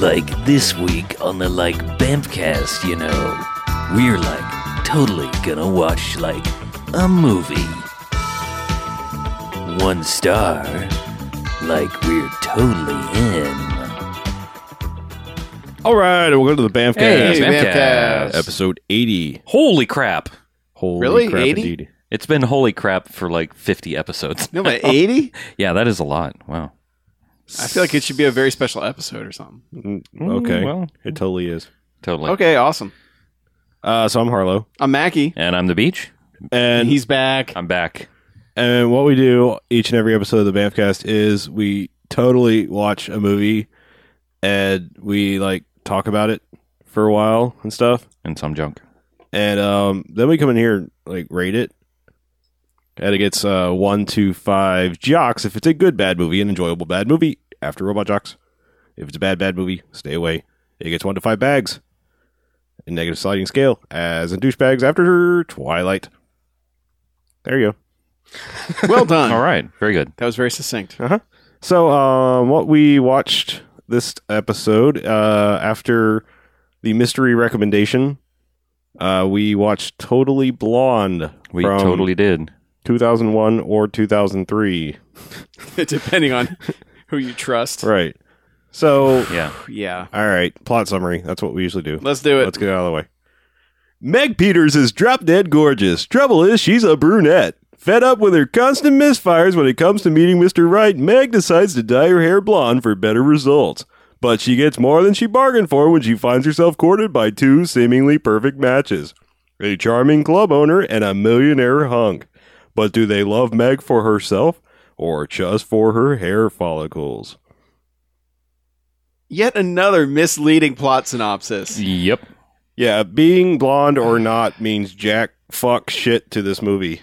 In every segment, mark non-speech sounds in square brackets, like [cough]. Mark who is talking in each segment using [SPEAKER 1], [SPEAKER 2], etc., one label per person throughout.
[SPEAKER 1] Like this week on the like Bamfcast, you know, we're like totally gonna watch like a movie. One star, like we're totally in.
[SPEAKER 2] All right, we'll go to the Bamfcast.
[SPEAKER 3] Hey, Bamfcast.
[SPEAKER 2] Episode 80.
[SPEAKER 4] Holy crap.
[SPEAKER 2] Holy
[SPEAKER 3] Really?
[SPEAKER 2] crap
[SPEAKER 3] 80?
[SPEAKER 2] indeed.
[SPEAKER 4] It's been holy crap for like 50 episodes. [laughs]
[SPEAKER 2] [laughs]
[SPEAKER 3] No,
[SPEAKER 2] Oh.
[SPEAKER 3] but 80?
[SPEAKER 4] Yeah, that is a lot. Wow.
[SPEAKER 3] I feel like it should be a very special episode or something.
[SPEAKER 2] Mm, Okay.
[SPEAKER 4] Mm, well.
[SPEAKER 2] It totally is.
[SPEAKER 4] Totally.
[SPEAKER 3] Okay, awesome.
[SPEAKER 2] Uh, so I'm Harlow.
[SPEAKER 3] I'm Mackie.
[SPEAKER 4] And I'm the beach.
[SPEAKER 2] And
[SPEAKER 3] He's back.
[SPEAKER 4] I'm back.
[SPEAKER 2] and what we do each and every episode of the Bamfcast is we totally watch a movie and we like talk about it for a while and stuff.
[SPEAKER 4] And some junk.
[SPEAKER 2] And um, then we come in here and like rate it. And it gets uh, one, two, five jocks if it's a good bad movie, an enjoyable bad movie after Robot Jocks. If it's a bad bad movie, stay away. It gets one to five bags. A negative sliding scale as in douchebags after Twilight. There you go. [laughs]
[SPEAKER 3] Well done.
[SPEAKER 4] All right. Very good.
[SPEAKER 3] That was very succinct. [laughs]
[SPEAKER 2] So, um, what we watched this episode uh, after the mystery recommendation, uh, we watched Totally Blonde.
[SPEAKER 4] We
[SPEAKER 2] from
[SPEAKER 4] totally did.
[SPEAKER 2] 2001 or 2003.
[SPEAKER 3] Depending on who you trust.
[SPEAKER 2] Right. So,
[SPEAKER 4] Yeah.
[SPEAKER 3] Yeah.
[SPEAKER 2] all right, plot summary. That's what we usually do.
[SPEAKER 3] Let's do it.
[SPEAKER 2] Let's get out of the way. Meg Peters is drop dead gorgeous. Trouble is, she's a brunette. Fed up with her constant misfires when it comes to meeting Mr. Right, Meg decides to dye her hair blonde for better results. But she gets more than she bargained for when she finds herself courted by two seemingly perfect matches a charming club owner and a millionaire hunk. But do they love Meg for herself or just for her hair follicles?
[SPEAKER 3] Yet another misleading plot synopsis.
[SPEAKER 4] Yep.
[SPEAKER 2] Yeah, being blonde or not means jack fuck shit to this movie.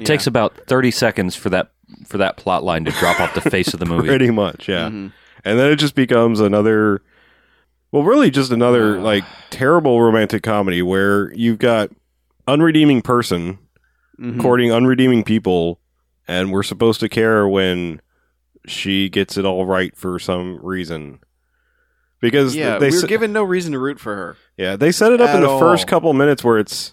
[SPEAKER 3] Yeah.
[SPEAKER 4] takes about 30 seconds for that for that plot line to drop off the face of
[SPEAKER 2] [laughs]
[SPEAKER 4] the movie.
[SPEAKER 2] Pretty much, yeah.
[SPEAKER 3] Mhm.
[SPEAKER 2] And then it just becomes another, well, really just another
[SPEAKER 3] [sighs] Ah.
[SPEAKER 2] like terrible romantic comedy where you've got unredeeming person
[SPEAKER 3] Mhm.
[SPEAKER 2] courting unredeeming people, and we're supposed to care when she gets it all right for some reason. Because
[SPEAKER 3] Yeah,
[SPEAKER 2] they
[SPEAKER 3] we were
[SPEAKER 2] se-
[SPEAKER 3] given no reason to root for her.
[SPEAKER 2] yeah, they set it up in
[SPEAKER 3] At
[SPEAKER 2] the first
[SPEAKER 3] all.
[SPEAKER 2] couple minutes where it's.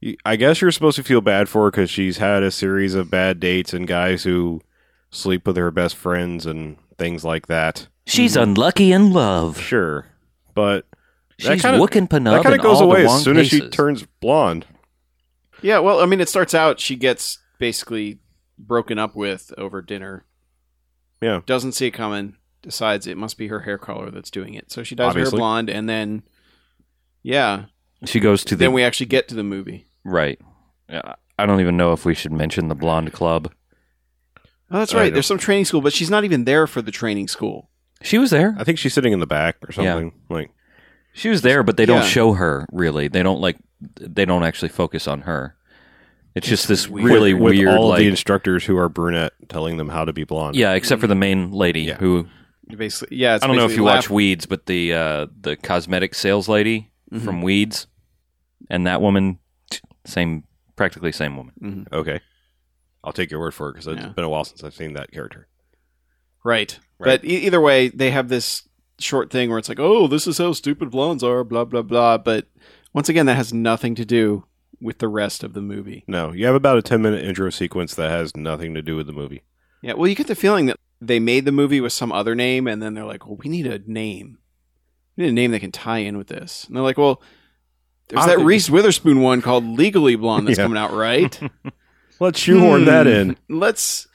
[SPEAKER 2] you- I guess you're supposed to feel bad for her because she's had a series of bad dates and guys who sleep with her best friends and things like that.
[SPEAKER 4] She's unlucky in love.
[SPEAKER 2] Sure, but That
[SPEAKER 4] She's
[SPEAKER 2] kinda-
[SPEAKER 4] wooking
[SPEAKER 2] that
[SPEAKER 4] Panub
[SPEAKER 2] kind of
[SPEAKER 4] in
[SPEAKER 2] goes
[SPEAKER 4] all the
[SPEAKER 2] away
[SPEAKER 4] wrong
[SPEAKER 2] as soon as she
[SPEAKER 4] places.
[SPEAKER 2] turns blonde.
[SPEAKER 3] Yeah, well, I mean, it starts out she gets basically broken up with over dinner.
[SPEAKER 2] Yeah.
[SPEAKER 3] Doesn't see it coming, decides it must be her hair color that's doing it. So she dyes her hair
[SPEAKER 2] Obviously.
[SPEAKER 3] blonde, and then, yeah,
[SPEAKER 4] She goes to the
[SPEAKER 3] then we actually get to the movie.
[SPEAKER 4] right. Yeah, I don't even know if we should mention the blonde club.
[SPEAKER 3] Oh, that's
[SPEAKER 2] I
[SPEAKER 3] right.
[SPEAKER 2] know.
[SPEAKER 3] There's some training school, but she's not even there for the training school.
[SPEAKER 4] She was there.
[SPEAKER 2] I think she's sitting in the back or something. Like,
[SPEAKER 4] She was there, but they
[SPEAKER 3] Yeah.
[SPEAKER 4] don't show her really. They don't like. They don't actually focus on her. It's just this really
[SPEAKER 2] with, with
[SPEAKER 4] weird,
[SPEAKER 2] all of
[SPEAKER 4] like
[SPEAKER 2] the instructors who are brunette telling them how to be blonde.
[SPEAKER 4] yeah, except for the main lady
[SPEAKER 2] Yeah.
[SPEAKER 4] who
[SPEAKER 3] Basically, yeah. It's
[SPEAKER 4] I don't know if
[SPEAKER 3] basically
[SPEAKER 4] you
[SPEAKER 3] laugh-
[SPEAKER 4] watch Weeds, but the uh, the cosmetic sales lady
[SPEAKER 2] Mm-hmm.
[SPEAKER 3] Mhm.
[SPEAKER 4] from Weeds, and that woman, t- same practically same woman.
[SPEAKER 3] Mhm.
[SPEAKER 2] Okay, I'll take your word for it because it's
[SPEAKER 3] Yeah.
[SPEAKER 2] been a while since I've seen that character.
[SPEAKER 3] Right.
[SPEAKER 2] Right.
[SPEAKER 3] But e- either way, they have this short thing where it's like, oh, this is how stupid blondes are, blah, blah, blah. But once again, that has nothing to do with the rest of the movie.
[SPEAKER 2] No, you have about a ten minute intro sequence that has nothing to do with the movie.
[SPEAKER 3] Yeah. Well, you get the feeling that they made the movie with some other name, and then they're like, well, we need a name. We need a name that can tie in with this. And they're like, well, there's that
[SPEAKER 2] Honestly-
[SPEAKER 3] Reese Witherspoon one called Legally Blonde
[SPEAKER 2] [laughs]
[SPEAKER 3] that's
[SPEAKER 2] Yeah.
[SPEAKER 3] coming out, right?
[SPEAKER 2] Let's shoehorn
[SPEAKER 3] Hmm.
[SPEAKER 2] that in.
[SPEAKER 3] Let's.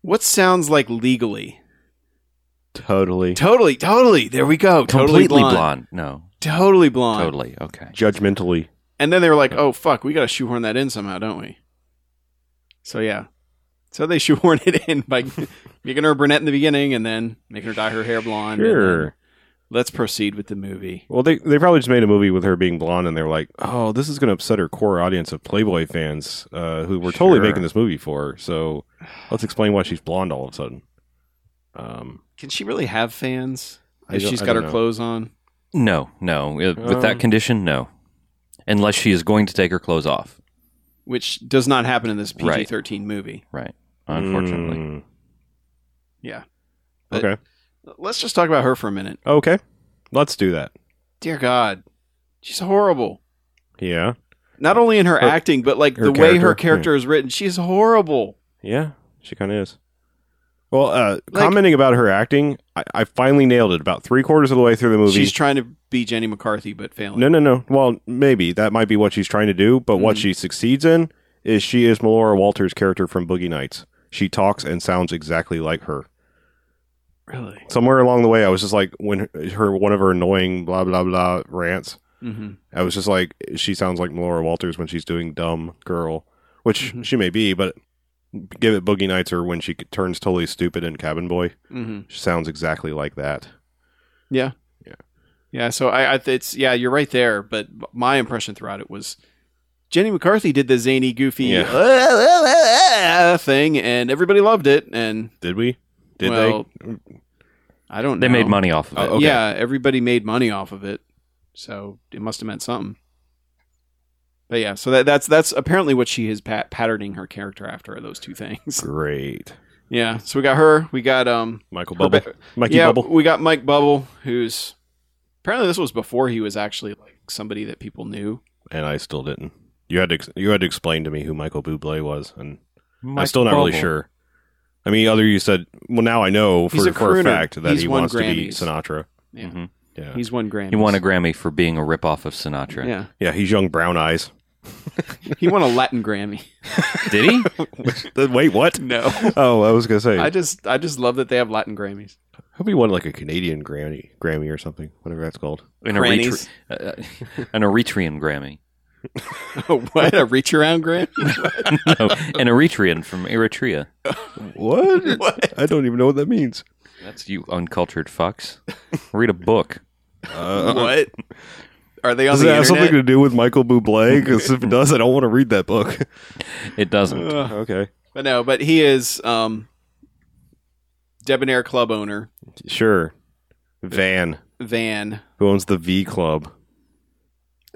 [SPEAKER 3] What sounds like legally?
[SPEAKER 2] Totally
[SPEAKER 3] Totally, totally. There we go. Totally
[SPEAKER 4] Completely
[SPEAKER 3] blonde.
[SPEAKER 4] No,
[SPEAKER 3] Totally blonde.
[SPEAKER 4] totally okay.
[SPEAKER 2] judgmentally.
[SPEAKER 3] And then they were like, "Oh fuck, we got to shoehorn that in somehow, don't we?" So yeah, so they [laughs] shoehorn it in by [laughs] making her a brunette in the beginning, and then making her dye her hair blonde. and then
[SPEAKER 2] Sure.
[SPEAKER 3] Let's proceed with the movie.
[SPEAKER 2] Well, they they probably just made a movie with her being blonde, and they're like, "Oh, this is going to upset her core audience of Playboy fans uh, who were totally
[SPEAKER 4] Sure.
[SPEAKER 2] making this movie for." her. So let's explain why she's blonde all of a sudden. Um,
[SPEAKER 3] Can she really have fans?
[SPEAKER 2] I
[SPEAKER 3] If
[SPEAKER 2] don't-
[SPEAKER 3] she's
[SPEAKER 2] I
[SPEAKER 3] got her
[SPEAKER 2] don't know.
[SPEAKER 3] clothes on.
[SPEAKER 4] No, no. Uh, With
[SPEAKER 2] Um,
[SPEAKER 4] that condition, no. Unless she is going to take her clothes off.
[SPEAKER 3] Which does not happen in this
[SPEAKER 4] Right.
[SPEAKER 3] PG thirteen movie.
[SPEAKER 4] Right. Unfortunately.
[SPEAKER 2] Mm.
[SPEAKER 3] Yeah. But
[SPEAKER 2] Okay.
[SPEAKER 3] Let's just talk about her for a minute.
[SPEAKER 2] Oh, Okay. Let's do that.
[SPEAKER 3] Dear God, she's horrible.
[SPEAKER 2] Yeah.
[SPEAKER 3] Not only in her,
[SPEAKER 2] Her-
[SPEAKER 3] acting, but like
[SPEAKER 2] her
[SPEAKER 3] the way
[SPEAKER 2] character,
[SPEAKER 3] her character is written, she's horrible.
[SPEAKER 2] Yeah. She kind of is. Well, uh, commenting about her acting, I, I finally nailed it about three quarters of the way through the movie.
[SPEAKER 3] She's trying to be Jenny McCarthy, but failing.
[SPEAKER 2] No, no, no. Well, maybe that might be what she's trying to do, but what
[SPEAKER 3] Mm-hmm.
[SPEAKER 2] she succeeds in is she is Melora Walters' character from Boogie Nights. She talks and sounds exactly like her.
[SPEAKER 3] Really?
[SPEAKER 2] Somewhere along the way, I was just like, when her one of her annoying blah blah blah rants,
[SPEAKER 3] Mm-hmm.
[SPEAKER 2] I was just like, she sounds like Melora Walters when she's doing dumb girl, which
[SPEAKER 3] Mhm.
[SPEAKER 2] she may be, but give it Boogie Nights or when she turns totally stupid in Cabin Boy,
[SPEAKER 3] Mm-hmm.
[SPEAKER 2] she sounds exactly like that.
[SPEAKER 3] Yeah, so I, I it's yeah, you're right there. But my impression throughout it was Jenny McCarthy did the zany, goofy
[SPEAKER 2] Yeah.
[SPEAKER 3] [laughs] thing, and everybody loved it. And
[SPEAKER 2] Did we? Did
[SPEAKER 3] well,
[SPEAKER 2] they?
[SPEAKER 3] I don't.
[SPEAKER 4] They
[SPEAKER 3] know. Uh,
[SPEAKER 4] made money off of
[SPEAKER 2] Oh,
[SPEAKER 4] it.
[SPEAKER 2] okay.
[SPEAKER 3] Yeah, everybody made money off of it, so it must have meant something. But yeah, so that, that's that's apparently what she is pat- patterning her character after are those two things. [laughs]
[SPEAKER 2] Great,
[SPEAKER 3] Yeah, so we got her, we got um,
[SPEAKER 2] Michael
[SPEAKER 3] her
[SPEAKER 2] Bubble,
[SPEAKER 3] ba-
[SPEAKER 2] Mikey
[SPEAKER 3] yeah,
[SPEAKER 2] Bubble.
[SPEAKER 3] we got Mike Bubble, who's apparently this was before he was actually like somebody that people knew.
[SPEAKER 2] and I still didn't. You had to ex- you had to explain to me who Michael Bublé was, and I'm
[SPEAKER 4] Mike
[SPEAKER 2] still not really
[SPEAKER 4] Bubble.
[SPEAKER 2] sure. I mean, other you said, well, now I know
[SPEAKER 3] He's
[SPEAKER 2] for,
[SPEAKER 3] a
[SPEAKER 2] for a
[SPEAKER 3] crooner.
[SPEAKER 2] fact that
[SPEAKER 3] He's
[SPEAKER 2] he
[SPEAKER 3] won
[SPEAKER 2] wants to be
[SPEAKER 3] Grammys.
[SPEAKER 2] Sinatra.
[SPEAKER 3] Yeah,
[SPEAKER 4] Mhm.
[SPEAKER 2] Yeah,
[SPEAKER 3] he's won Grammy.
[SPEAKER 4] He won a Grammy for being a ripoff of Sinatra.
[SPEAKER 3] yeah.
[SPEAKER 2] yeah, he's young brown eyes.
[SPEAKER 3] He won a Latin
[SPEAKER 4] [laughs]
[SPEAKER 3] Grammy.
[SPEAKER 4] Did
[SPEAKER 3] [laughs]
[SPEAKER 4] he?
[SPEAKER 2] Wait, what?
[SPEAKER 3] No,
[SPEAKER 2] Oh, I was gonna say,
[SPEAKER 3] I just I just love that they have Latin Grammys.
[SPEAKER 2] hope he won like a Canadian Grammy, Grammy or something, whatever that's called.
[SPEAKER 4] An,
[SPEAKER 3] Grannies.
[SPEAKER 4] Eritre- uh, [laughs] an Eritrean Grammy.
[SPEAKER 3] [laughs] what a reach around Grammy?
[SPEAKER 4] [laughs] No, an Eritrean from Eritrea.
[SPEAKER 2] [laughs] What?
[SPEAKER 3] What?
[SPEAKER 2] I don't even know what that means.
[SPEAKER 4] That's you uncultured fucks. Read a book.
[SPEAKER 3] what? Are they Uh, on
[SPEAKER 2] Does
[SPEAKER 3] the
[SPEAKER 2] it have
[SPEAKER 3] internet?
[SPEAKER 2] something to do with Michael Bublé? Because if it does, I don't want to read that book. [laughs]
[SPEAKER 4] It doesn't.
[SPEAKER 3] Ugh.
[SPEAKER 2] okay,
[SPEAKER 3] but no, but he is um, debonair club owner
[SPEAKER 2] sure. Van,
[SPEAKER 3] Van.
[SPEAKER 2] who owns the V Club.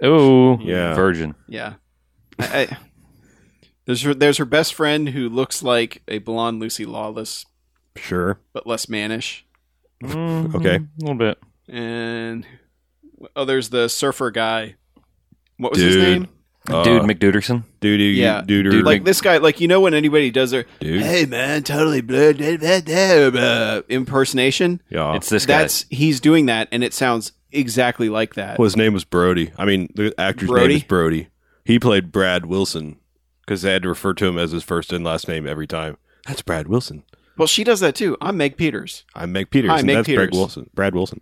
[SPEAKER 4] Oh,
[SPEAKER 2] Yeah.
[SPEAKER 4] Virgin.
[SPEAKER 3] Yeah, I, I, there's her, there's her best friend who looks like a blonde Lucy Lawless
[SPEAKER 2] Sure.
[SPEAKER 3] but less mannish,
[SPEAKER 2] Okay.
[SPEAKER 4] Mm, a little bit.
[SPEAKER 3] and oh, there's the surfer guy. What was his
[SPEAKER 2] Dude.
[SPEAKER 3] name?
[SPEAKER 4] Dude
[SPEAKER 2] Uh,
[SPEAKER 4] McDuderson.
[SPEAKER 2] Dude,
[SPEAKER 3] Yeah.
[SPEAKER 2] yeah, dude,
[SPEAKER 4] Dude,
[SPEAKER 3] Like this guy, like you know when anybody does their
[SPEAKER 2] Dude.
[SPEAKER 3] "Hey man, totally blah, blah, blah, blah, blah," uh, impersonation.
[SPEAKER 2] yeah.
[SPEAKER 4] It's this guy.
[SPEAKER 3] That's he's doing that, and it sounds exactly like that.
[SPEAKER 2] well, his name was Brody. I mean, the actor's
[SPEAKER 3] Brody?
[SPEAKER 2] name is Brody. He played Brad Wilson because they had to refer to him as his first and last name every time. That's Brad Wilson.
[SPEAKER 3] Well, she does that too. I'm Meg Peters.
[SPEAKER 2] I'm Meg Peters.
[SPEAKER 3] Hi,
[SPEAKER 2] and
[SPEAKER 3] Meg
[SPEAKER 2] that's Brad
[SPEAKER 3] Peters.
[SPEAKER 2] Wilson. Brad Wilson.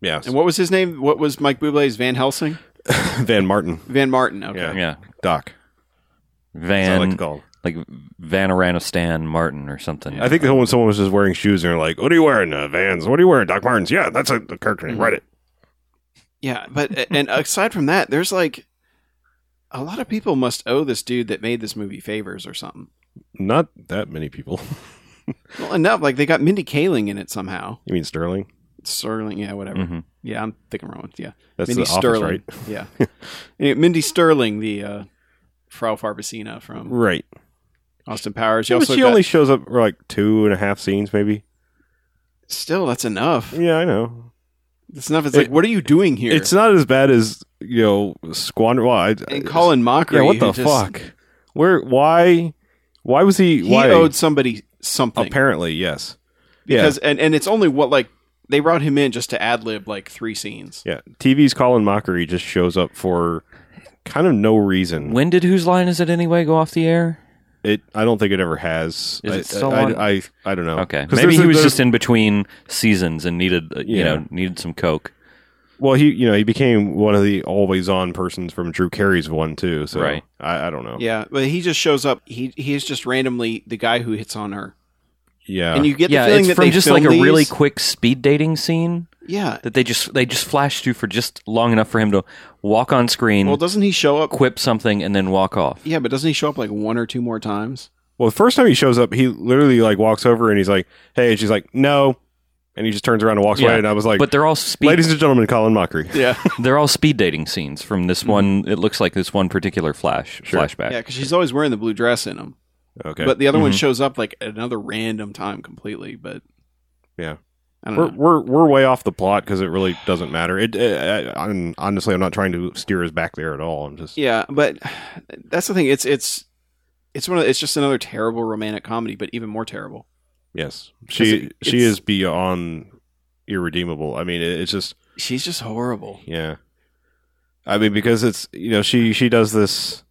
[SPEAKER 2] Yeah,
[SPEAKER 3] And what was his name? What was Mike Bublé's Van Helsing?
[SPEAKER 2] [laughs] Van Martin.
[SPEAKER 3] Van Martin. Okay.
[SPEAKER 2] Yeah.
[SPEAKER 4] yeah.
[SPEAKER 2] Doc. That's what I
[SPEAKER 4] Van,
[SPEAKER 2] like to
[SPEAKER 4] like,
[SPEAKER 2] call him.
[SPEAKER 4] Vanaranistan Martin or something.
[SPEAKER 2] I think when someone was just wearing shoes and they're like, "What are you wearing, uh, Vans? What are you wearing, Doc Martens?" Yeah, that's a, the character
[SPEAKER 3] Hmm.
[SPEAKER 2] name. Write it.
[SPEAKER 3] Yeah, but and aside from that, there's like a lot of people must owe this dude that made this movie favors or something.
[SPEAKER 2] Not that many people. [laughs]
[SPEAKER 3] Well, enough. Like they got Mindy Kaling in it somehow.
[SPEAKER 2] you mean Sterling?
[SPEAKER 3] Sterling. Yeah, whatever.
[SPEAKER 4] Mhm.
[SPEAKER 3] Yeah, I'm thinking wrong. Yeah,
[SPEAKER 2] Mm. That's
[SPEAKER 3] Mindy
[SPEAKER 2] the
[SPEAKER 3] Sterling.
[SPEAKER 2] office, right?
[SPEAKER 3] Yeah, [laughs] Yeah, Mindy Sterling, the uh, Frau Farbacina from
[SPEAKER 2] Right.
[SPEAKER 3] Austin Powers. You
[SPEAKER 2] Yeah, but
[SPEAKER 3] also
[SPEAKER 2] she
[SPEAKER 3] got-
[SPEAKER 2] only shows up for like two and a half scenes, maybe.
[SPEAKER 3] still that's enough.
[SPEAKER 2] Yeah, I know.
[SPEAKER 3] That's enough. It's
[SPEAKER 2] It-
[SPEAKER 3] like, what are you doing here?
[SPEAKER 2] It's not as bad as you know squander. Well, I,
[SPEAKER 3] and Colin Mockery.
[SPEAKER 2] yeah, what the
[SPEAKER 3] who just-
[SPEAKER 2] fuck? Where? Why? Why was he?
[SPEAKER 3] He
[SPEAKER 2] why?
[SPEAKER 3] owed somebody something
[SPEAKER 2] apparently, yes.
[SPEAKER 3] because, and and it's only what like they brought him in just to ad lib like three scenes.
[SPEAKER 2] yeah, yeah. TV's Colin Mockery just shows up for kind of no reason.
[SPEAKER 4] When did Whose Line Is It Anyway go off the air?
[SPEAKER 2] it, I don't think it ever has.
[SPEAKER 4] Is
[SPEAKER 2] I,
[SPEAKER 4] it still
[SPEAKER 2] I,
[SPEAKER 4] on?
[SPEAKER 2] I, I, I don't know.
[SPEAKER 4] Okay.
[SPEAKER 2] Oh. 'Cause
[SPEAKER 4] Maybe
[SPEAKER 2] there's a-
[SPEAKER 4] he was
[SPEAKER 2] there's-
[SPEAKER 4] just in between seasons and needed, uh, you
[SPEAKER 2] Yeah.
[SPEAKER 4] know, needed some coke.
[SPEAKER 2] well. He, you know, he became one of the always-on persons from Drew Carey's one too. So
[SPEAKER 4] Right.
[SPEAKER 2] I, I don't know.
[SPEAKER 3] Yeah, but he just shows up. He he is just randomly the guy who hits on her,
[SPEAKER 2] yeah.
[SPEAKER 3] and you get
[SPEAKER 4] yeah,
[SPEAKER 3] the feeling
[SPEAKER 4] it's
[SPEAKER 3] that
[SPEAKER 4] from
[SPEAKER 3] they
[SPEAKER 4] just like
[SPEAKER 3] filmed
[SPEAKER 4] a really
[SPEAKER 3] these-
[SPEAKER 4] quick speed dating scene
[SPEAKER 3] yeah.
[SPEAKER 4] that they just they just flash to for just long enough for him to walk on screen,
[SPEAKER 3] Well, doesn't he show up?
[SPEAKER 4] quip something, and then walk off.
[SPEAKER 3] Yeah, but doesn't he show up like one or two more times?
[SPEAKER 2] Well, the first time he shows up, he literally like walks over and he's like, "Hey," and she's like, "No," and he just turns around and walks
[SPEAKER 4] Yeah.
[SPEAKER 2] away. And I was like,
[SPEAKER 4] But they're all speed.
[SPEAKER 2] "Ladies and gentlemen, Colin Mockery."
[SPEAKER 3] Yeah,
[SPEAKER 4] They're all speed dating scenes from this one. It looks like this one particular flash
[SPEAKER 2] Mm-hmm. Sure.
[SPEAKER 3] [laughs]
[SPEAKER 4] flashback.
[SPEAKER 3] yeah, because she's always wearing the blue dress in him.
[SPEAKER 2] Okay,
[SPEAKER 3] But the other one
[SPEAKER 4] Mhm.
[SPEAKER 3] shows up like at another random time completely. But I don't
[SPEAKER 2] We're,
[SPEAKER 3] know.
[SPEAKER 2] we're we're way off the plot because it really doesn't matter. It, uh, I, I'm honestly, I'm not trying to steer us back there at all. I'm just
[SPEAKER 3] Yeah, but that's the thing. It's it's it's one of it's just another terrible romantic comedy, but even more terrible.
[SPEAKER 2] yes, she
[SPEAKER 3] it-
[SPEAKER 2] she
[SPEAKER 3] it's-
[SPEAKER 2] is beyond irredeemable. I mean, it, it's just
[SPEAKER 3] She's just horrible.
[SPEAKER 2] Yeah. I mean, because it's you know she she does this.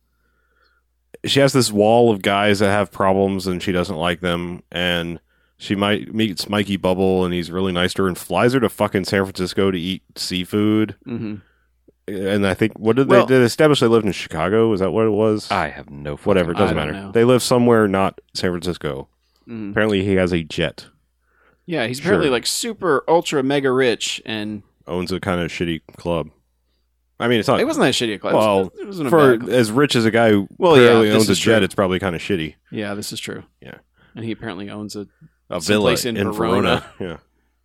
[SPEAKER 2] She has this wall of guys that have problems, and she doesn't like them. And she might meets Mikey Bubble, and he's really nice to her, and flies her to fucking San Francisco to eat seafood.
[SPEAKER 3] hmm
[SPEAKER 2] And I think what did
[SPEAKER 3] Well-
[SPEAKER 2] they did they establish? They lived in Chicago. Is that what it was?
[SPEAKER 4] I have no fucking
[SPEAKER 2] Whatever, it doesn't
[SPEAKER 3] I don't
[SPEAKER 2] matter.
[SPEAKER 3] know.
[SPEAKER 2] They live somewhere not San Francisco.
[SPEAKER 3] hmm
[SPEAKER 2] Apparently, he has a jet,
[SPEAKER 3] Yeah, he's
[SPEAKER 2] Mm. Sure.
[SPEAKER 3] apparently like super ultra mega rich, and
[SPEAKER 2] owns a kind of shitty club. I mean, it's not
[SPEAKER 3] it wasn't that shitty a club.
[SPEAKER 2] Uh, Well,
[SPEAKER 3] it wasn't a
[SPEAKER 2] for
[SPEAKER 3] bad club.
[SPEAKER 2] as rich as a guy who
[SPEAKER 3] Well, yeah,
[SPEAKER 2] clearly
[SPEAKER 3] this
[SPEAKER 2] owns a
[SPEAKER 3] is
[SPEAKER 2] jet.
[SPEAKER 3] true.
[SPEAKER 2] It's probably kind of shitty.
[SPEAKER 3] yeah, this is true.
[SPEAKER 2] Yeah.
[SPEAKER 3] and he apparently owns a
[SPEAKER 2] a
[SPEAKER 3] Someplace
[SPEAKER 2] villa
[SPEAKER 3] in
[SPEAKER 2] in, Verona. Yeah.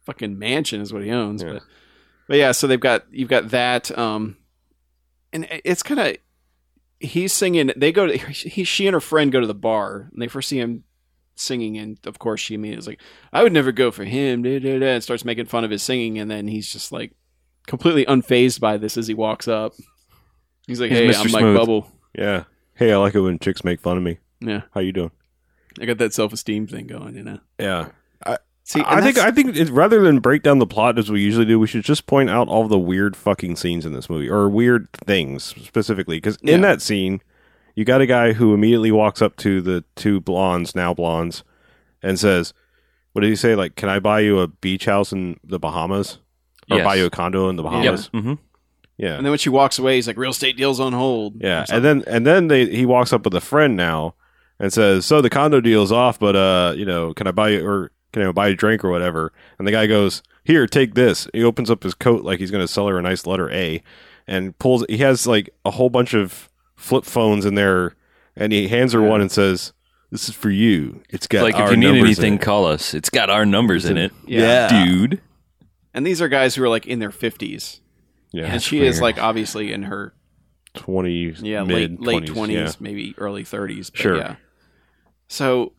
[SPEAKER 3] fucking mansion is what he owns.
[SPEAKER 2] Yeah.
[SPEAKER 3] But but yeah, so they've got you've got that, um, and it- it's kind of he's singing. They go to he, she and her friend go to the bar, and they first see him singing, and of course she immediately is like, "I would never go for him," da, da, da, and starts making fun of his singing, and then he's just like completely unfazed by this as he walks up. He's like,
[SPEAKER 4] He's
[SPEAKER 3] "Hey,
[SPEAKER 4] Mr.
[SPEAKER 3] I'm Mike
[SPEAKER 4] Smooth.
[SPEAKER 3] Bubble.
[SPEAKER 2] [laughs] Yeah. Hey, I like it when chicks make fun of me.
[SPEAKER 3] Yeah,
[SPEAKER 2] How you doing?
[SPEAKER 3] I got that self esteem thing going, you know."
[SPEAKER 2] Yeah.
[SPEAKER 3] See, and
[SPEAKER 2] I think
[SPEAKER 3] that's-
[SPEAKER 2] I think it, rather than break down the plot as we usually do, we should just point out all the weird fucking scenes in this movie or weird things specifically cuz
[SPEAKER 3] Yeah.
[SPEAKER 2] in that scene you got a guy who immediately walks up to the two blondes, now blondes, and says, "What did he say? Like, can I buy you a beach house in the Bahamas or
[SPEAKER 4] Yes.
[SPEAKER 2] buy you a condo in the
[SPEAKER 4] Yep.
[SPEAKER 2] Bahamas?"
[SPEAKER 4] hmm
[SPEAKER 2] Yeah.
[SPEAKER 3] and then when she walks away, he's like, "Real estate deals on hold."
[SPEAKER 2] Yeah, and then and then they he walks up with a friend now and says, "So the condo deal's off, but uh, you know, can I buy you or can I buy you a drink or whatever?" And the guy goes, "Here, take this." He opens up his coat like he's going to sell her a nice letter A, and pulls. He has like a whole bunch of flip phones in there, and he hands her one and says, "This is for you. It's got
[SPEAKER 4] Like, if
[SPEAKER 2] our
[SPEAKER 4] you need
[SPEAKER 2] numbers in
[SPEAKER 4] anything,
[SPEAKER 2] it."
[SPEAKER 4] call us. It's got our numbers in it,
[SPEAKER 3] Yeah.
[SPEAKER 4] dude.
[SPEAKER 3] And these are guys who are like in their fifties,
[SPEAKER 2] yeah,
[SPEAKER 3] and she is like obviously in her
[SPEAKER 2] twenty,
[SPEAKER 3] yeah
[SPEAKER 2] mid,
[SPEAKER 3] late late
[SPEAKER 2] 20s,
[SPEAKER 3] twenties,
[SPEAKER 2] yeah.
[SPEAKER 3] maybe early thirties.
[SPEAKER 2] Sure.
[SPEAKER 3] Yeah. So,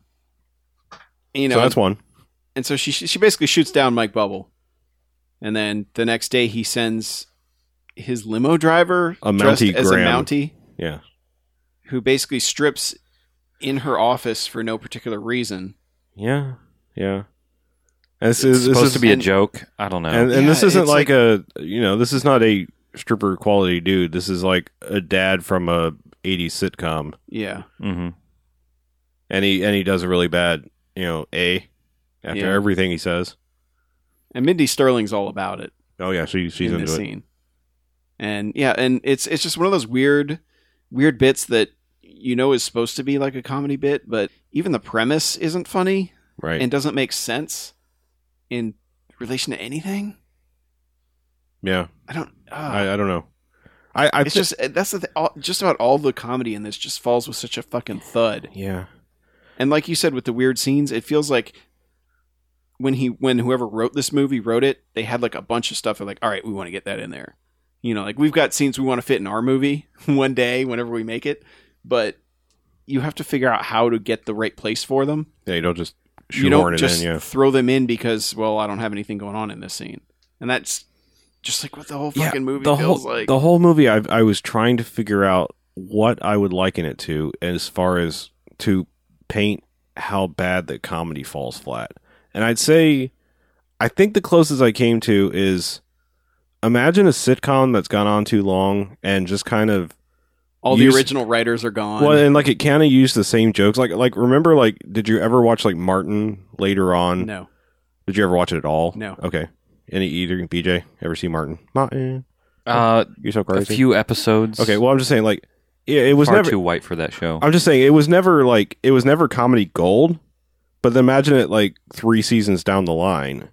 [SPEAKER 3] you know,
[SPEAKER 2] so that's one.
[SPEAKER 3] and so she she basically shoots down Mike Bubble, and then the next day he sends his limo driver
[SPEAKER 2] A
[SPEAKER 3] dressed
[SPEAKER 2] Mountie
[SPEAKER 3] as a
[SPEAKER 2] Graham.
[SPEAKER 3] Mountie
[SPEAKER 2] Yeah,
[SPEAKER 3] who basically strips in her office for no particular reason.
[SPEAKER 2] yeah, yeah. And This
[SPEAKER 4] It's
[SPEAKER 2] is this
[SPEAKER 4] supposed
[SPEAKER 2] is
[SPEAKER 4] to be a
[SPEAKER 3] and-
[SPEAKER 4] joke. I don't know.
[SPEAKER 2] And, and
[SPEAKER 3] Yeah,
[SPEAKER 2] this isn't
[SPEAKER 3] it's
[SPEAKER 2] like,
[SPEAKER 3] like-
[SPEAKER 2] a you know this is not a stripper quality dude. This is like a dad from a '80s sitcom,
[SPEAKER 3] Yeah.
[SPEAKER 4] hmm
[SPEAKER 2] and he and he does a really bad you know a after
[SPEAKER 3] Yeah.
[SPEAKER 2] everything he says.
[SPEAKER 3] And Mindy Sterling's all about it.
[SPEAKER 2] Oh yeah, she she's
[SPEAKER 3] in
[SPEAKER 2] into
[SPEAKER 3] this
[SPEAKER 2] it.
[SPEAKER 3] scene. And yeah, and it's it's just one of those weird weird bits that you know is supposed to be like a comedy bit, but even the premise isn't funny
[SPEAKER 2] right?
[SPEAKER 3] and doesn't make sense in relation to anything.
[SPEAKER 2] yeah,
[SPEAKER 3] I don't. Uh,
[SPEAKER 2] I, I don't know. I, I
[SPEAKER 3] it's
[SPEAKER 2] thi-
[SPEAKER 3] just that's the th- all, just about all the comedy in this just falls with such a fucking thud.
[SPEAKER 2] yeah
[SPEAKER 3] And like you said with the weird scenes, it feels like when he when whoever wrote this movie wrote it, they had like a bunch of stuff. They're like, all right, we want to get that in there. You know, like we've got scenes we want to fit in our movie [laughs] one day whenever we make it, but you have to figure out how to get the right place for them.
[SPEAKER 2] yeah. You don't just
[SPEAKER 3] you
[SPEAKER 2] shoehorn
[SPEAKER 3] don't
[SPEAKER 2] it
[SPEAKER 3] just
[SPEAKER 2] in. Yeah,
[SPEAKER 3] throw them in because well, I don't have anything going on in this scene, and that's just like what the whole fucking movie
[SPEAKER 2] the
[SPEAKER 3] feels
[SPEAKER 2] whole,
[SPEAKER 3] like.
[SPEAKER 2] The whole movie, I, I was trying to figure out what I would liken it to as far as to paint how bad the comedy falls flat. And I'd say, I think the closest I came to is imagine a sitcom that's gone on too long and just kind of
[SPEAKER 3] all the
[SPEAKER 2] use-
[SPEAKER 3] original writers are gone.
[SPEAKER 2] well, and like it kind of used the same jokes. Like, like remember, like did you ever watch like Martin later on?
[SPEAKER 3] no,
[SPEAKER 2] Did you ever watch it at all?
[SPEAKER 3] No.
[SPEAKER 2] Okay. Any either BJ ever see Martin? Martin,
[SPEAKER 4] Uh,
[SPEAKER 2] you're so
[SPEAKER 4] a
[SPEAKER 2] crazy.
[SPEAKER 4] few episodes.
[SPEAKER 2] Oh, Okay, well, I'm just saying, like, yeah, it was
[SPEAKER 4] far
[SPEAKER 2] never.
[SPEAKER 4] too white for that show.
[SPEAKER 2] I'm just saying, it was never like it was never comedy gold. But then imagine it like three seasons down the line,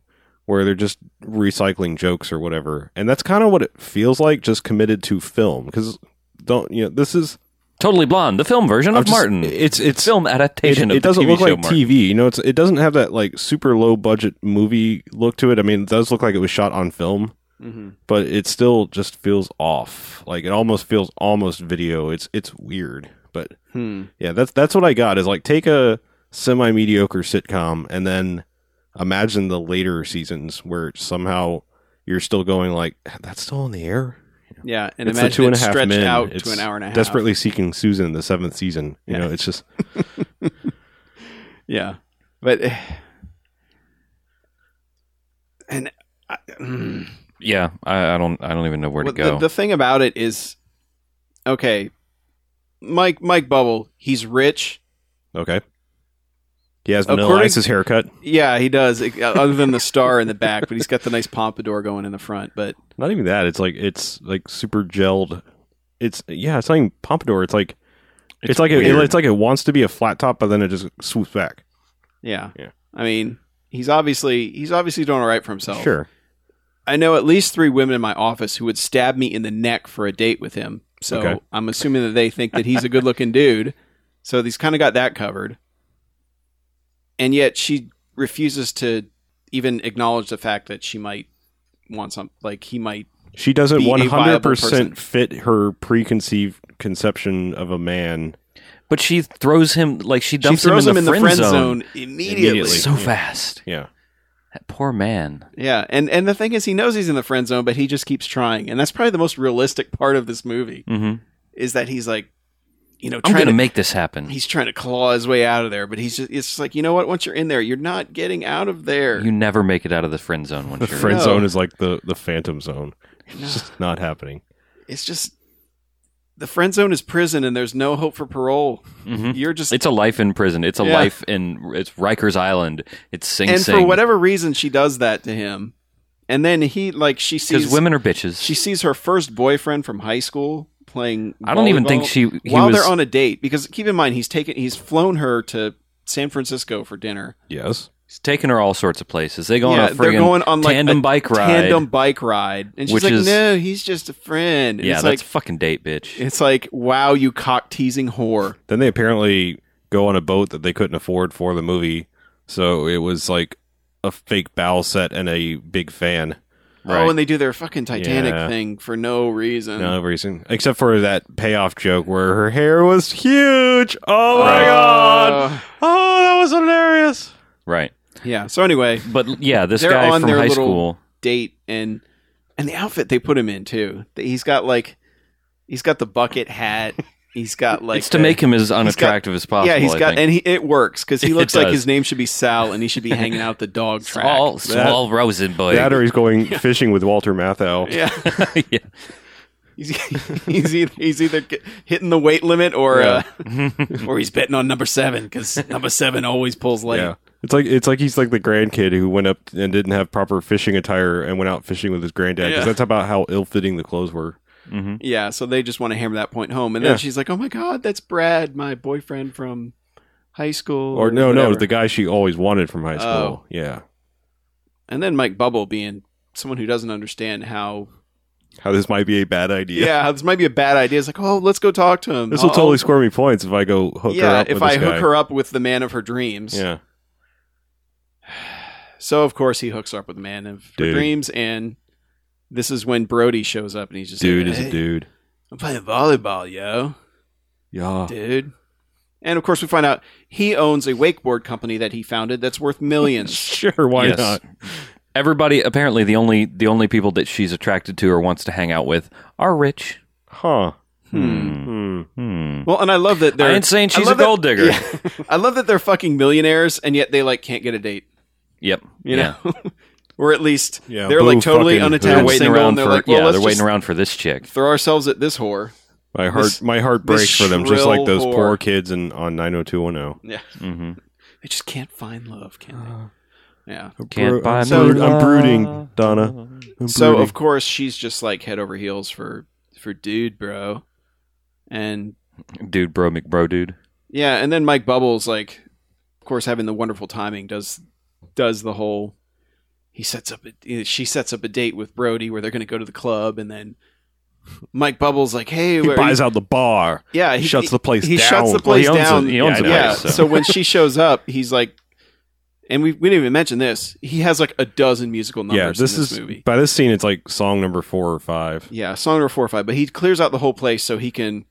[SPEAKER 2] where they're just recycling jokes or whatever, and that's kind of what it feels like, just committed to film. Because don't you know this is
[SPEAKER 4] totally Blonde, the film version
[SPEAKER 2] I'm
[SPEAKER 4] of
[SPEAKER 2] just-
[SPEAKER 4] Martin.
[SPEAKER 2] It's it's
[SPEAKER 4] film
[SPEAKER 2] it,
[SPEAKER 4] adaptation
[SPEAKER 2] it
[SPEAKER 4] of the
[SPEAKER 2] doesn't
[SPEAKER 4] TV
[SPEAKER 2] look
[SPEAKER 4] show
[SPEAKER 2] like
[SPEAKER 4] Martin.
[SPEAKER 2] TV. You know, it's it doesn't have that like super low budget movie look to it. I mean, it does look like it was shot on film
[SPEAKER 3] hmm
[SPEAKER 2] but it still just feels off. Like it almost feels almost video. It's it's weird, but
[SPEAKER 3] hmm.
[SPEAKER 2] yeah, that's that's what I got. Is like take a semi mediocre sitcom and then imagine the later seasons where somehow you're still going like "Ah, that's still in the air.
[SPEAKER 3] Yeah, and
[SPEAKER 2] It's the
[SPEAKER 3] imagine
[SPEAKER 2] Two and
[SPEAKER 3] it
[SPEAKER 2] a Half
[SPEAKER 3] stretched
[SPEAKER 2] Men.
[SPEAKER 3] out
[SPEAKER 2] It's
[SPEAKER 3] to an hour and a half.
[SPEAKER 2] Desperately seeking Susan, the seventh season. You
[SPEAKER 3] Yeah.
[SPEAKER 2] know, it's just
[SPEAKER 3] Yeah, but eh. and I, mm.
[SPEAKER 4] Yeah, I, I don't. I don't even know where
[SPEAKER 3] Well,
[SPEAKER 4] to go.
[SPEAKER 3] The, the thing about it is, okay, Mike Mike Bubble, he's rich.
[SPEAKER 2] okay. He has Vanilla
[SPEAKER 3] According-
[SPEAKER 2] Ice's haircut.
[SPEAKER 3] Yeah, he does. e- [laughs] other than the star in the back, but he's got the nice pompadour going in the front. But
[SPEAKER 2] Not even that. It's like it's like super gelled. It's yeah. It's not even pompadour. It's like it's, like it,
[SPEAKER 4] weird.
[SPEAKER 2] it's like it wants to be a flat top, but then it just swoops back.
[SPEAKER 3] yeah,
[SPEAKER 2] Yeah.
[SPEAKER 3] I mean, he's obviously he's obviously doing all right for himself.
[SPEAKER 2] Sure.
[SPEAKER 3] I know at least three women in my office who would stab me in the neck for a date with him. So
[SPEAKER 2] Okay.
[SPEAKER 3] I'm assuming that they think that he's a good looking [laughs] dude. So he's kind of got that covered. And yet she refuses to even acknowledge the fact that she might want some, like he might.
[SPEAKER 2] She doesn't
[SPEAKER 3] Be a
[SPEAKER 2] one
[SPEAKER 3] viable
[SPEAKER 2] hundred
[SPEAKER 3] person.
[SPEAKER 2] percent fit her preconceived conception of a man.
[SPEAKER 4] but she throws him like she
[SPEAKER 3] She
[SPEAKER 4] dumps
[SPEAKER 3] throws him in the friend,
[SPEAKER 4] zone,
[SPEAKER 3] zone, immediately.
[SPEAKER 2] Immediately.
[SPEAKER 4] so
[SPEAKER 2] Yeah.
[SPEAKER 4] fast.
[SPEAKER 2] Yeah.
[SPEAKER 4] That poor man.
[SPEAKER 3] Yeah, and and the thing is, he knows he's in the friend zone, but he just keeps trying, and that's probably the most realistic part of this movie
[SPEAKER 4] Mm-hmm.
[SPEAKER 3] is that he's like, you know,
[SPEAKER 4] I'm
[SPEAKER 3] trying
[SPEAKER 4] gonna
[SPEAKER 3] to
[SPEAKER 4] make this happen.
[SPEAKER 3] he's trying to claw his way out of there, but he's just it's just like, you know what, once you're in there, you're not getting out of there.
[SPEAKER 4] You never make it out of the friend zone once
[SPEAKER 2] The
[SPEAKER 4] you're.
[SPEAKER 2] friend
[SPEAKER 3] No.
[SPEAKER 2] zone is like the the phantom zone. It's
[SPEAKER 3] No.
[SPEAKER 2] just not happening.
[SPEAKER 3] it's just the friend zone is prison and there's no hope for
[SPEAKER 4] [laughs]
[SPEAKER 3] parole.
[SPEAKER 4] Mhm.
[SPEAKER 3] You're just
[SPEAKER 4] It's a life in prison. It's a
[SPEAKER 3] Yeah.
[SPEAKER 4] life in. It's Rikers Island. It's Sing
[SPEAKER 3] and
[SPEAKER 4] Sing.
[SPEAKER 3] for whatever reason she does that to him. And then he like she
[SPEAKER 4] because
[SPEAKER 3] sees
[SPEAKER 4] women are bitches.
[SPEAKER 3] she sees her first boyfriend from high school playing
[SPEAKER 4] I don't even
[SPEAKER 3] volleyball
[SPEAKER 4] think she. He
[SPEAKER 3] while
[SPEAKER 4] was,
[SPEAKER 3] they're on a date because keep in mind he's taken he's flown her to San Francisco for dinner.
[SPEAKER 2] Yes.
[SPEAKER 4] he's taking her all sorts of places. They go
[SPEAKER 3] yeah,
[SPEAKER 4] on a
[SPEAKER 3] they're
[SPEAKER 4] friggin'
[SPEAKER 3] going on like
[SPEAKER 4] tandem
[SPEAKER 3] a
[SPEAKER 4] bike ride.
[SPEAKER 3] tandem bike ride. And she's
[SPEAKER 4] Which
[SPEAKER 3] like,
[SPEAKER 4] is-
[SPEAKER 3] no, he's just a friend. And
[SPEAKER 4] yeah,
[SPEAKER 3] it's
[SPEAKER 4] that's
[SPEAKER 3] like,
[SPEAKER 4] a fucking date, bitch.
[SPEAKER 3] it's like, wow, you cock teasing whore.
[SPEAKER 2] Then they apparently go on a boat that they couldn't afford for the movie, so it was like a fake bow set and a big fan.
[SPEAKER 4] Right.
[SPEAKER 3] Oh, and they do their fucking Titanic
[SPEAKER 2] Yeah.
[SPEAKER 3] thing for no reason.
[SPEAKER 2] No reason, except for that payoff joke where her hair was huge. Oh my
[SPEAKER 3] Uh,
[SPEAKER 4] Right.
[SPEAKER 2] god! Oh, that was hilarious.
[SPEAKER 4] right.
[SPEAKER 3] Yeah. So anyway,
[SPEAKER 4] But yeah, this
[SPEAKER 3] They're
[SPEAKER 4] guy
[SPEAKER 3] on
[SPEAKER 4] from
[SPEAKER 3] their
[SPEAKER 4] high
[SPEAKER 3] little-
[SPEAKER 4] school.
[SPEAKER 3] date and and the outfit they put him in too. That He's got like he's got the bucket hat. He's
[SPEAKER 4] [laughs]
[SPEAKER 3] got like
[SPEAKER 4] it's to
[SPEAKER 3] the-
[SPEAKER 4] make him as
[SPEAKER 3] got-
[SPEAKER 4] unattractive as possible.
[SPEAKER 3] yeah, he's
[SPEAKER 4] I
[SPEAKER 3] got,
[SPEAKER 4] think.
[SPEAKER 3] and he, it works because he
[SPEAKER 4] It
[SPEAKER 3] looks like
[SPEAKER 4] does.
[SPEAKER 3] his name should be Sal, and he should be hanging out the
[SPEAKER 4] [laughs]
[SPEAKER 3] dog track.
[SPEAKER 4] Small,
[SPEAKER 2] That-
[SPEAKER 3] [laughs]
[SPEAKER 4] small Rosenberg.
[SPEAKER 2] That or he's going fishing with Walter Matthau.
[SPEAKER 3] Yeah, [laughs]
[SPEAKER 4] [laughs] yeah.
[SPEAKER 3] he's, he's either, he's either g- hitting the weight limit or
[SPEAKER 2] Yeah.
[SPEAKER 3] uh, [laughs] or he's betting on number seven because number seven always pulls late.
[SPEAKER 2] Yeah. It's like it's like he's like the grandkid who went up and didn't have proper fishing attire and went out fishing with his granddad because
[SPEAKER 3] Yeah.
[SPEAKER 2] that's about how ill-fitting the clothes were.
[SPEAKER 4] hmm
[SPEAKER 3] Yeah, so they just want to hammer that point home. And
[SPEAKER 2] Yeah.
[SPEAKER 3] then she's like, "Oh my god, that's Brad, my boyfriend from high school."
[SPEAKER 2] Or no, no,
[SPEAKER 3] whatever."
[SPEAKER 2] it's the guy she always wanted from high school.
[SPEAKER 3] Oh.
[SPEAKER 2] Yeah,
[SPEAKER 3] and then Mike Bubble being someone who doesn't understand how
[SPEAKER 2] how this might be a bad idea.
[SPEAKER 3] yeah, how this might be a bad idea. It's like, "Oh, let's go talk to him."
[SPEAKER 2] This will
[SPEAKER 3] I'll-
[SPEAKER 2] totally score me points if I go hook her
[SPEAKER 3] Yeah,
[SPEAKER 2] up
[SPEAKER 3] if
[SPEAKER 2] with
[SPEAKER 3] I
[SPEAKER 2] this
[SPEAKER 3] hook
[SPEAKER 2] guy.
[SPEAKER 3] her up with the man of her dreams.
[SPEAKER 2] Yeah,
[SPEAKER 3] So of course he hooks her up with the man of her
[SPEAKER 2] Dude.
[SPEAKER 3] dreams, and this is when Brody shows up and he's just
[SPEAKER 2] dude
[SPEAKER 3] like,
[SPEAKER 2] is
[SPEAKER 3] "Hey,
[SPEAKER 2] a dude.
[SPEAKER 3] I'm playing volleyball, yo,
[SPEAKER 2] Yeah,
[SPEAKER 3] dude. And of course, we find out he owns a wakeboard company that he founded that's worth
[SPEAKER 2] [laughs]
[SPEAKER 3] millions.
[SPEAKER 2] sure, why
[SPEAKER 4] Yes.
[SPEAKER 2] not?
[SPEAKER 4] Everybody apparently the only the only people that she's attracted to or wants to hang out with are rich.
[SPEAKER 2] Huh?
[SPEAKER 3] Hmm.
[SPEAKER 2] Hmm.
[SPEAKER 4] Hmm.
[SPEAKER 3] Well, and I love that they're.
[SPEAKER 4] I ain't saying
[SPEAKER 3] I
[SPEAKER 4] she's a
[SPEAKER 3] love that-
[SPEAKER 4] gold digger.
[SPEAKER 3] [laughs] Yeah. I love that they're fucking millionaires, and yet they like can't get a date.
[SPEAKER 4] [laughs] Yep.
[SPEAKER 3] You [laughs]
[SPEAKER 4] yeah.
[SPEAKER 3] know, or at least
[SPEAKER 2] Yeah,
[SPEAKER 3] they're
[SPEAKER 2] boo
[SPEAKER 3] like
[SPEAKER 2] fucking
[SPEAKER 3] totally
[SPEAKER 4] They're
[SPEAKER 3] unattached,
[SPEAKER 2] who.
[SPEAKER 4] waiting
[SPEAKER 3] single,
[SPEAKER 4] around
[SPEAKER 3] and they're
[SPEAKER 4] for
[SPEAKER 3] like, well,
[SPEAKER 4] yeah.
[SPEAKER 3] let's
[SPEAKER 4] They're waiting
[SPEAKER 3] just
[SPEAKER 4] around for this chick.
[SPEAKER 3] throw ourselves at this whore.
[SPEAKER 2] My heart,
[SPEAKER 3] This-
[SPEAKER 2] my heart
[SPEAKER 3] this
[SPEAKER 2] breaks for them, just like those
[SPEAKER 3] shrill
[SPEAKER 2] poor
[SPEAKER 3] whore.
[SPEAKER 2] kids in on nine hundred two one oh. zero.
[SPEAKER 3] Yeah,
[SPEAKER 4] hmm
[SPEAKER 3] they just can't find love,
[SPEAKER 2] Uh,
[SPEAKER 3] can they? Yeah.
[SPEAKER 4] Can't buy Ah.
[SPEAKER 2] I'm,
[SPEAKER 4] me
[SPEAKER 2] brood- I'm
[SPEAKER 4] love.
[SPEAKER 2] brooding, Donna. I'm
[SPEAKER 3] So
[SPEAKER 2] brooding.
[SPEAKER 3] of course she's just like head over heels for for dude, bro. And
[SPEAKER 4] Dude, bro, McBro, dude.
[SPEAKER 3] yeah, and then Mike Bubbles like of course having the wonderful timing does does the whole he sets up a, she sets up a date with Brody where they're going to go to the club and then Mike Bubbles like, "Hey,
[SPEAKER 2] he
[SPEAKER 3] where
[SPEAKER 2] buys out the bar.
[SPEAKER 3] yeah, he
[SPEAKER 2] shuts the place
[SPEAKER 3] he
[SPEAKER 2] down.
[SPEAKER 3] shuts the
[SPEAKER 4] Well, he
[SPEAKER 3] place
[SPEAKER 4] owns
[SPEAKER 3] down.
[SPEAKER 4] it. He owns
[SPEAKER 2] Yeah, I
[SPEAKER 4] the
[SPEAKER 2] know.
[SPEAKER 3] yeah.
[SPEAKER 4] place.
[SPEAKER 3] So. when she shows up, he's like and we, we didn't even mention this. He has like a dozen musical numbers
[SPEAKER 2] Yeah, this,
[SPEAKER 3] in this
[SPEAKER 2] is
[SPEAKER 3] movie.
[SPEAKER 2] by this scene. It's like song number four or five.
[SPEAKER 3] Yeah, song number four or five. But he clears out the whole place so he can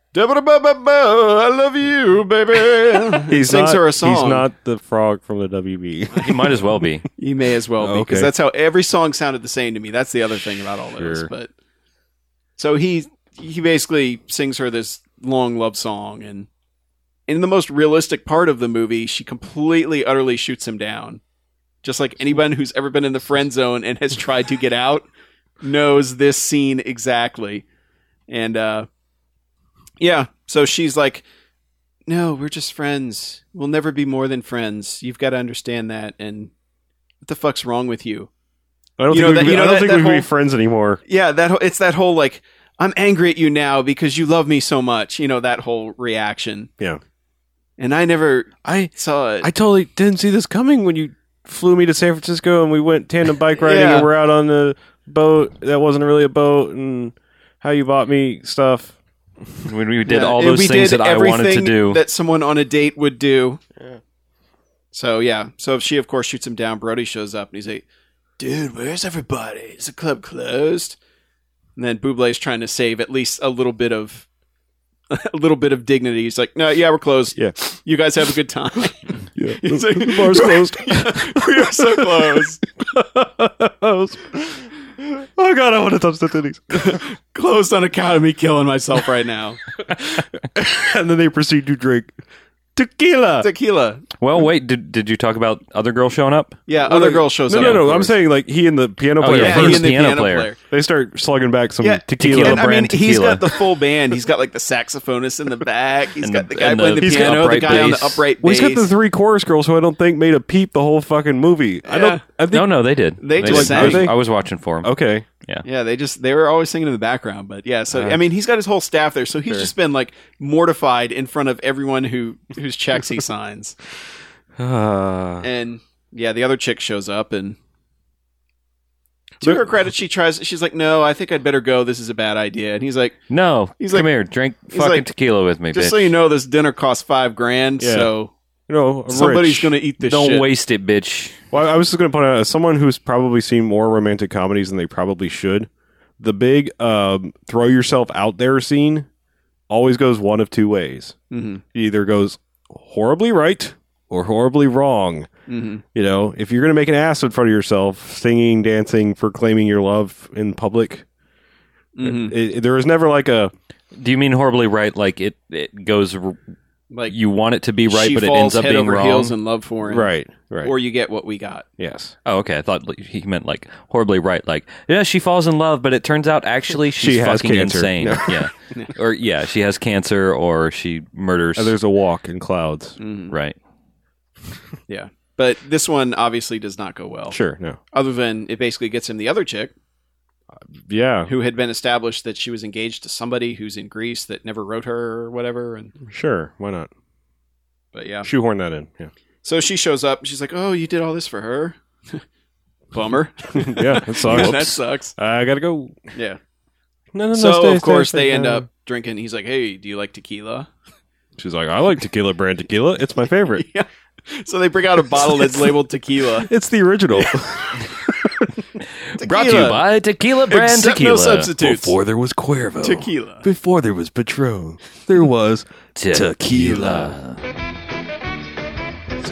[SPEAKER 3] I love you, [laughs] baby. he sings
[SPEAKER 2] not,
[SPEAKER 3] her a
[SPEAKER 2] [laughs]
[SPEAKER 3] song.
[SPEAKER 2] He's not the frog from the [laughs] WB.
[SPEAKER 4] He might as
[SPEAKER 3] [laughs]
[SPEAKER 4] well be.
[SPEAKER 3] You may as well be, because
[SPEAKER 2] Okay.
[SPEAKER 3] that's how every song sounded the same to me. That's the other thing about all this.
[SPEAKER 4] Sure.
[SPEAKER 3] But so he he basically sings her this long love song, and in the most realistic part of the movie, she completely, utterly shoots him down. Just like anyone who's ever been in the friend zone and has tried to get out [laughs] knows this scene exactly. And uh, yeah, so she's like, "No, we're just friends. We'll never be more than friends. You've got to understand that." And what the fuck's wrong with you?
[SPEAKER 2] I don't
[SPEAKER 3] You know
[SPEAKER 2] think,
[SPEAKER 3] that-
[SPEAKER 2] we,
[SPEAKER 3] you know
[SPEAKER 2] I don't
[SPEAKER 3] that-
[SPEAKER 2] think
[SPEAKER 3] that
[SPEAKER 2] we can be
[SPEAKER 3] whole-
[SPEAKER 2] friends anymore.
[SPEAKER 3] Yeah, that whole- it's that whole like I'm angry at you now because you love me so much. You know that whole reaction.
[SPEAKER 2] Yeah.
[SPEAKER 3] And I never
[SPEAKER 2] I
[SPEAKER 3] saw it.
[SPEAKER 2] I totally didn't see this coming when you flew me to San Francisco and we went
[SPEAKER 3] [laughs]
[SPEAKER 2] tandem bike riding
[SPEAKER 3] Yeah.
[SPEAKER 2] and we're out on the boat that wasn't really a boat and how you bought me stuff.
[SPEAKER 4] When we did
[SPEAKER 3] Yeah,
[SPEAKER 4] all
[SPEAKER 3] and
[SPEAKER 4] those
[SPEAKER 3] we
[SPEAKER 4] things
[SPEAKER 3] did
[SPEAKER 4] that I wanted to
[SPEAKER 3] everything
[SPEAKER 4] do.
[SPEAKER 3] that someone on a date would do. So yeah, so she of course shoots him down. Brody shows up and he's like, "Dude, where's everybody? Is the club closed?" And then Bublé's trying to save at least a little bit of [laughs] a little bit of dignity. He's like, "No, yeah, we're closed.
[SPEAKER 2] Yeah.
[SPEAKER 3] You guys have a good time."
[SPEAKER 2] Yeah.
[SPEAKER 3] He's
[SPEAKER 2] the,
[SPEAKER 3] like-
[SPEAKER 2] the
[SPEAKER 3] [laughs]
[SPEAKER 2] bar's closed.
[SPEAKER 3] we are so close.
[SPEAKER 2] oh god, I want to touch the titties.
[SPEAKER 3] closed on account of me killing myself right now.
[SPEAKER 2] and then they proceed to drink tequila.
[SPEAKER 3] [laughs] Tequila.
[SPEAKER 4] well, wait, did, did you talk about other girl showing up?
[SPEAKER 3] Yeah, other girl shows
[SPEAKER 2] No,
[SPEAKER 3] up.
[SPEAKER 2] no,
[SPEAKER 3] of
[SPEAKER 2] no. I'm
[SPEAKER 3] course.
[SPEAKER 2] saying like he and the piano
[SPEAKER 4] Oh,
[SPEAKER 2] player
[SPEAKER 4] yeah,
[SPEAKER 3] he
[SPEAKER 4] he
[SPEAKER 2] first.
[SPEAKER 4] and the piano player.
[SPEAKER 2] They start slugging back some
[SPEAKER 3] Yeah,
[SPEAKER 2] tequila.
[SPEAKER 4] tequila.
[SPEAKER 3] And, I mean,
[SPEAKER 4] brand
[SPEAKER 3] he's
[SPEAKER 4] tequila.
[SPEAKER 3] got the full band. He's got like the saxophonist in the back. He's
[SPEAKER 4] And
[SPEAKER 3] got
[SPEAKER 4] the-
[SPEAKER 3] the guy
[SPEAKER 4] and
[SPEAKER 3] playing the,
[SPEAKER 4] the-
[SPEAKER 2] He's got
[SPEAKER 3] piano. The
[SPEAKER 4] upright
[SPEAKER 3] guy on the
[SPEAKER 4] bass.
[SPEAKER 3] upright bass.
[SPEAKER 2] Well, he's got the three chorus girls who I don't think made a peep the whole fucking movie. I
[SPEAKER 3] Yeah.
[SPEAKER 2] don't. I think.
[SPEAKER 4] No, no, they did.
[SPEAKER 3] They Oh.
[SPEAKER 2] just
[SPEAKER 4] did.
[SPEAKER 2] sang.
[SPEAKER 4] I was,
[SPEAKER 2] Did they?
[SPEAKER 4] I was watching for him.
[SPEAKER 2] Okay.
[SPEAKER 3] yeah, they just they were always singing in the background. But yeah, so
[SPEAKER 4] Uh,
[SPEAKER 3] I mean, he's got his whole staff there. So he's
[SPEAKER 2] sure.
[SPEAKER 3] just been like mortified in front of everyone who whose checks
[SPEAKER 4] [laughs]
[SPEAKER 3] he signs.
[SPEAKER 4] Uh.
[SPEAKER 3] And yeah, the other chick shows up and. To
[SPEAKER 2] There-
[SPEAKER 3] her credit, she tries. She's like, "No, I think I'd better go. This is a bad idea." And he's like,
[SPEAKER 4] no,
[SPEAKER 3] He's
[SPEAKER 4] come
[SPEAKER 3] like-
[SPEAKER 4] here, drink
[SPEAKER 3] he's
[SPEAKER 4] fucking
[SPEAKER 3] like,
[SPEAKER 4] tequila with me,
[SPEAKER 3] Just
[SPEAKER 4] bitch.
[SPEAKER 3] so you know, this dinner costs five grand,
[SPEAKER 2] Yeah.
[SPEAKER 3] so
[SPEAKER 2] You know, I'm
[SPEAKER 3] somebody's
[SPEAKER 2] rich.
[SPEAKER 3] gonna eat this.
[SPEAKER 4] Don't
[SPEAKER 3] shit.
[SPEAKER 4] waste it, bitch.
[SPEAKER 2] Well, I was just going to point out, as someone who's probably seen more romantic comedies than they probably should, the big um, throw yourself out there scene always goes one of two ways.
[SPEAKER 3] hmm
[SPEAKER 2] It either goes horribly right or horribly wrong.
[SPEAKER 3] hmm
[SPEAKER 2] You know, if you're going to make an ass in front of yourself, singing, dancing, proclaiming your love in public,
[SPEAKER 3] hmm
[SPEAKER 2] it, it- there is never like a
[SPEAKER 4] Do you mean horribly right? Like it, it goes. r-
[SPEAKER 3] Like
[SPEAKER 4] You want it to be right,
[SPEAKER 3] she
[SPEAKER 4] but it
[SPEAKER 3] falls
[SPEAKER 4] ends up
[SPEAKER 3] head
[SPEAKER 4] being
[SPEAKER 3] over
[SPEAKER 4] wrong.
[SPEAKER 3] heels in love for him,
[SPEAKER 2] right, right,
[SPEAKER 3] Or you get what we got.
[SPEAKER 2] yes.
[SPEAKER 4] Oh, okay. I thought he meant like horribly right. Like, yeah, she falls in love, but it turns out actually she's
[SPEAKER 2] She has
[SPEAKER 4] fucking
[SPEAKER 2] cancer.
[SPEAKER 4] insane.
[SPEAKER 2] No.
[SPEAKER 4] Yeah. or yeah, she has cancer, or she murders.
[SPEAKER 2] And there's a walk in clouds.
[SPEAKER 3] Mhm.
[SPEAKER 4] right.
[SPEAKER 3] Yeah, but this one obviously does not go well.
[SPEAKER 2] Sure, no,
[SPEAKER 3] Other than it basically gets him the other chick
[SPEAKER 2] yeah,
[SPEAKER 3] who had been established that she was engaged to somebody who's in Greece that never wrote her or whatever. And
[SPEAKER 2] sure, why not
[SPEAKER 3] but yeah,
[SPEAKER 2] shoehorn that in?
[SPEAKER 3] [laughs]
[SPEAKER 2] Yeah,
[SPEAKER 3] so she shows up. and She's like, "Oh, you did all this for her." [laughs] Bummer.
[SPEAKER 4] [laughs]
[SPEAKER 2] yeah, that sucks.
[SPEAKER 3] [laughs] that sucks.
[SPEAKER 2] I gotta go.
[SPEAKER 3] Yeah.
[SPEAKER 2] No, no,
[SPEAKER 3] so of course they end up drinking. He's like, "Hey, do you like tequila?" [laughs]
[SPEAKER 2] She's like, I like tequila brand tequila. It's my favorite.
[SPEAKER 3] Yeah. So they bring out a bottle
[SPEAKER 4] [laughs]
[SPEAKER 3] that's labeled tequila.
[SPEAKER 2] it's the original.
[SPEAKER 4] Brought to you
[SPEAKER 3] Tequila.
[SPEAKER 4] by Tequila Brand
[SPEAKER 3] Except no
[SPEAKER 4] Tequila.
[SPEAKER 3] substitutes.
[SPEAKER 2] there was Cuervo.
[SPEAKER 3] Tequila.
[SPEAKER 2] Before there was Patron, there was
[SPEAKER 4] Tequila.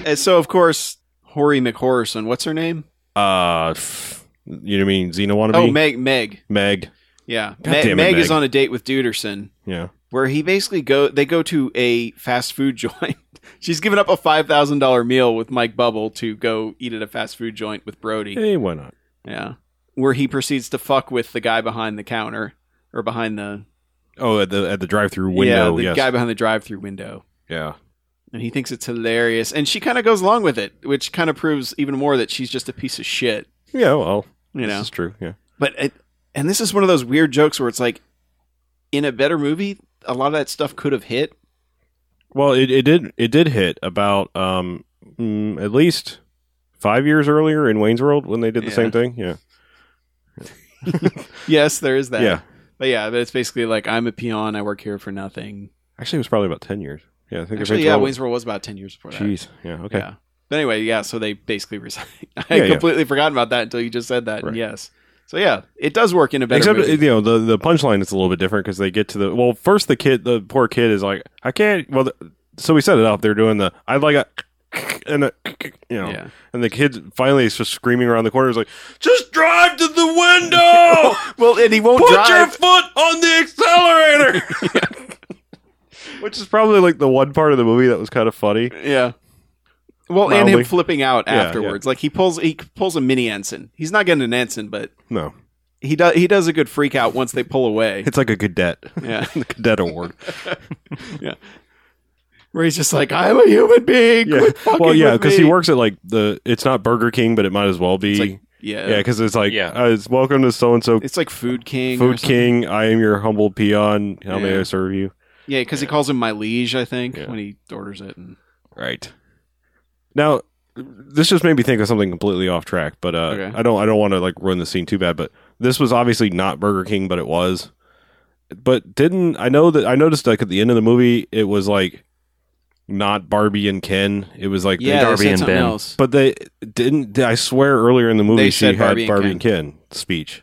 [SPEAKER 3] And so of course, Hori McHorrison, what's her name?
[SPEAKER 2] uh, f- you know what I mean? Xena wannabe.
[SPEAKER 3] Oh, Meg. Meg.
[SPEAKER 2] Meg.
[SPEAKER 3] Yeah.
[SPEAKER 2] God
[SPEAKER 3] Meg,
[SPEAKER 2] damn it,
[SPEAKER 3] Meg is
[SPEAKER 2] Meg.
[SPEAKER 3] on a date with Duderson,
[SPEAKER 2] Yeah.
[SPEAKER 3] where he basically go. They go to a fast food [laughs] joint. She's given up a five thousand dollar meal with Mike Bubble to go eat at a fast food joint with Brody.
[SPEAKER 2] Hey, why not?
[SPEAKER 3] Yeah. Where he proceeds to fuck with the guy behind the counter or behind the
[SPEAKER 2] Oh, at the at the drive-through window.
[SPEAKER 3] Yeah, the
[SPEAKER 2] yes.
[SPEAKER 3] guy behind the drive-through window.
[SPEAKER 2] yeah.
[SPEAKER 3] and he thinks it's hilarious and she kind of goes along with it which kind of proves even more that she's just a piece of shit
[SPEAKER 2] Yeah. Well,
[SPEAKER 3] you
[SPEAKER 2] this
[SPEAKER 3] know
[SPEAKER 2] is true. Yeah.
[SPEAKER 3] but it, and this is one of those weird jokes where it's like in a better movie a lot of that stuff could have hit
[SPEAKER 2] Well, it, it did it did hit about um mm, at least five years earlier in Wayne's World when they did the
[SPEAKER 3] Yeah.
[SPEAKER 2] same thing. Yeah.
[SPEAKER 3] yes there is that
[SPEAKER 2] Yeah.
[SPEAKER 3] but yeah but it's basically like i'm a peon i work here for nothing
[SPEAKER 2] Actually, it was probably about ten years. Yeah. I think
[SPEAKER 3] actually
[SPEAKER 2] Wayne's
[SPEAKER 3] yeah
[SPEAKER 2] World-
[SPEAKER 3] wayne's world was about 10 years before that
[SPEAKER 2] Jeez. Yeah. Okay.
[SPEAKER 3] yeah but anyway yeah so they basically resign [laughs] i
[SPEAKER 2] Yeah, yeah.
[SPEAKER 3] completely forgot about that until you just said that
[SPEAKER 2] Right.
[SPEAKER 3] yes So yeah, it does work in a better
[SPEAKER 2] Except
[SPEAKER 3] movie.
[SPEAKER 2] you know the the punchline is a little bit different because they get to the well first the kid the poor kid is like I can't well th- so we set it up they're doing the I like a [laughs] and a [laughs] you know
[SPEAKER 3] Yeah.
[SPEAKER 2] and the kid finally is just screaming around the corner is like just drive to the window
[SPEAKER 3] [laughs] well, and he won't
[SPEAKER 2] put
[SPEAKER 3] drive.
[SPEAKER 2] your foot on the accelerator
[SPEAKER 3] [laughs]
[SPEAKER 2] [laughs] which is probably like the one part of the movie that was kind of funny
[SPEAKER 3] Yeah. Well, and
[SPEAKER 2] Mildly.
[SPEAKER 3] him flipping out
[SPEAKER 2] Yeah, yeah.
[SPEAKER 3] afterwards. Like he pulls he pulls a mini ensign. He's not getting an ensign, but
[SPEAKER 2] no
[SPEAKER 3] he does he does a good freak out once they pull
[SPEAKER 2] [laughs]
[SPEAKER 3] away.
[SPEAKER 2] it's like a cadet
[SPEAKER 3] Yeah.
[SPEAKER 2] [laughs] the cadet award
[SPEAKER 3] Where he's just like, I'm a human being.
[SPEAKER 2] yeah
[SPEAKER 3] Quit fucking
[SPEAKER 2] well yeah
[SPEAKER 3] because
[SPEAKER 2] because he works at like the it's not Burger King but it might as well be.
[SPEAKER 3] It's like, yeah.
[SPEAKER 2] Yeah, because it's like,
[SPEAKER 4] Yeah.
[SPEAKER 2] uh, it's welcome to so and so
[SPEAKER 3] It's like Food King. or
[SPEAKER 2] Food
[SPEAKER 3] something.
[SPEAKER 2] King. I am your humble peon. How may
[SPEAKER 3] Yeah.
[SPEAKER 2] I serve you?
[SPEAKER 3] Yeah, because he calls him my liege, I think,
[SPEAKER 2] Yeah.
[SPEAKER 3] when he orders it. And,
[SPEAKER 2] Right. Now, this just made me think of something completely off track, but uh,
[SPEAKER 3] Okay.
[SPEAKER 2] I don't. I don't want to like ruin the scene too bad. But this was obviously not Burger King, but it was. But didn't I know that I noticed like at the end of the movie it was like not Barbie and Ken. It was like
[SPEAKER 3] yeah,
[SPEAKER 4] Darby
[SPEAKER 3] they said
[SPEAKER 4] and
[SPEAKER 3] something
[SPEAKER 4] Ben.
[SPEAKER 3] else.
[SPEAKER 2] But they didn't. I swear earlier in the movie
[SPEAKER 3] They
[SPEAKER 2] she
[SPEAKER 3] said
[SPEAKER 2] had Barbie,
[SPEAKER 3] Barbie and
[SPEAKER 2] and Ken speech.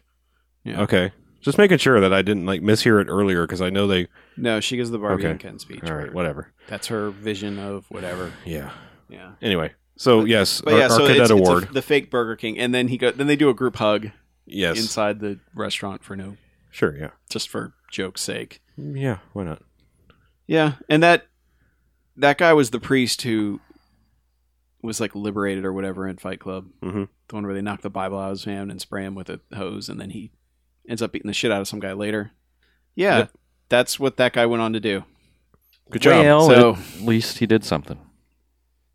[SPEAKER 3] Yeah.
[SPEAKER 2] Okay, just making sure that I didn't like mishear it earlier because I know they.
[SPEAKER 3] no, she gives the Barbie
[SPEAKER 2] Okay.
[SPEAKER 3] and Ken speech.
[SPEAKER 2] All right, whatever.
[SPEAKER 3] That's her vision of whatever.
[SPEAKER 2] Yeah.
[SPEAKER 3] Yeah.
[SPEAKER 2] Anyway, so yes,
[SPEAKER 3] But
[SPEAKER 2] our,
[SPEAKER 3] yeah,
[SPEAKER 2] our
[SPEAKER 3] so
[SPEAKER 2] cadet
[SPEAKER 3] it's,
[SPEAKER 2] award.
[SPEAKER 3] it's a- the fake Burger King, and then he go. Then they do a group hug
[SPEAKER 2] yes,
[SPEAKER 3] inside the restaurant for no
[SPEAKER 2] sure. Yeah,
[SPEAKER 3] just for joke's sake.
[SPEAKER 2] yeah. Why not?
[SPEAKER 3] Yeah, and that that guy was the priest who was like liberated or whatever in Fight Club.
[SPEAKER 2] Mhm.
[SPEAKER 3] The one where they knock the Bible out of his hand and spray him with a hose, and then he ends up beating the shit out of some guy later. Yeah,
[SPEAKER 2] Yep.
[SPEAKER 3] that's what that guy went on to do.
[SPEAKER 2] Good job.
[SPEAKER 4] Well,
[SPEAKER 3] So-
[SPEAKER 4] at least he did something.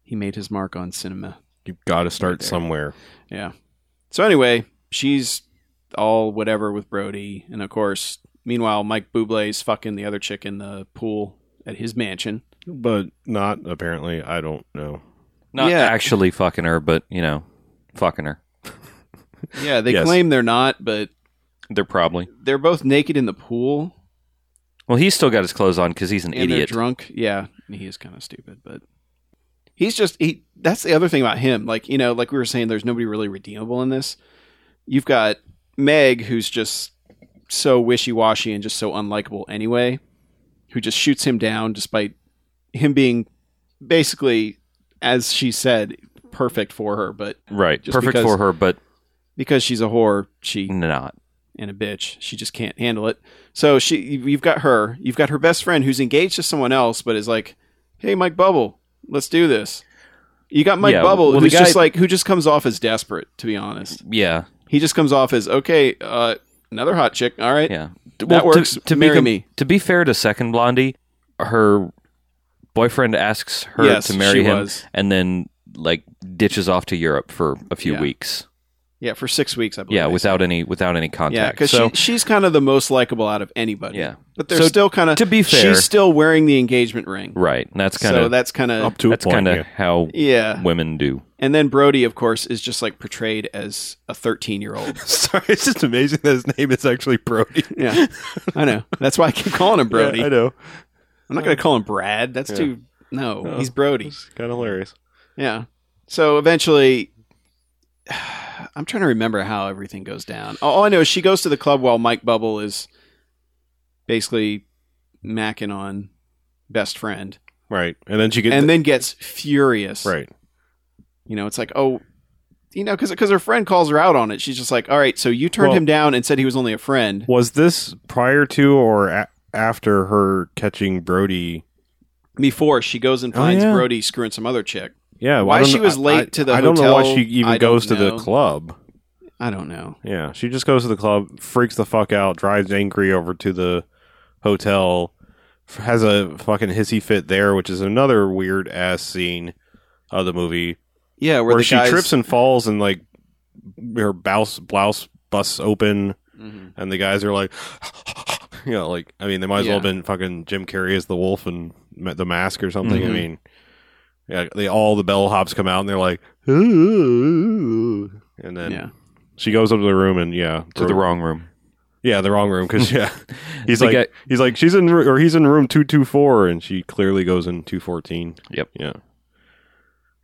[SPEAKER 3] He made his mark on cinema.
[SPEAKER 2] you got to start
[SPEAKER 3] Right there.
[SPEAKER 2] somewhere.
[SPEAKER 3] Yeah. So anyway, she's all whatever with Brody, and of course, meanwhile, Mike Bublé's fucking the other chick in the pool at his mansion.
[SPEAKER 2] But not apparently. I don't know.
[SPEAKER 4] Not
[SPEAKER 3] Yeah.
[SPEAKER 4] actually fucking her, but you know, fucking her.
[SPEAKER 3] Yeah, they
[SPEAKER 2] Yes.
[SPEAKER 3] claim they're not, but
[SPEAKER 4] They're probably.
[SPEAKER 3] they're both naked in the pool.
[SPEAKER 4] Well, he's still got his clothes on because he's an
[SPEAKER 3] and
[SPEAKER 4] idiot.
[SPEAKER 3] They're drunk. Yeah, he is kind of stupid, but he's just he. That's the other thing about him. Like you know, like we were saying, there's nobody really redeemable in this. You've got Meg, who's just so wishy washy and just so unlikable anyway, who just shoots him down despite him being basically, as she said, perfect for her. But
[SPEAKER 4] Right.
[SPEAKER 3] Just
[SPEAKER 4] Perfect
[SPEAKER 3] because-
[SPEAKER 4] for her, but
[SPEAKER 3] because she's a whore, she
[SPEAKER 4] not.
[SPEAKER 3] and a bitch. She just can't handle it. So she, you've got her, you've got her best friend who's engaged to someone else, but is like, "Hey, Mike Bubble, let's do this." You got Mike
[SPEAKER 4] Yeah,
[SPEAKER 3] Bubble,
[SPEAKER 4] well, the
[SPEAKER 3] who's
[SPEAKER 4] guy-
[SPEAKER 3] just like, who just comes off as desperate. To be honest,
[SPEAKER 4] Yeah.
[SPEAKER 3] he just comes off as okay, uh, another hot chick. All right,
[SPEAKER 4] Yeah.
[SPEAKER 3] that
[SPEAKER 4] Well,
[SPEAKER 3] works. To, marry
[SPEAKER 4] be, com-
[SPEAKER 3] me.
[SPEAKER 4] To be fair to Second Blondie, her boyfriend asks her
[SPEAKER 3] Yes,
[SPEAKER 4] to marry
[SPEAKER 3] she
[SPEAKER 4] him
[SPEAKER 3] was.
[SPEAKER 4] and then, like, ditches off to Europe for a few
[SPEAKER 3] Yeah.
[SPEAKER 4] weeks.
[SPEAKER 3] Yeah, for six weeks, I believe.
[SPEAKER 4] Yeah, without any without any
[SPEAKER 3] yeah,
[SPEAKER 4] contact.
[SPEAKER 3] because
[SPEAKER 4] so
[SPEAKER 3] she, she's kind of the most likable out of anybody.
[SPEAKER 4] Yeah.
[SPEAKER 3] but they're
[SPEAKER 4] So,
[SPEAKER 3] still kind of
[SPEAKER 4] to be fair-
[SPEAKER 3] she's still wearing the engagement ring.
[SPEAKER 4] right, and that's kind
[SPEAKER 3] So
[SPEAKER 4] of
[SPEAKER 3] that's kind of
[SPEAKER 2] Up to
[SPEAKER 4] that's
[SPEAKER 2] a point.
[SPEAKER 4] kind of
[SPEAKER 2] yeah. [laughs]
[SPEAKER 4] how
[SPEAKER 3] yeah.
[SPEAKER 4] women do.
[SPEAKER 3] And then Brody, of course, is just like portrayed as a 13 year old.
[SPEAKER 2] [laughs] Sorry, it's just amazing that his name is actually Brody.
[SPEAKER 3] Yeah, I know. That's why I keep calling him Brody.
[SPEAKER 2] Yeah, [laughs] I know.
[SPEAKER 3] I'm not going to call him Brad. That's
[SPEAKER 2] Yeah.
[SPEAKER 3] too. No,
[SPEAKER 2] No.
[SPEAKER 3] he's Brody.
[SPEAKER 2] It's kind of hilarious.
[SPEAKER 3] Yeah. So eventually, [sighs] I'm trying to remember how everything goes down. All all I know is she goes to the club while Mike Bubble is basically macking on best friend
[SPEAKER 2] Right, and then she gets
[SPEAKER 3] and then gets furious.
[SPEAKER 2] right.
[SPEAKER 3] You know, it's like, oh, you know, because her friend calls her out on it. She's just like, all right, so you turned
[SPEAKER 2] Well-
[SPEAKER 3] him down and said he was only a friend.
[SPEAKER 2] Was this prior to or a- after her catching Brody?
[SPEAKER 3] before she goes and
[SPEAKER 2] Oh,
[SPEAKER 3] finds
[SPEAKER 2] yeah.
[SPEAKER 3] Brody screwing some other chick.
[SPEAKER 2] Yeah, well,
[SPEAKER 3] Why
[SPEAKER 2] I don't
[SPEAKER 3] she
[SPEAKER 2] know-
[SPEAKER 3] was
[SPEAKER 2] I-
[SPEAKER 3] late
[SPEAKER 2] I-
[SPEAKER 3] to the
[SPEAKER 2] I don't know why
[SPEAKER 3] hotel,
[SPEAKER 2] she even
[SPEAKER 3] I don't
[SPEAKER 2] goes to the
[SPEAKER 3] know.
[SPEAKER 2] club.
[SPEAKER 3] I don't know.
[SPEAKER 2] Yeah, she just goes to the club, freaks the fuck out, drives angry over to the hotel, f- has a fucking hissy fit there, which is another weird ass scene of the movie
[SPEAKER 3] Yeah, where,
[SPEAKER 2] where,
[SPEAKER 3] the
[SPEAKER 2] she
[SPEAKER 3] guys-
[SPEAKER 2] trips and falls and like her blouse blouse busts open,
[SPEAKER 3] Mhm.
[SPEAKER 2] and the guys are like, [laughs] you know, like I mean, they might as well have
[SPEAKER 3] Yeah.
[SPEAKER 2] been fucking Jim Carrey as the wolf and Ma- the mask or something. I
[SPEAKER 3] Mhm.
[SPEAKER 2] mean, yeah, they all the bellhops come out and they're like, [laughs] ooh, and then
[SPEAKER 3] yeah,
[SPEAKER 2] she goes up to the room and yeah,
[SPEAKER 4] To the
[SPEAKER 2] Bro-
[SPEAKER 4] wrong room.
[SPEAKER 2] yeah, the wrong room
[SPEAKER 3] [laughs]
[SPEAKER 2] because yeah, he's
[SPEAKER 4] The
[SPEAKER 2] like
[SPEAKER 4] guy-
[SPEAKER 2] he's like she's in ro- or he's in room two two four, and she clearly goes in two fourteen.
[SPEAKER 4] Yep.
[SPEAKER 2] Yeah,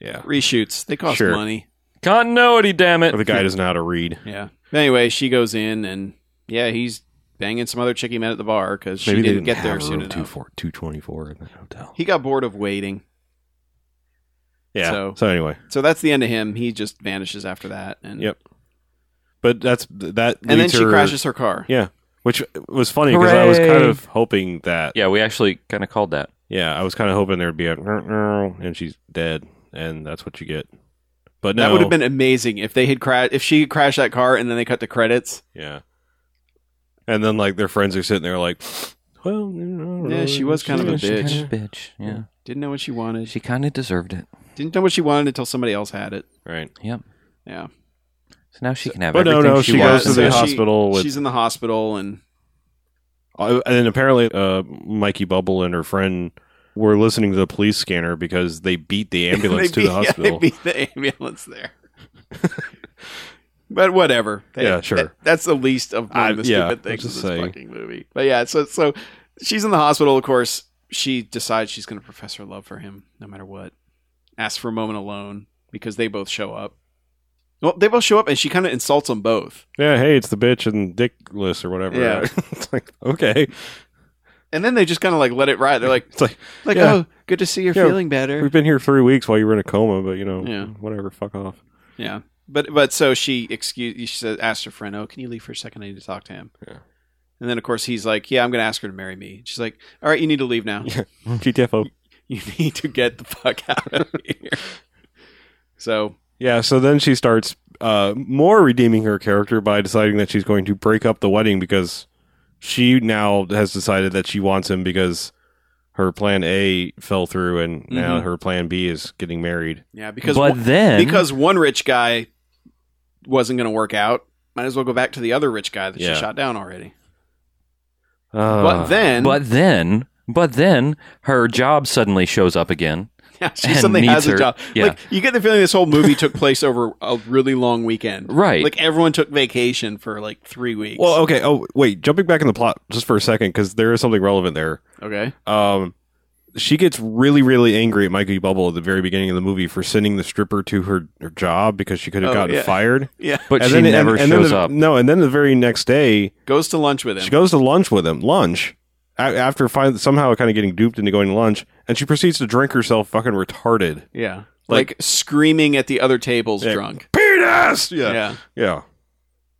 [SPEAKER 2] yeah.
[SPEAKER 3] reshoots. They cost
[SPEAKER 2] Sure.
[SPEAKER 3] money.
[SPEAKER 4] Continuity, damn it.
[SPEAKER 2] Or the guy doesn't know how to read.
[SPEAKER 3] Yeah, Anyway, she goes in and yeah, he's banging some other chicky men at the bar because she
[SPEAKER 2] Maybe
[SPEAKER 3] didn't,
[SPEAKER 2] they didn't
[SPEAKER 3] get
[SPEAKER 2] have
[SPEAKER 3] there
[SPEAKER 2] a
[SPEAKER 3] soon
[SPEAKER 2] room
[SPEAKER 3] enough.
[SPEAKER 2] 24 224 in that hotel.
[SPEAKER 3] He got bored of waiting,
[SPEAKER 2] Yeah. So,
[SPEAKER 3] So-
[SPEAKER 2] anyway,
[SPEAKER 3] so that's the end of him. He just vanishes after that, and
[SPEAKER 2] Yep. but that's that.
[SPEAKER 3] and then
[SPEAKER 2] leads
[SPEAKER 3] she
[SPEAKER 2] her-
[SPEAKER 3] crashes her car.
[SPEAKER 2] Yeah, which was funny because I was kind
[SPEAKER 4] Hooray.
[SPEAKER 2] of hoping that. Yeah,
[SPEAKER 4] Yeah, we actually kind of called that.
[SPEAKER 2] I was kind of hoping there'd be a and she's dead, and that's what you get. But no,
[SPEAKER 3] That would have been amazing if they had crashed if she crashed that car and then they cut the credits.
[SPEAKER 2] yeah. And then like their friends are sitting there like, well, you know,
[SPEAKER 3] Yeah, she was kind of a
[SPEAKER 4] she
[SPEAKER 3] bitch.
[SPEAKER 4] Kind of bitch. Yeah,
[SPEAKER 3] Didn't know what she wanted.
[SPEAKER 4] she kind of deserved it.
[SPEAKER 3] Didn't know what she wanted until somebody else had it.
[SPEAKER 2] right.
[SPEAKER 4] Yep.
[SPEAKER 3] Yeah.
[SPEAKER 4] So now she can have
[SPEAKER 2] But no,
[SPEAKER 4] everything
[SPEAKER 2] no,
[SPEAKER 4] she,
[SPEAKER 2] she goes
[SPEAKER 4] wants.
[SPEAKER 2] to the
[SPEAKER 3] so she-
[SPEAKER 2] hospital with
[SPEAKER 3] She's in the hospital and
[SPEAKER 2] Uh, and then apparently, uh, Mikey Bubble and her friend were listening to the police scanner because they beat
[SPEAKER 3] [laughs]
[SPEAKER 2] the ambulance
[SPEAKER 3] they
[SPEAKER 2] to
[SPEAKER 3] beat-
[SPEAKER 2] the
[SPEAKER 3] yeah,
[SPEAKER 2] hospital.
[SPEAKER 3] they beat the ambulance there. but whatever. They-
[SPEAKER 2] Yeah, sure.
[SPEAKER 3] that- that's the least of one
[SPEAKER 2] I-
[SPEAKER 3] of the
[SPEAKER 2] yeah,
[SPEAKER 3] stupid things
[SPEAKER 2] I'm
[SPEAKER 3] in
[SPEAKER 2] just
[SPEAKER 3] this
[SPEAKER 2] saying.
[SPEAKER 3] fucking movie. But yeah, so so she's in the hospital. Of course, she decides she's going to profess her love for him no matter what. Asks for a moment alone because they both show up. Well, they both show up, and she kind of insults them both.
[SPEAKER 2] yeah, hey, it's the bitch and dickless or whatever.
[SPEAKER 3] Yeah.
[SPEAKER 2] [laughs] it's like okay,
[SPEAKER 3] And then they just kind of like let it ride. They're
[SPEAKER 2] [laughs]
[SPEAKER 3] like,
[SPEAKER 2] It's like,
[SPEAKER 3] like
[SPEAKER 2] yeah.
[SPEAKER 3] oh, good to see you're
[SPEAKER 2] Yeah,
[SPEAKER 3] feeling better.
[SPEAKER 2] we've been here three weeks while you were in a coma, but you know,
[SPEAKER 3] Yeah.
[SPEAKER 2] whatever, fuck off.
[SPEAKER 3] Yeah, but but so she excuse she says, asked her friend, "Oh, can you leave for a second? I need to talk to him."
[SPEAKER 2] Yeah.
[SPEAKER 3] And then of course he's like, "Yeah, I'm going to ask her to marry me." She's like, "All right, you need to leave now.
[SPEAKER 2] GTFO.
[SPEAKER 3] [laughs] You need to get the fuck out of here." [laughs] so
[SPEAKER 2] Yeah, so then she starts uh, more redeeming her character by deciding that she's going to break up the wedding because she now has decided that she wants him because her plan A fell through and now her plan B is getting married.
[SPEAKER 3] yeah, because
[SPEAKER 4] but
[SPEAKER 3] one,
[SPEAKER 4] then
[SPEAKER 3] because one rich guy wasn't going to work out, might as well go back to the other rich guy that
[SPEAKER 2] Yeah.
[SPEAKER 3] she shot down already.
[SPEAKER 2] Uh,
[SPEAKER 3] but then,
[SPEAKER 4] but then but then her job suddenly shows up again.
[SPEAKER 3] yeah, [laughs] she
[SPEAKER 4] and
[SPEAKER 3] suddenly
[SPEAKER 4] needs
[SPEAKER 3] has a
[SPEAKER 4] her-
[SPEAKER 3] job.
[SPEAKER 4] yeah.
[SPEAKER 3] Like you get the feeling this whole movie took place over a really long weekend.
[SPEAKER 4] [laughs] Right.
[SPEAKER 3] Like everyone took vacation for like three weeks.
[SPEAKER 2] well, okay. Oh, wait. Jumping back in the plot just for a second because there is something relevant there.
[SPEAKER 3] okay.
[SPEAKER 2] Um, she gets really, really angry at Mikey Bubble at the very beginning of the movie for sending the stripper to her, her job because she could have
[SPEAKER 3] Oh,
[SPEAKER 2] gotten
[SPEAKER 3] yeah.
[SPEAKER 2] fired.
[SPEAKER 3] Yeah.
[SPEAKER 4] but she
[SPEAKER 2] then-
[SPEAKER 4] never
[SPEAKER 2] and then
[SPEAKER 4] shows
[SPEAKER 2] the-
[SPEAKER 4] up.
[SPEAKER 2] No, and then the very next day,
[SPEAKER 3] Goes to lunch with him.
[SPEAKER 2] She goes to lunch with him. Lunch. A- After fin- somehow kind of getting duped into going to lunch, and she proceeds to drink herself fucking retarded.
[SPEAKER 3] yeah. Like, screaming at the other tables
[SPEAKER 2] Yeah.
[SPEAKER 3] drunk.
[SPEAKER 2] Penis. Yeah. yeah.
[SPEAKER 3] Yeah.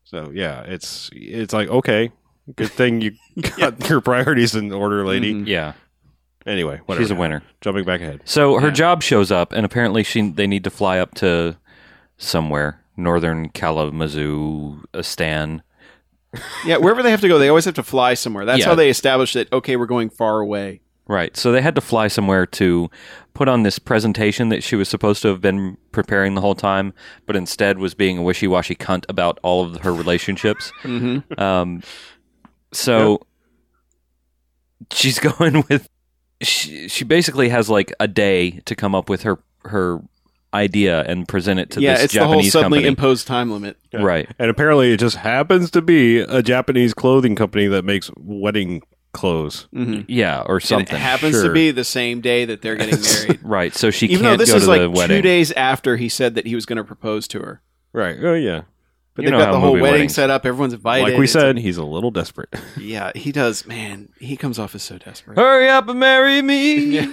[SPEAKER 2] So yeah, it's it's like okay, good thing
[SPEAKER 3] [laughs]
[SPEAKER 2] you got your priorities in order, lady.
[SPEAKER 3] Mhm.
[SPEAKER 4] Yeah,
[SPEAKER 2] Anyway, whatever.
[SPEAKER 4] she's a winner.
[SPEAKER 2] Jumping back ahead.
[SPEAKER 4] So her
[SPEAKER 3] Yeah.
[SPEAKER 4] job shows up, and apparently she they need to fly up to somewhere northern Kalamazoo, Stan.
[SPEAKER 3] Yeah. Wherever they have to go, they always have to fly somewhere. That's
[SPEAKER 4] Yeah.
[SPEAKER 3] how they establish that, okay, we're going far away.
[SPEAKER 4] Right. So they had to fly somewhere to put on this presentation that she was supposed to have been preparing the whole time, but instead was being a wishy-washy cunt about all of her relationships.
[SPEAKER 3] Mm-hmm.
[SPEAKER 4] Um, so she's [laughs] going with she, she basically has like a day to come up with her her idea and present it to
[SPEAKER 3] Yeah.
[SPEAKER 4] this
[SPEAKER 3] It's the whole
[SPEAKER 4] Japanese
[SPEAKER 3] suddenly
[SPEAKER 4] company.
[SPEAKER 3] imposed time limit.
[SPEAKER 4] right.
[SPEAKER 2] And apparently, it just happens to be a Japanese clothing company that makes wedding clothes.
[SPEAKER 3] Mm-hmm.
[SPEAKER 4] Yeah, or something.
[SPEAKER 3] it happens to
[SPEAKER 2] sure.
[SPEAKER 3] be the same day that they're
[SPEAKER 4] [laughs]
[SPEAKER 3] getting married.
[SPEAKER 4] Right. So she
[SPEAKER 3] Even though
[SPEAKER 4] can't
[SPEAKER 3] this
[SPEAKER 4] go
[SPEAKER 3] is
[SPEAKER 4] to
[SPEAKER 3] like
[SPEAKER 4] the
[SPEAKER 3] two
[SPEAKER 4] wedding.
[SPEAKER 3] days after he said that he was going to propose to her.
[SPEAKER 2] Right. Oh yeah.
[SPEAKER 3] But
[SPEAKER 4] You
[SPEAKER 3] they've
[SPEAKER 4] know
[SPEAKER 3] got
[SPEAKER 4] how
[SPEAKER 3] the whole
[SPEAKER 4] movie
[SPEAKER 3] wedding
[SPEAKER 4] weddings-
[SPEAKER 3] set up. Everyone's invited.
[SPEAKER 2] like we
[SPEAKER 3] It's-
[SPEAKER 2] said, he's a little desperate.
[SPEAKER 3] Yeah. He does. Man, he comes off as so desperate.
[SPEAKER 4] Hurry up and marry
[SPEAKER 3] [laughs]
[SPEAKER 4] me,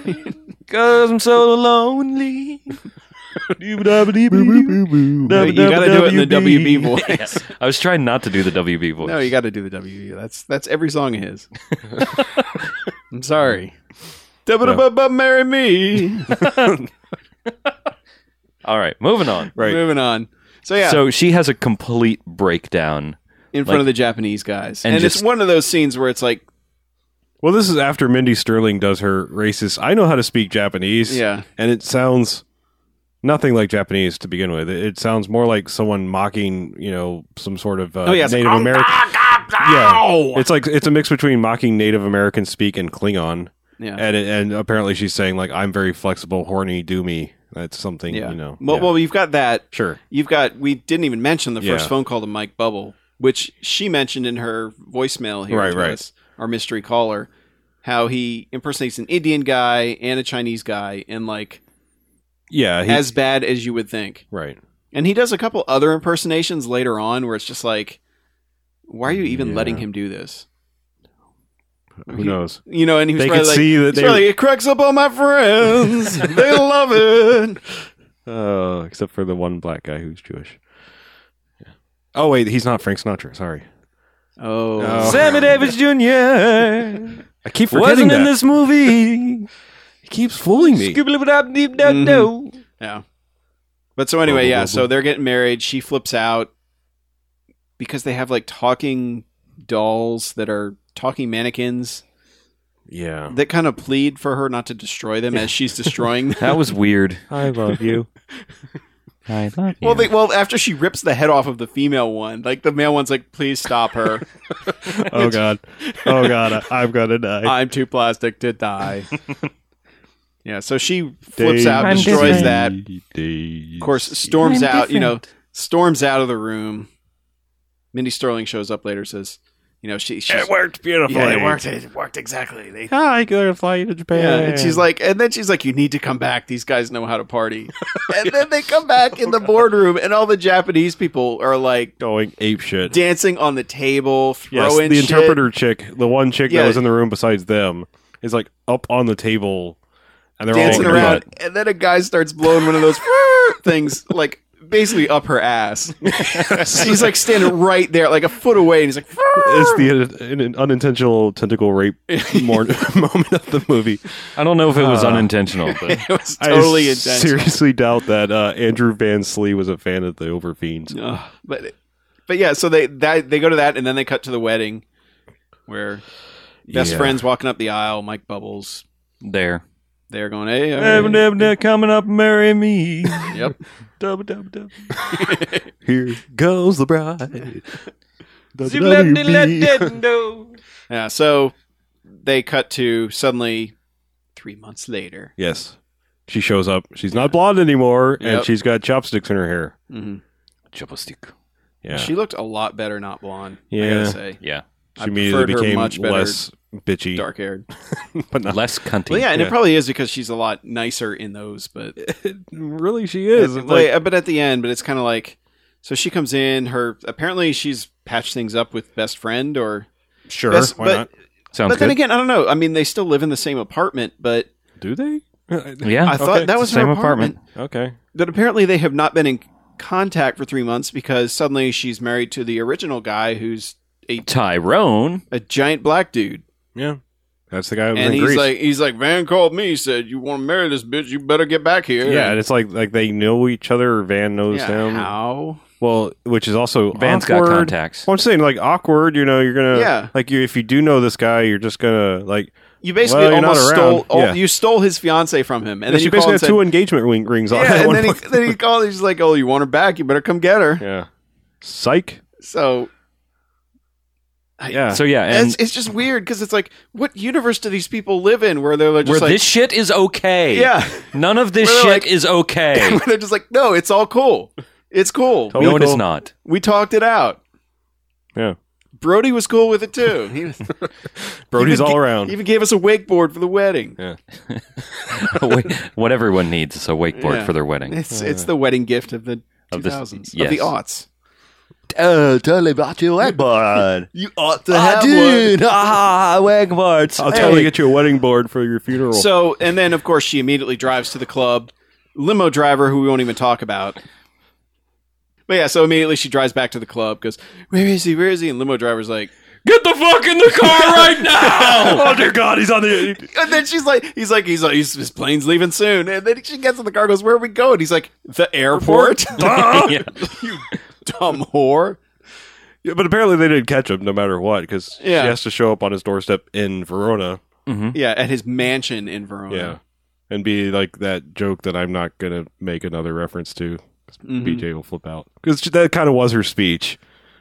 [SPEAKER 4] cause I'm so lonely.
[SPEAKER 2] you gotta do
[SPEAKER 3] you got to do it in the
[SPEAKER 4] [laughs]
[SPEAKER 3] WB voice.
[SPEAKER 4] I was trying not to do the WB voice.
[SPEAKER 3] No, you got to do the WU. That's that's every song
[SPEAKER 2] [laughs]
[SPEAKER 3] of his. I'm sorry. Dubba-dubba-bub, Marry me. [laughs]
[SPEAKER 4] All right, moving on.
[SPEAKER 2] [laughs] Right.
[SPEAKER 3] Moving on. So yeah,
[SPEAKER 4] So she has a complete breakdown.
[SPEAKER 3] in front of the Japanese guys,
[SPEAKER 4] and
[SPEAKER 3] and,
[SPEAKER 4] just-
[SPEAKER 3] it's one of those scenes where it's like,
[SPEAKER 2] Well, this is after Mindy Sterling does her racist. I know how to speak Japanese.
[SPEAKER 3] yeah,
[SPEAKER 2] And it sounds nothing like Japanese to begin with. It, it sounds more like someone mocking, you know, some sort of uh,
[SPEAKER 3] Oh, yeah, it's
[SPEAKER 2] Native
[SPEAKER 3] like,
[SPEAKER 2] American. Yeah. It's like it's a mix between mocking Native American speak and Klingon.
[SPEAKER 3] yeah,
[SPEAKER 2] And it, and apparently she's saying like I'm very flexible, horny, do me. That's something,
[SPEAKER 3] yeah.
[SPEAKER 2] you know.
[SPEAKER 3] well,
[SPEAKER 2] yeah.
[SPEAKER 3] well, you've got that.
[SPEAKER 2] sure.
[SPEAKER 3] You've got. We didn't even mention the first
[SPEAKER 2] Yeah.
[SPEAKER 3] phone call to Mike Bubble, which she mentioned in her voicemail here
[SPEAKER 2] Right,
[SPEAKER 3] to
[SPEAKER 2] right.
[SPEAKER 3] us, our mystery caller, how he impersonates an Indian guy and a Chinese guy, and like
[SPEAKER 2] Yeah, he,
[SPEAKER 3] as bad as you would think.
[SPEAKER 2] right.
[SPEAKER 3] And he does a couple other impersonations later on where it's just like, why are you even
[SPEAKER 2] Yeah.
[SPEAKER 3] letting him do this?
[SPEAKER 2] Who knows?
[SPEAKER 3] You know, and he was
[SPEAKER 2] They
[SPEAKER 3] probably
[SPEAKER 2] could
[SPEAKER 3] like,
[SPEAKER 2] see that
[SPEAKER 3] he's
[SPEAKER 2] they.
[SPEAKER 3] probably like, it cracks up on
[SPEAKER 2] [laughs]
[SPEAKER 3] my friends. they love it.
[SPEAKER 2] Oh, except for the one black guy who's Jewish. Oh wait, he's not Frank Sinatra. Sorry,
[SPEAKER 3] Oh,
[SPEAKER 2] Oh.
[SPEAKER 4] Sammy Davis Jr.
[SPEAKER 2] I keep forgetting
[SPEAKER 4] wasn't in
[SPEAKER 2] that.
[SPEAKER 4] this movie.
[SPEAKER 2] he keeps fooling me.
[SPEAKER 3] Mm-hmm.
[SPEAKER 4] Scooby-Doo-Doo-Doo.
[SPEAKER 3] Yeah. But so anyway, yeah, so they're getting married. She flips out because they have like talking dolls that are talking mannequins
[SPEAKER 2] Yeah,
[SPEAKER 3] that kind of plead for her not to destroy them
[SPEAKER 2] [laughs]
[SPEAKER 3] as she's destroying them.
[SPEAKER 4] That was weird.
[SPEAKER 2] I love
[SPEAKER 3] [laughs]
[SPEAKER 2] you.
[SPEAKER 4] I love
[SPEAKER 3] Well, they, well, after she rips the head off of the female one, like the male one's like, "Please stop her!
[SPEAKER 2] oh god, oh god, I, I'm gonna die.
[SPEAKER 3] I'm too plastic to die." yeah, so she flips out,
[SPEAKER 4] I'm
[SPEAKER 3] destroys
[SPEAKER 4] different.
[SPEAKER 3] that. Of course, storms
[SPEAKER 4] I'm
[SPEAKER 3] out. You know,
[SPEAKER 4] different.
[SPEAKER 3] storms out of the room. Mindy Sterling shows up later, says, "You know, she she's,
[SPEAKER 2] It worked beautifully.
[SPEAKER 3] Yeah, it worked. It worked exactly. They,
[SPEAKER 2] Ah, I'm gonna fly you to Japan.
[SPEAKER 3] yeah. And she's like, and then she's like, you need to come back. These guys know how to [laughs] party. and then they come back in the boardroom, and all the Japanese people are like
[SPEAKER 2] going ape shit.
[SPEAKER 3] dancing on the table,
[SPEAKER 2] Yes,
[SPEAKER 3] throwing
[SPEAKER 2] the
[SPEAKER 3] shit.
[SPEAKER 2] interpreter chick, the one chick
[SPEAKER 3] Yeah.
[SPEAKER 2] that was in the room besides them, is like up on the table, and they're
[SPEAKER 3] dancing
[SPEAKER 2] all
[SPEAKER 3] around, and then a guy starts blowing one of those [laughs] things like. Basically up
[SPEAKER 2] [laughs]
[SPEAKER 3] her ass. She's like standing right there, like a foot away, and he's like,
[SPEAKER 2] It's the uh, an, an unintentional tentacle rape mor- [laughs] moment of the movie.
[SPEAKER 4] I don't know if it was
[SPEAKER 2] Uh,
[SPEAKER 4] unintentional,
[SPEAKER 3] [laughs] [laughs]
[SPEAKER 4] but
[SPEAKER 3] "It was totally
[SPEAKER 2] I
[SPEAKER 3] intentional."
[SPEAKER 2] seriously doubt that uh, Andrew Van Slee was a fan of the Overfiends.
[SPEAKER 3] Ugh. but but yeah, so they that they go to that and then they cut to the wedding where best
[SPEAKER 2] Yeah.
[SPEAKER 3] friends walking up the aisle, Mike Bubbles,
[SPEAKER 4] there.
[SPEAKER 3] they're going, Hey, all right."
[SPEAKER 4] Coming up, marry me.
[SPEAKER 3] yep.
[SPEAKER 4] Dub, dub, dub.
[SPEAKER 2] [laughs] Here goes the bride. E. WB.
[SPEAKER 4] That's
[SPEAKER 3] Yeah, so they cut to suddenly three months later.
[SPEAKER 2] yes, she shows up. She's not blonde anymore,
[SPEAKER 3] Yep.
[SPEAKER 2] and she's got chopsticks in her hair.
[SPEAKER 3] Mhm.
[SPEAKER 2] Yeah,
[SPEAKER 3] She looked a lot better not blonde. I
[SPEAKER 2] Yeah.
[SPEAKER 3] gotta say.
[SPEAKER 4] Yeah.
[SPEAKER 2] She
[SPEAKER 3] I
[SPEAKER 2] immediately
[SPEAKER 3] preferred her
[SPEAKER 2] became
[SPEAKER 3] much better
[SPEAKER 2] less bitchy,
[SPEAKER 3] Dark haired.
[SPEAKER 2] [laughs] but not
[SPEAKER 4] Less
[SPEAKER 3] Uh.
[SPEAKER 4] cunty.
[SPEAKER 3] Well, yeah, and
[SPEAKER 2] Yeah.
[SPEAKER 3] it probably is because she's a lot nicer in those, but
[SPEAKER 2] [laughs] really she is.
[SPEAKER 3] It-
[SPEAKER 2] It's
[SPEAKER 3] like-
[SPEAKER 2] like,
[SPEAKER 3] but at the end, but it's kind of like so she comes in. Her apparently she's patched things up with best friend or
[SPEAKER 2] sure,
[SPEAKER 3] best-
[SPEAKER 2] why
[SPEAKER 3] but-
[SPEAKER 2] not?
[SPEAKER 4] Sounds
[SPEAKER 3] but then
[SPEAKER 4] good.
[SPEAKER 3] again, I don't know. I mean, they still live in the same apartment, but
[SPEAKER 2] Do they? [laughs]
[SPEAKER 4] yeah.
[SPEAKER 3] I thought
[SPEAKER 2] Okay.
[SPEAKER 3] that was
[SPEAKER 4] Same
[SPEAKER 3] her
[SPEAKER 4] apartment.
[SPEAKER 3] apartment.
[SPEAKER 2] Okay.
[SPEAKER 3] But apparently, they have not been in contact for three months because suddenly she's married to the original guy who's
[SPEAKER 4] Tyrone.
[SPEAKER 3] a giant black dude,
[SPEAKER 2] Yeah. That's the guy who was
[SPEAKER 3] and
[SPEAKER 2] in
[SPEAKER 3] he's
[SPEAKER 2] Greece.
[SPEAKER 3] like, he's like, Van called me, said you want to marry this bitch, you better get back here.
[SPEAKER 2] yeah, and it's like like they know each other. Van knows
[SPEAKER 3] Yeah,
[SPEAKER 2] him.
[SPEAKER 3] How?
[SPEAKER 2] Well, which is also
[SPEAKER 4] Van's got
[SPEAKER 2] awkward.
[SPEAKER 4] contacts.
[SPEAKER 2] Well, I'm saying like awkward. You know, you're gonna
[SPEAKER 3] Yeah.
[SPEAKER 2] Like you, if you do know this guy, you're just gonna like.
[SPEAKER 3] You basically
[SPEAKER 2] Well, you're not
[SPEAKER 3] almost
[SPEAKER 2] around.
[SPEAKER 3] stole. al-
[SPEAKER 2] Yeah.
[SPEAKER 3] You stole his fiance from him, and
[SPEAKER 2] And
[SPEAKER 3] then
[SPEAKER 2] she
[SPEAKER 3] you called
[SPEAKER 2] basically
[SPEAKER 3] and
[SPEAKER 2] had
[SPEAKER 3] said,
[SPEAKER 2] two engagement ring, rings on.
[SPEAKER 3] yeah,
[SPEAKER 2] at
[SPEAKER 3] and
[SPEAKER 2] one
[SPEAKER 3] then he,
[SPEAKER 2] point.
[SPEAKER 3] then he called. He's like, "Oh, you want her back? You better come get her."
[SPEAKER 2] [laughs] yeah. Psych.
[SPEAKER 3] So
[SPEAKER 2] Yeah.
[SPEAKER 4] So yeah, and
[SPEAKER 3] it's, it's just weird because it's like, what universe do these people live in where they're like,
[SPEAKER 4] where
[SPEAKER 3] just like,
[SPEAKER 4] this shit is okay.
[SPEAKER 3] yeah, [laughs]
[SPEAKER 4] None of this
[SPEAKER 3] Where
[SPEAKER 4] shit
[SPEAKER 3] they're like-
[SPEAKER 4] is
[SPEAKER 3] [laughs]
[SPEAKER 4] okay.
[SPEAKER 3] where they're just like, no, it's all cool, it's cool.
[SPEAKER 2] Totally
[SPEAKER 4] no, it is
[SPEAKER 2] cool.
[SPEAKER 4] not.
[SPEAKER 3] We talked it out.
[SPEAKER 2] Yeah.
[SPEAKER 3] Brody was cool with
[SPEAKER 2] [laughs]
[SPEAKER 3] it too. He, was-
[SPEAKER 2] Brody's
[SPEAKER 3] even
[SPEAKER 2] all
[SPEAKER 3] ga-
[SPEAKER 2] around.
[SPEAKER 3] he even gave us a wakeboard for the wedding.
[SPEAKER 4] Wait, [laughs] what everyone needs is a wakeboard
[SPEAKER 3] Yeah.
[SPEAKER 4] for
[SPEAKER 3] [laughs]
[SPEAKER 4] their wedding.
[SPEAKER 3] It's it's
[SPEAKER 2] Uh.
[SPEAKER 3] the wedding gift of the
[SPEAKER 4] Of this-
[SPEAKER 3] 2000s,
[SPEAKER 4] yes.
[SPEAKER 3] of the aughts.
[SPEAKER 5] Oh, totally bought you a wakeboard.
[SPEAKER 3] You ought to
[SPEAKER 5] I
[SPEAKER 3] have
[SPEAKER 5] did. Ah, wakeboards.
[SPEAKER 2] I'll
[SPEAKER 5] Hey.
[SPEAKER 2] totally get you a wedding board for your funeral. [laughs]
[SPEAKER 3] one. So, and then of course she immediately drives to the club. Limo driver who we won't even talk about. But yeah, so immediately she drives back to the club, goes, Where is he? Where is he? And limo driver's like,
[SPEAKER 4] Get the fuck in the car right now!
[SPEAKER 2] oh dear God, he's on the.
[SPEAKER 3] And then she's like, he's like, he's like, he's, his plane's leaving soon. And then she gets in the car, and goes, where are we going? He's like, the airport.
[SPEAKER 2] Ah!
[SPEAKER 4] Yeah.
[SPEAKER 3] you [laughs] dumb whore.
[SPEAKER 2] Yeah, but apparently they didn't catch him no matter what because
[SPEAKER 3] Yeah.
[SPEAKER 2] she has to show up on his doorstep in Verona.
[SPEAKER 4] hmm
[SPEAKER 3] Yeah, at his mansion in Verona.
[SPEAKER 2] Yeah. And be like that joke that I'm not going to make another reference to. 'cause
[SPEAKER 3] Mhm.
[SPEAKER 2] BJ will flip out because that kind of was her speech.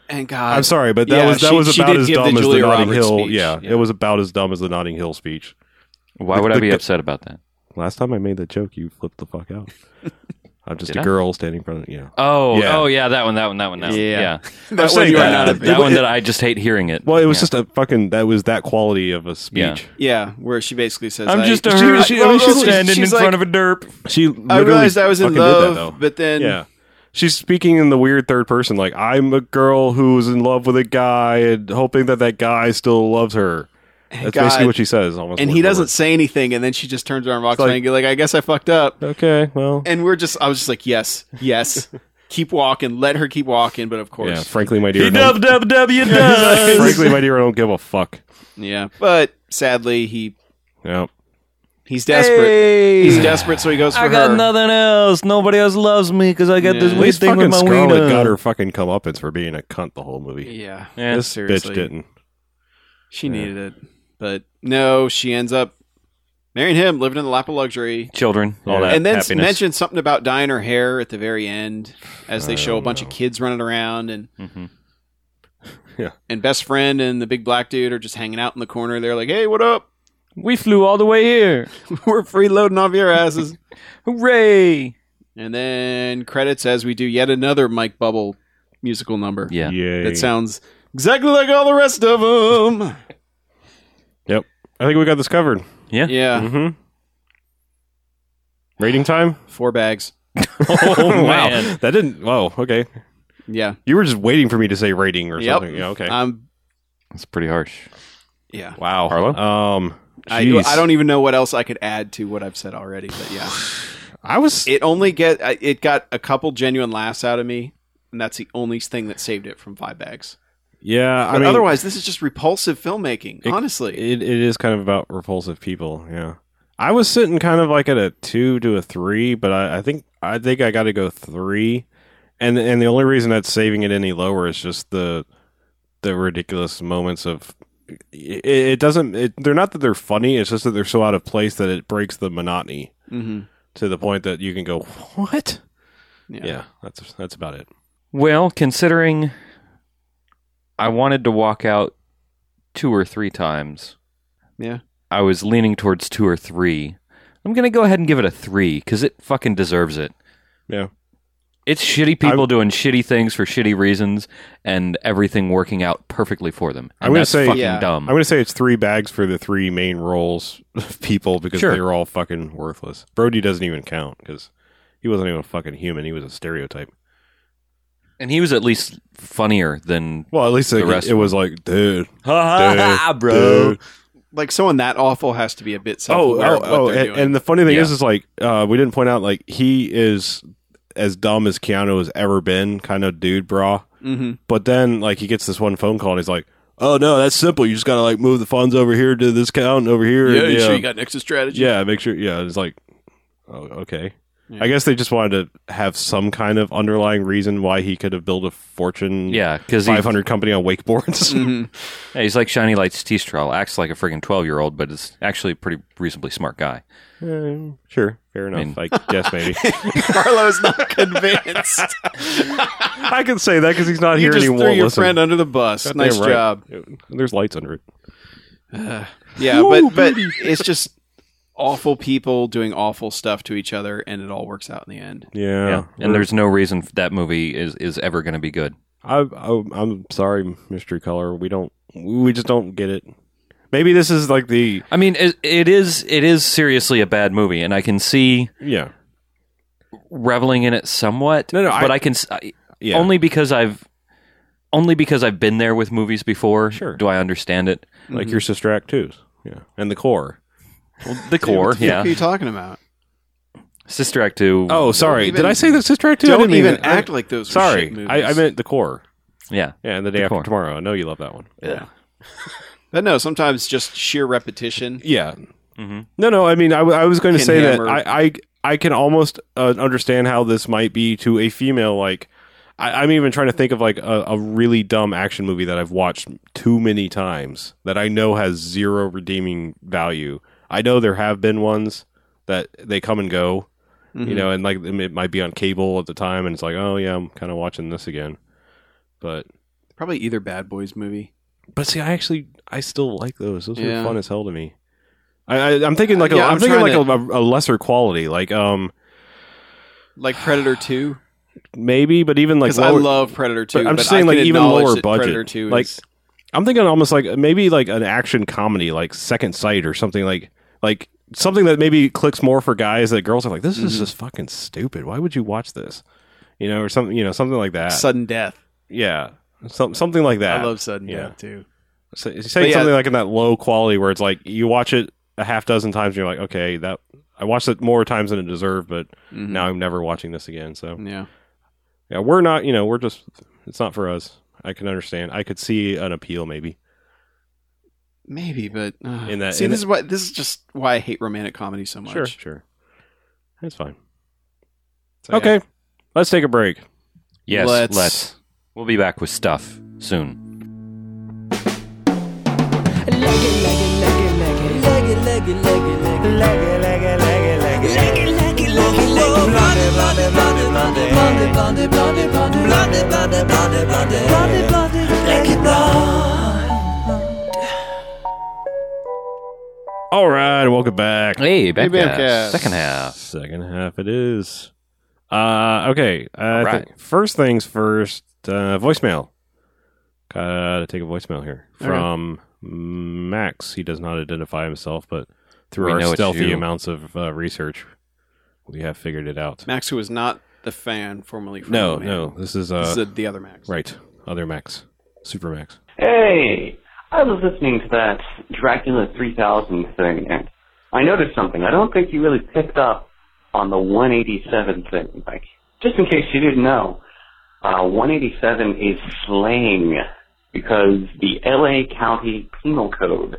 [SPEAKER 3] And God,
[SPEAKER 2] I'm sorry, but that
[SPEAKER 3] yeah,
[SPEAKER 2] was that
[SPEAKER 3] she-
[SPEAKER 2] was
[SPEAKER 3] she
[SPEAKER 2] about
[SPEAKER 3] did
[SPEAKER 2] as
[SPEAKER 3] give the
[SPEAKER 2] dumb as the
[SPEAKER 3] Julia
[SPEAKER 2] Notting
[SPEAKER 3] Roberts
[SPEAKER 2] Hill.
[SPEAKER 3] speech.
[SPEAKER 2] Yeah,
[SPEAKER 3] Yeah.
[SPEAKER 2] it was about as dumb as the Notting Hill speech.
[SPEAKER 4] [laughs] Why would
[SPEAKER 2] The-
[SPEAKER 4] I be
[SPEAKER 2] the-
[SPEAKER 4] upset about that?
[SPEAKER 2] Last time I made that joke, you flipped the fuck
[SPEAKER 3] [laughs]
[SPEAKER 2] out. I'm just
[SPEAKER 4] Did
[SPEAKER 2] a
[SPEAKER 4] I?
[SPEAKER 2] girl standing in front of you.
[SPEAKER 4] Oh,
[SPEAKER 2] Yeah.
[SPEAKER 4] oh yeah, that one, that one, that one, that one.
[SPEAKER 3] Yeah. [laughs]
[SPEAKER 4] Yeah,
[SPEAKER 3] that
[SPEAKER 2] I'm
[SPEAKER 3] one
[SPEAKER 2] saying
[SPEAKER 3] you
[SPEAKER 2] that-
[SPEAKER 3] are not a
[SPEAKER 2] that-
[SPEAKER 3] bit.
[SPEAKER 4] that one that I just hate hearing it.
[SPEAKER 2] Well, it was
[SPEAKER 4] Yeah.
[SPEAKER 2] just a fucking that was that quality of a speech.
[SPEAKER 3] Yeah, where she basically says,
[SPEAKER 4] I'm
[SPEAKER 3] I-
[SPEAKER 4] just a
[SPEAKER 3] she-
[SPEAKER 4] her.
[SPEAKER 3] she-
[SPEAKER 4] I
[SPEAKER 3] well,
[SPEAKER 4] was just
[SPEAKER 3] she's-
[SPEAKER 4] standing
[SPEAKER 3] she's
[SPEAKER 4] in front
[SPEAKER 3] like,
[SPEAKER 4] of a derp.
[SPEAKER 2] She
[SPEAKER 3] I
[SPEAKER 2] literally
[SPEAKER 3] realized I was in
[SPEAKER 2] fucking did that,
[SPEAKER 3] love,
[SPEAKER 2] though.
[SPEAKER 3] but then
[SPEAKER 2] yeah, she's speaking in the weird third person, like I'm a girl who's in love with a guy and hoping that that guy still loves her. That's basically what she says. Almost,
[SPEAKER 3] and
[SPEAKER 2] word
[SPEAKER 3] he
[SPEAKER 2] for
[SPEAKER 3] doesn't say anything, and then she just turns around and walks
[SPEAKER 2] like-
[SPEAKER 3] away and goes, like, I guess I fucked up.
[SPEAKER 2] word. Okay, well,
[SPEAKER 3] And we're just, I was just like, yes,
[SPEAKER 4] [laughs]
[SPEAKER 3] yes, keep walking, let her keep walking, but of
[SPEAKER 2] yeah.
[SPEAKER 3] course,
[SPEAKER 2] Frankly, my dear, I don't-
[SPEAKER 3] [laughs]
[SPEAKER 4] DWW
[SPEAKER 2] frankly, my dear, I don't give a fuck.
[SPEAKER 3] yeah. But sadly, he
[SPEAKER 2] Yeah,
[SPEAKER 3] he's desperate. He's desperate, so he goes for
[SPEAKER 4] I got
[SPEAKER 3] her.
[SPEAKER 4] nothing else. Nobody else loves me because I got this
[SPEAKER 3] Yeah.
[SPEAKER 2] at
[SPEAKER 4] weird
[SPEAKER 2] least
[SPEAKER 4] thing with
[SPEAKER 2] fucking
[SPEAKER 4] my
[SPEAKER 2] Scarlet
[SPEAKER 4] wiener.
[SPEAKER 2] got her fucking comeuppance for being a cunt the whole movie.
[SPEAKER 3] Yeah,
[SPEAKER 4] Yeah.
[SPEAKER 2] this
[SPEAKER 3] seriously.
[SPEAKER 2] bitch didn't.
[SPEAKER 3] She
[SPEAKER 2] Yeah.
[SPEAKER 3] needed it, but no, she ends up marrying him, living in the lap of luxury,
[SPEAKER 4] Children, all
[SPEAKER 2] Yeah.
[SPEAKER 4] that
[SPEAKER 3] and then
[SPEAKER 4] happiness.
[SPEAKER 3] mentioned something about dyeing her hair at the very end, as
[SPEAKER 2] I
[SPEAKER 3] they show a
[SPEAKER 2] don't
[SPEAKER 3] bunch of
[SPEAKER 2] know.
[SPEAKER 3] kids running around, and
[SPEAKER 4] Mhm.
[SPEAKER 3] and best friend and the big black dude are just hanging out in the corner. They're like, "Hey, what up?
[SPEAKER 4] We flew all the way here.
[SPEAKER 3] [laughs] We're freeloading off your asses."
[SPEAKER 4] Hooray!
[SPEAKER 3] [laughs] and then credits as we do yet another Mike Bubble musical number.
[SPEAKER 4] Yeah.
[SPEAKER 2] Yay.
[SPEAKER 3] that sounds exactly like all the rest
[SPEAKER 2] [laughs]
[SPEAKER 3] of them.
[SPEAKER 2] I think we got this covered.
[SPEAKER 4] Yeah.
[SPEAKER 3] yeah,
[SPEAKER 2] Mm-hmm. Rating
[SPEAKER 3] [laughs]
[SPEAKER 2] time.
[SPEAKER 3] four bags.
[SPEAKER 4] [laughs] [laughs] Oh,
[SPEAKER 2] wow,
[SPEAKER 4] man.
[SPEAKER 2] that didn't. Whoa, okay.
[SPEAKER 3] Yeah,
[SPEAKER 2] You were just waiting for me to say rating or
[SPEAKER 3] Yep.
[SPEAKER 2] something. Yeah, okay.
[SPEAKER 3] um,
[SPEAKER 4] That's pretty harsh.
[SPEAKER 3] yeah.
[SPEAKER 2] wow,
[SPEAKER 4] Harlow?
[SPEAKER 2] Um,
[SPEAKER 3] I,
[SPEAKER 2] jeez.
[SPEAKER 3] I don't even know what else I could add to what I've said already, but yeah,
[SPEAKER 2] I was.
[SPEAKER 3] it only get I- it got a couple genuine laughs out of me, and that's the only thing that saved it from five bags.
[SPEAKER 2] yeah,
[SPEAKER 3] But
[SPEAKER 2] I mean,
[SPEAKER 3] otherwise, this is just repulsive filmmaking.
[SPEAKER 2] It-
[SPEAKER 3] honestly,
[SPEAKER 2] it, it is kind of about repulsive people. Yeah, I was sitting kind of like at a two to a three, but I, I think I think I got to go three, and and the only reason that's saving it any lower is just the the ridiculous moments of. It, it doesn't. It, they're not that they're funny. It's just that they're so out of place that it breaks the monotony
[SPEAKER 3] mm-hmm.
[SPEAKER 2] to the point that you can go, "What?"
[SPEAKER 3] yeah.
[SPEAKER 2] Yeah, that's that's about it.
[SPEAKER 4] Well, considering I wanted to walk out two or three times.
[SPEAKER 3] Yeah.
[SPEAKER 4] I was leaning towards two or three. I'm going to go ahead and give it a three because it fucking deserves it.
[SPEAKER 2] Yeah.
[SPEAKER 4] It's shitty people doing shitty things for shitty reasons and everything working out perfectly for them.
[SPEAKER 2] I'm
[SPEAKER 4] And
[SPEAKER 2] gonna
[SPEAKER 4] that's
[SPEAKER 2] say-
[SPEAKER 4] fucking
[SPEAKER 3] Yeah.
[SPEAKER 4] dumb.
[SPEAKER 2] I'm gonna say it's three bags for the three main roles [laughs] of people because
[SPEAKER 4] Sure.
[SPEAKER 2] they're all fucking worthless. Brody doesn't even count because he wasn't even a fucking human. He was a stereotype.
[SPEAKER 4] and he was at least funnier than.
[SPEAKER 2] Well, at least
[SPEAKER 4] The
[SPEAKER 2] like,
[SPEAKER 4] rest
[SPEAKER 2] it was like, dude,
[SPEAKER 4] Ha ha ha,
[SPEAKER 2] dude.
[SPEAKER 3] Like someone that awful has to be a bit
[SPEAKER 2] Oh,
[SPEAKER 3] self-aware
[SPEAKER 2] oh,
[SPEAKER 3] of what
[SPEAKER 2] oh,
[SPEAKER 3] they're
[SPEAKER 2] and,
[SPEAKER 3] doing.
[SPEAKER 2] and the funny thing
[SPEAKER 4] Yeah.
[SPEAKER 2] is, is like uh, we didn't point out like he is as dumb as Keanu has ever been, kind of dude, brah.
[SPEAKER 3] Mhm.
[SPEAKER 2] But then like he gets this one phone call and he's like, "Oh no, that's simple. You just gotta like move the funds over here to this account and over here."
[SPEAKER 3] yeah,
[SPEAKER 2] and,
[SPEAKER 3] you
[SPEAKER 2] yeah,
[SPEAKER 3] sure you got an extra strategy? [laughs]
[SPEAKER 2] Yeah, make sure. Yeah, it's like, oh, okay.
[SPEAKER 3] Yeah.
[SPEAKER 2] I guess they just wanted to have some kind of underlying reason why he could have built a fortune,
[SPEAKER 4] Yeah, because
[SPEAKER 2] five hundred company on wakeboards.
[SPEAKER 3] Mhm.
[SPEAKER 4] Yeah, he's like Shiny Lights T-Straw, acts like a friggin' 12-year-old, but is actually a pretty reasonably smart guy.
[SPEAKER 2] Eh, [laughs] sure, fair
[SPEAKER 4] I
[SPEAKER 2] enough. I, guess maybe
[SPEAKER 3] Carlo's
[SPEAKER 2] [laughs]
[SPEAKER 3] not convinced.
[SPEAKER 2] I can say that because he's not
[SPEAKER 3] you
[SPEAKER 2] here
[SPEAKER 3] just
[SPEAKER 2] and he
[SPEAKER 3] threw
[SPEAKER 2] won't
[SPEAKER 3] your
[SPEAKER 2] listen.
[SPEAKER 3] friend under the bus.
[SPEAKER 2] Goddamn
[SPEAKER 3] nice
[SPEAKER 2] right.
[SPEAKER 3] job.
[SPEAKER 2] There's lights under it.
[SPEAKER 3] Yeah, but but it's just awful people doing awful stuff to each other, and it all works out in the end.
[SPEAKER 2] Yeah,
[SPEAKER 4] yeah. And there's no reason f- that movie is, is ever going to be good.
[SPEAKER 2] I, I, I'm sorry, Mystery Color. We don't. We just don't get it. Maybe this is like the
[SPEAKER 4] I mean, it, it is it is seriously a bad movie, and I can see
[SPEAKER 2] yeah
[SPEAKER 4] reveling in it somewhat.
[SPEAKER 2] No, no,
[SPEAKER 4] but
[SPEAKER 2] I-
[SPEAKER 4] I, can s- I-
[SPEAKER 2] yeah
[SPEAKER 4] only because I've only because I've been there with movies before.
[SPEAKER 2] Sure.
[SPEAKER 4] do I understand it?
[SPEAKER 2] like your sister Act Twos. Yeah, and the core.
[SPEAKER 4] The core,
[SPEAKER 3] What the fuck are
[SPEAKER 4] yeah.
[SPEAKER 3] you talking about?
[SPEAKER 4] [laughs] Sister Act Two.
[SPEAKER 2] Oh, sorry.
[SPEAKER 3] even-
[SPEAKER 2] Did I say that Sister Act Two? I
[SPEAKER 3] Don't
[SPEAKER 2] didn't
[SPEAKER 3] even act like those. were shit
[SPEAKER 2] Sorry,
[SPEAKER 3] movies.
[SPEAKER 2] I, I meant the core.
[SPEAKER 4] yeah,
[SPEAKER 2] Yeah, and the day after
[SPEAKER 4] core.
[SPEAKER 2] tomorrow. I know you love that one.
[SPEAKER 4] yeah.
[SPEAKER 3] [laughs] But no, sometimes just sheer repetition.
[SPEAKER 2] Yeah.
[SPEAKER 4] hmm
[SPEAKER 2] No, no. I mean, I, w- I was going to
[SPEAKER 3] Can
[SPEAKER 2] say
[SPEAKER 3] hammer.
[SPEAKER 2] that I, I I can almost uh, understand how this might be to a female. Like, I, I'm even trying to think of like a, a really dumb action movie that I've watched too many times that I know has zero redeeming value. I know there have been ones that they come and go,
[SPEAKER 3] Mhm.
[SPEAKER 2] you know, and like it might be on cable at the time, and it's like, oh yeah, I'm kind of watching this again. But
[SPEAKER 3] probably either Bad Boys movie.
[SPEAKER 2] But see, I actually I still like those. Those
[SPEAKER 3] Yeah.
[SPEAKER 2] are fun as hell to me. I, I, I'm thinking like a,
[SPEAKER 3] Yeah,
[SPEAKER 2] I'm,
[SPEAKER 3] I'm
[SPEAKER 2] thinking like
[SPEAKER 3] trying
[SPEAKER 2] a, a lesser quality, like um
[SPEAKER 3] Like Predator Two,
[SPEAKER 2] maybe, but even [sighs] like
[SPEAKER 3] because I
[SPEAKER 2] lower-
[SPEAKER 3] love Predator Two.
[SPEAKER 2] But I'm
[SPEAKER 3] but
[SPEAKER 2] just saying,
[SPEAKER 3] I can
[SPEAKER 2] like, even
[SPEAKER 3] acknowledge
[SPEAKER 2] lower
[SPEAKER 3] that
[SPEAKER 2] budget.
[SPEAKER 3] Predator Two,
[SPEAKER 2] Like-
[SPEAKER 3] is,
[SPEAKER 2] I'm thinking almost like maybe like an action comedy, like Second Sight or something like like
[SPEAKER 3] Mm-hmm.
[SPEAKER 2] something that maybe clicks more for guys that girls are like this is just fucking stupid. Why would you watch this? you know, or something, you know, something like that.
[SPEAKER 3] sudden death.
[SPEAKER 2] yeah, some, something like that.
[SPEAKER 3] I love sudden
[SPEAKER 2] Yeah.
[SPEAKER 3] death too.
[SPEAKER 2] So, saying
[SPEAKER 3] But yeah.
[SPEAKER 2] something like in that low quality where it's like you watch it a half dozen times and you're like, okay, that I watched it more times than it deserved, but
[SPEAKER 3] Mhm.
[SPEAKER 2] now I'm never watching this again. So
[SPEAKER 3] yeah,
[SPEAKER 2] Mm-hmm. yeah, we're not, you know, we're just it's not for us. I can understand. I could see an appeal maybe.
[SPEAKER 3] maybe, but uh,
[SPEAKER 2] In that-
[SPEAKER 3] see,
[SPEAKER 2] in
[SPEAKER 3] this
[SPEAKER 2] that-
[SPEAKER 3] is why this is just why I hate romantic comedy so much.
[SPEAKER 2] Sure, sure, that's fine.
[SPEAKER 3] So, yeah.
[SPEAKER 2] Okay, let's take a break.
[SPEAKER 4] Yes,
[SPEAKER 3] Let's-
[SPEAKER 4] let's. We'll be back with stuff soon.
[SPEAKER 2] All right, welcome back.
[SPEAKER 4] Hey,
[SPEAKER 3] Hey,
[SPEAKER 4] Bamcast.
[SPEAKER 3] Bamcast.
[SPEAKER 4] Second half.
[SPEAKER 2] Second half it is. Uh okay. Uh, I
[SPEAKER 4] right.
[SPEAKER 2] think- first things first, uh voicemail. Gotta take a voicemail here.
[SPEAKER 3] All right.
[SPEAKER 2] From Max. He does not identify himself, but through
[SPEAKER 4] We know
[SPEAKER 2] our
[SPEAKER 4] it's
[SPEAKER 2] stealthy
[SPEAKER 4] you.
[SPEAKER 2] amounts of uh, research, we have figured it out.
[SPEAKER 3] Max, who is not the fan formerly. From
[SPEAKER 2] no,
[SPEAKER 3] the man.
[SPEAKER 2] no. This is uh
[SPEAKER 3] This is the other Max.
[SPEAKER 2] right. Other Max. Super Max.
[SPEAKER 6] Hey, I was listening to that Dracula 3000 thing, and I noticed something. I don't think you really picked up on the 187 thing. Like, just in case you didn't know, uh, 187 is slang because the LA County Penal Code,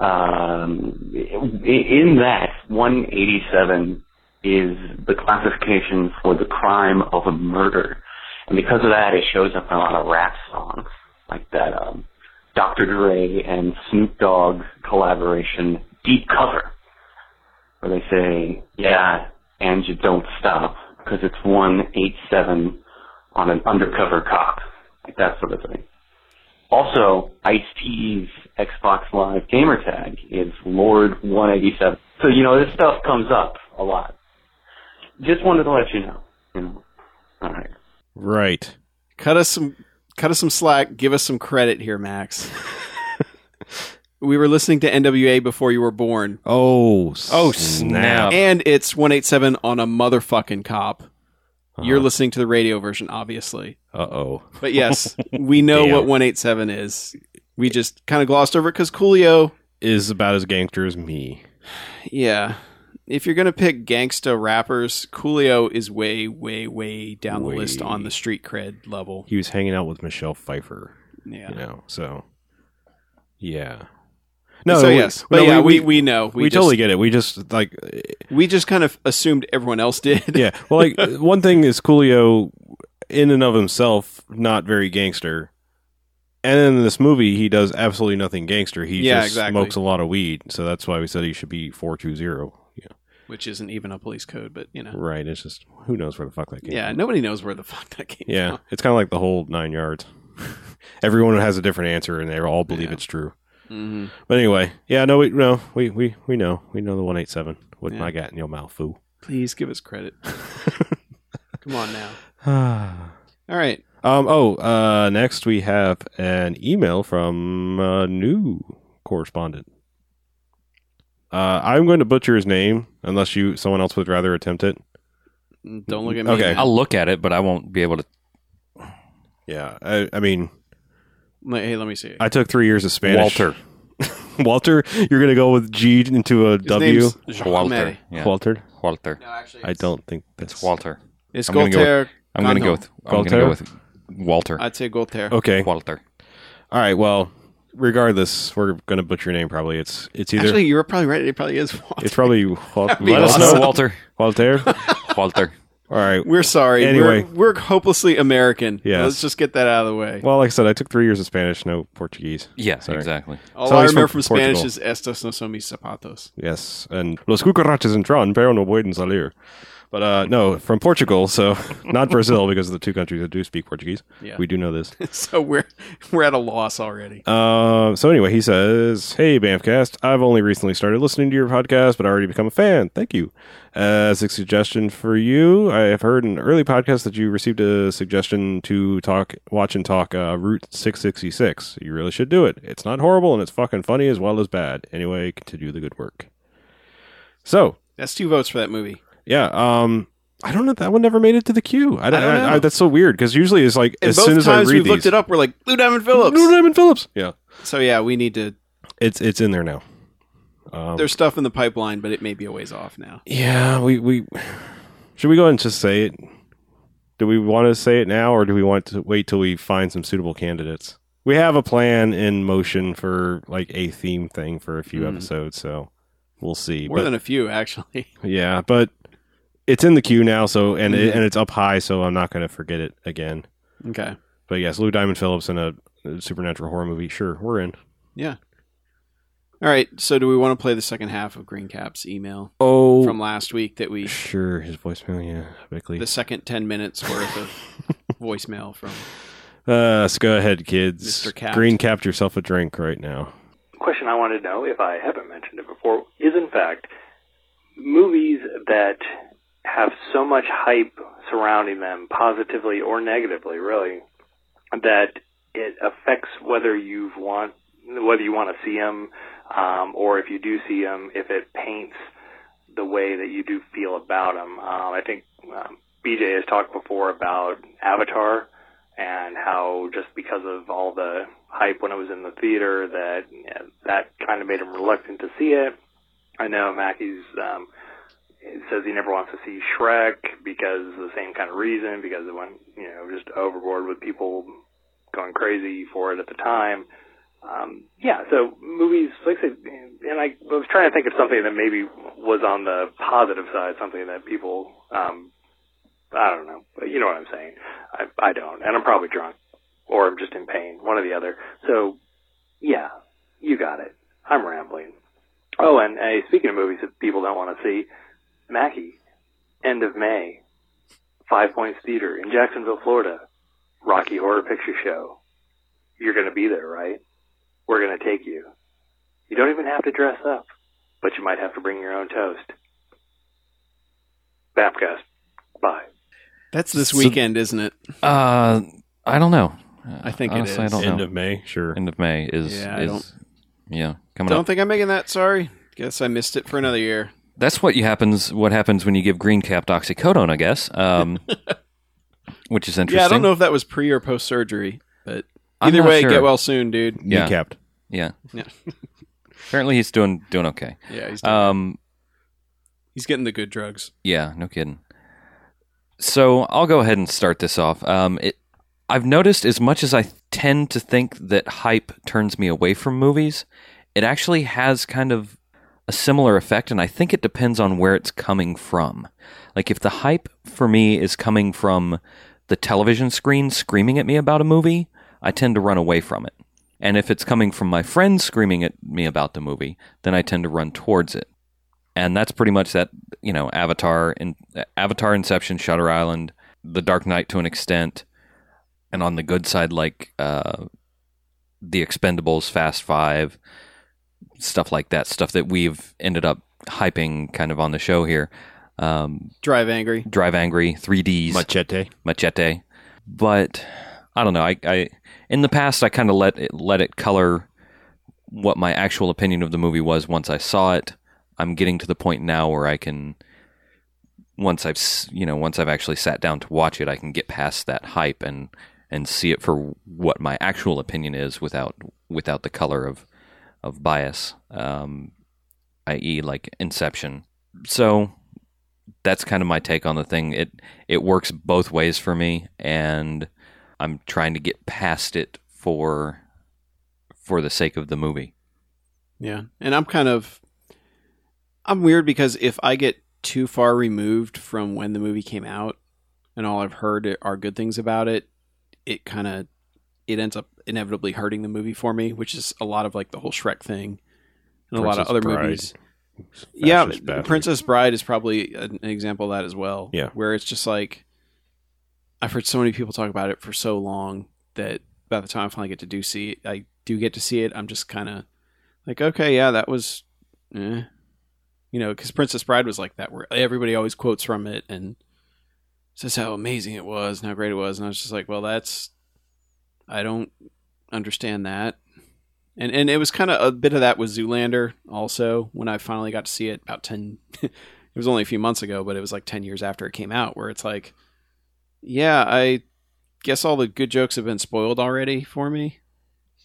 [SPEAKER 6] um, i- in that 187 is the classification for the crime of a murder. And because of that, it shows up in a lot of rap songs, like that um, Dr. Dre and Snoop Dogg collaboration, Deep Cover, where they say, yeah, and you don't stop, because it's 187 on an undercover cop, like that sort of thing. Also, Ice-T's Xbox Live gamer tag is Lord187. So, you know, this stuff comes up a lot. Just wanted to let you know. You know. All right.
[SPEAKER 2] Right.
[SPEAKER 3] Cut us some cut us some slack. Give us some credit here,
[SPEAKER 2] [laughs]
[SPEAKER 3] Max. we were listening to NWA before you were born,
[SPEAKER 2] Oh,
[SPEAKER 4] Oh, snap.
[SPEAKER 3] and it's 187 on a motherfucking cop. You're
[SPEAKER 2] Uh-huh. Uh-huh.
[SPEAKER 3] listening to the radio version, obviously.
[SPEAKER 2] Uh-oh.
[SPEAKER 3] But yes, we
[SPEAKER 2] [laughs]
[SPEAKER 3] know
[SPEAKER 2] Damn.
[SPEAKER 3] what 187 is. We just kind of glossed over it because Coolio,
[SPEAKER 2] Is about as gangster as me.
[SPEAKER 3] yeah. If you're going to pick gangsta rappers, Coolio is way, way, way down the list
[SPEAKER 2] Way.
[SPEAKER 3] on the street cred level.
[SPEAKER 2] He was hanging out with Michelle Pfeiffer.
[SPEAKER 3] Yeah.
[SPEAKER 2] you know. So, yeah.
[SPEAKER 3] so, yes. But
[SPEAKER 2] no,
[SPEAKER 3] yeah, we, we, know.
[SPEAKER 2] we,
[SPEAKER 3] We, just-
[SPEAKER 2] totally get it. We just like
[SPEAKER 3] We just kind of assumed everyone else did.
[SPEAKER 2] yeah. Well, like one thing is Coolio, in and of himself, not very gangster. And in this movie, he does absolutely nothing gangster. He
[SPEAKER 3] Yeah,
[SPEAKER 2] just
[SPEAKER 3] exactly.
[SPEAKER 2] smokes a lot of weed, so that's why we said he should be four two zero. Yeah,
[SPEAKER 3] [laughs] Which isn't even a police code, but you know.
[SPEAKER 2] right. It's just who knows where the fuck that came.
[SPEAKER 3] Yeah,
[SPEAKER 2] from.
[SPEAKER 3] nobody knows where the fuck that came
[SPEAKER 2] yeah.
[SPEAKER 3] from.
[SPEAKER 2] It's kind of like the whole nine yards. [laughs] Everyone has a different answer, and they all believe
[SPEAKER 3] Yeah.
[SPEAKER 2] it's true.
[SPEAKER 3] Mm-hmm.
[SPEAKER 2] But anyway, yeah, no, we no, we we we know, we know the one eight seven. What
[SPEAKER 3] Yeah.
[SPEAKER 2] I got in your mouth,
[SPEAKER 3] [laughs] [sighs]
[SPEAKER 2] fool. [sighs]
[SPEAKER 3] Please give us credit. Come on now.
[SPEAKER 2] um,
[SPEAKER 3] All right.
[SPEAKER 2] oh, uh, next we have an email from a new correspondent. Uh, I'm going to butcher his name unless you someone else would rather attempt it.
[SPEAKER 3] Don't look at me.
[SPEAKER 2] Okay.
[SPEAKER 4] I'll look at it, but I won't be able to.
[SPEAKER 2] Yeah, I, I mean,
[SPEAKER 3] Like, hey, let me see.
[SPEAKER 2] I took three years of Spanish.
[SPEAKER 4] Walter.
[SPEAKER 2] [laughs] Walter, you're going to go with G into a
[SPEAKER 3] His
[SPEAKER 2] W.
[SPEAKER 3] name's Jaume.
[SPEAKER 4] Walter. Yeah.
[SPEAKER 2] Walter,
[SPEAKER 4] Walter.
[SPEAKER 3] No, actually,
[SPEAKER 2] I don't think that's
[SPEAKER 4] It's Walter.
[SPEAKER 3] It's
[SPEAKER 4] I'm gonna go
[SPEAKER 3] Golter.
[SPEAKER 4] I'm going to go with. I'm going to
[SPEAKER 2] Uh, Walter? Eh.
[SPEAKER 4] go with Walter.
[SPEAKER 3] I'd say Golter.
[SPEAKER 2] Okay.
[SPEAKER 4] Walter.
[SPEAKER 2] All right. Well, regardless, we're going to butcher your name. Probably it's it's either
[SPEAKER 3] Actually, you were probably right. It probably is [laughs] Walter.
[SPEAKER 2] it's
[SPEAKER 4] [laughs]
[SPEAKER 2] probably Wal-
[SPEAKER 3] be
[SPEAKER 4] Let us
[SPEAKER 3] awesome.
[SPEAKER 4] know, Walter.
[SPEAKER 2] Walter. All
[SPEAKER 4] Walter.
[SPEAKER 2] right.
[SPEAKER 3] We're sorry.
[SPEAKER 2] Anyway.
[SPEAKER 3] We're, we're hopelessly American.
[SPEAKER 2] Yes.
[SPEAKER 3] Let's just get that out of the way.
[SPEAKER 2] Well, like I said, I took three years of Spanish, no Portuguese.
[SPEAKER 4] Yeah,
[SPEAKER 2] Sorry.
[SPEAKER 4] exactly.
[SPEAKER 3] All
[SPEAKER 2] so
[SPEAKER 3] I
[SPEAKER 2] he's
[SPEAKER 3] remember
[SPEAKER 2] from
[SPEAKER 3] from, Spanish
[SPEAKER 2] Portugal.
[SPEAKER 3] is estos no son mis zapatos. [laughs]
[SPEAKER 2] Yes, and los cucarachas entran, pero no pueden salir. But uh, no, from Portugal, so [laughs] not Brazil because of the two countries that do speak Portuguese.
[SPEAKER 3] Yeah.
[SPEAKER 2] We do know this.
[SPEAKER 3] so we're we're at a loss already.
[SPEAKER 2] Uh, so anyway, he says, "Hey Bamfcast, I've only recently started listening to your podcast, but I already become a fan. Thank you. As a suggestion for you, I have heard in an early podcast that you received a suggestion to talk, watch and talk uh, Route Six Sixty Six. You really should do it. It's not horrible, and it's fucking funny as well as bad. Anyway, continue the good work. So
[SPEAKER 3] That's two votes for that movie.
[SPEAKER 2] yeah, um, I don't know. That one never made it to the queue. I, don't,
[SPEAKER 3] don't
[SPEAKER 2] I-
[SPEAKER 3] know.
[SPEAKER 2] I- that's so weird because usually it's like
[SPEAKER 3] And
[SPEAKER 2] as
[SPEAKER 3] both
[SPEAKER 2] soon as I
[SPEAKER 3] times
[SPEAKER 2] read
[SPEAKER 3] we've
[SPEAKER 2] these,
[SPEAKER 3] looked it up, we're like Lou Diamond Phillips.
[SPEAKER 2] Lou Diamond Phillips. Yeah,
[SPEAKER 3] So yeah, we need to.
[SPEAKER 2] it's it's in there now. Um,
[SPEAKER 3] There's stuff in the pipeline, but it may be a ways off now.
[SPEAKER 2] yeah, we we should we go ahead and just say it. Do we want to say it now, or do we want to wait till we find some suitable candidates? We have a plan in motion for like a theme thing for a few
[SPEAKER 3] Mhm.
[SPEAKER 2] episodes, so we'll see.
[SPEAKER 3] More
[SPEAKER 2] But-
[SPEAKER 3] than a few, actually. [laughs]
[SPEAKER 2] Yeah, but it's in the queue now, so and
[SPEAKER 3] Mm-hmm.
[SPEAKER 2] it, and it's up high, so I'm not going to forget it again.
[SPEAKER 3] Okay.
[SPEAKER 2] But yes, Lou Diamond Phillips in a a supernatural horror movie. Sure, we're in.
[SPEAKER 3] All right. So do we want to play the second half of Green Cap's email
[SPEAKER 4] Oh,
[SPEAKER 3] from last week that we
[SPEAKER 2] Sure, his voicemail. Yeah, Bickley.
[SPEAKER 3] the second ten minutes
[SPEAKER 2] [laughs]
[SPEAKER 3] worth of voicemail from
[SPEAKER 2] Uh, so go ahead, kids.
[SPEAKER 3] Mr. Capped.
[SPEAKER 2] Green capped yourself a drink right now.
[SPEAKER 7] question I want to know, if I haven't mentioned it before, is in fact movies that have so much hype surrounding them, positively or negatively, really, that it affects whether you want whether you want to see them um, or if you do see them, if it paints the way that you do feel about them. Um, I think um, BJ has talked before about Avatar and how just because of all the hype when it was in the theater that yeah, that kind of made him reluctant to see it. I know Mackey's um, says he never wants to see Shrek because of the same kind of reason because it went you know just overboard with people going crazy for it at the time. Um, yeah, so movies like I said, and I was trying to think of something that maybe was on the positive side, something that people um, I don't know. But You know what I'm saying. I, I don't. And I'm probably drunk. Or I'm just in pain. One or the other. So, yeah. You got it. I'm rambling. Oh, and uh, speaking of movies that people don't want to see, Mackie, end of May, Five Points Theater in Jacksonville, Florida, Rocky Horror Picture Show. You're going to be there, right? We're going to take you. You don't even have to dress up, but you might have to bring your own toast. Bapcast. Bye.
[SPEAKER 3] that's this weekend, isn't it?
[SPEAKER 4] uh, I don't know. Uh,
[SPEAKER 3] I think it
[SPEAKER 4] honestly,
[SPEAKER 3] is.
[SPEAKER 4] I don't
[SPEAKER 2] End
[SPEAKER 4] know.
[SPEAKER 2] of May, sure.
[SPEAKER 4] End of May is
[SPEAKER 3] Yeah,
[SPEAKER 4] yeah,
[SPEAKER 3] I
[SPEAKER 4] is,
[SPEAKER 3] don't-
[SPEAKER 4] yeah coming
[SPEAKER 3] Don't
[SPEAKER 4] up.
[SPEAKER 3] think I'm making that. Sorry. Guess I missed it for another year.
[SPEAKER 4] That's what you happens. What happens when you give green capped oxycodone? I guess.
[SPEAKER 3] [laughs]
[SPEAKER 4] Um, which is interesting.
[SPEAKER 3] Yeah, I don't know if that was pre or post surgery, but
[SPEAKER 4] I'm
[SPEAKER 3] either
[SPEAKER 4] not
[SPEAKER 3] way,
[SPEAKER 4] sure.
[SPEAKER 3] get well soon, dude.
[SPEAKER 4] Yeah.
[SPEAKER 2] Kneecapped.
[SPEAKER 4] Yeah.
[SPEAKER 3] Yeah.
[SPEAKER 4] Apparently he's doing doing okay.
[SPEAKER 3] Yeah, he's doing-
[SPEAKER 4] Um,
[SPEAKER 3] he's getting the good drugs.
[SPEAKER 4] Yeah, no kidding. So I'll go ahead and start this off. Um, it, I've noticed as much as I tend to think that hype turns me away from movies, it actually has kind of a similar effect, and I think it depends on where it's coming from. Like, if the hype for me is coming from the television screen screaming at me about a movie, I tend to run away from it. And if it's coming from my friends screaming at me about the movie, then I tend to run towards it and that's pretty much that you know avatar in avatar inception shutter island the dark knight to an extent and on the good side like uh the expendables fast five stuff like that stuff that we've ended up hyping kind of on the show here um
[SPEAKER 3] Drive angry.
[SPEAKER 4] drive angry 3ds
[SPEAKER 2] Machete.
[SPEAKER 4] machete. But I don't know. I, I in the past I kind of let it, let it color what my actual opinion of the movie was once I saw it. I'm getting to the point now where I can once I've s- you know once I've actually sat down to watch it, I can get past that hype and and see it for what my actual opinion is without without the color of of bias, um, i.e., like Inception. So that's kind of my take on the thing. It it works both ways for me and i'm trying to get past it for for the sake of the movie
[SPEAKER 3] Yeah. And I'm kind of I'm weird because if I get too far removed from when the movie came out and all I've heard are good things about it, it kind of it ends up inevitably hurting the movie for me, which is a lot of like the whole Shrek thing and a lot of
[SPEAKER 2] Princess
[SPEAKER 3] other
[SPEAKER 2] Bride.
[SPEAKER 3] movies. yeah,
[SPEAKER 2] Fascist
[SPEAKER 3] The
[SPEAKER 2] bastard.
[SPEAKER 3] Princess Bride is probably an an example of that as well.
[SPEAKER 2] Yeah.
[SPEAKER 3] where it's just like I've heard so many people talk about it for so long that by the time I finally get to do see, I do get to see it. I'm just kind of like, okay, yeah, that was, eh. you know, because Princess Bride was like that, where everybody always quotes from it and says how amazing it was and how great it was, and I was just like, well, that's I don't understand that. And and [laughs] it was kind of a bit of that with Zoolander also when I finally got to see it about 10 it was only a few months ago, but it was like 10 years after it came out, where it's like, yeah, I guess all the good jokes have been spoiled already for me.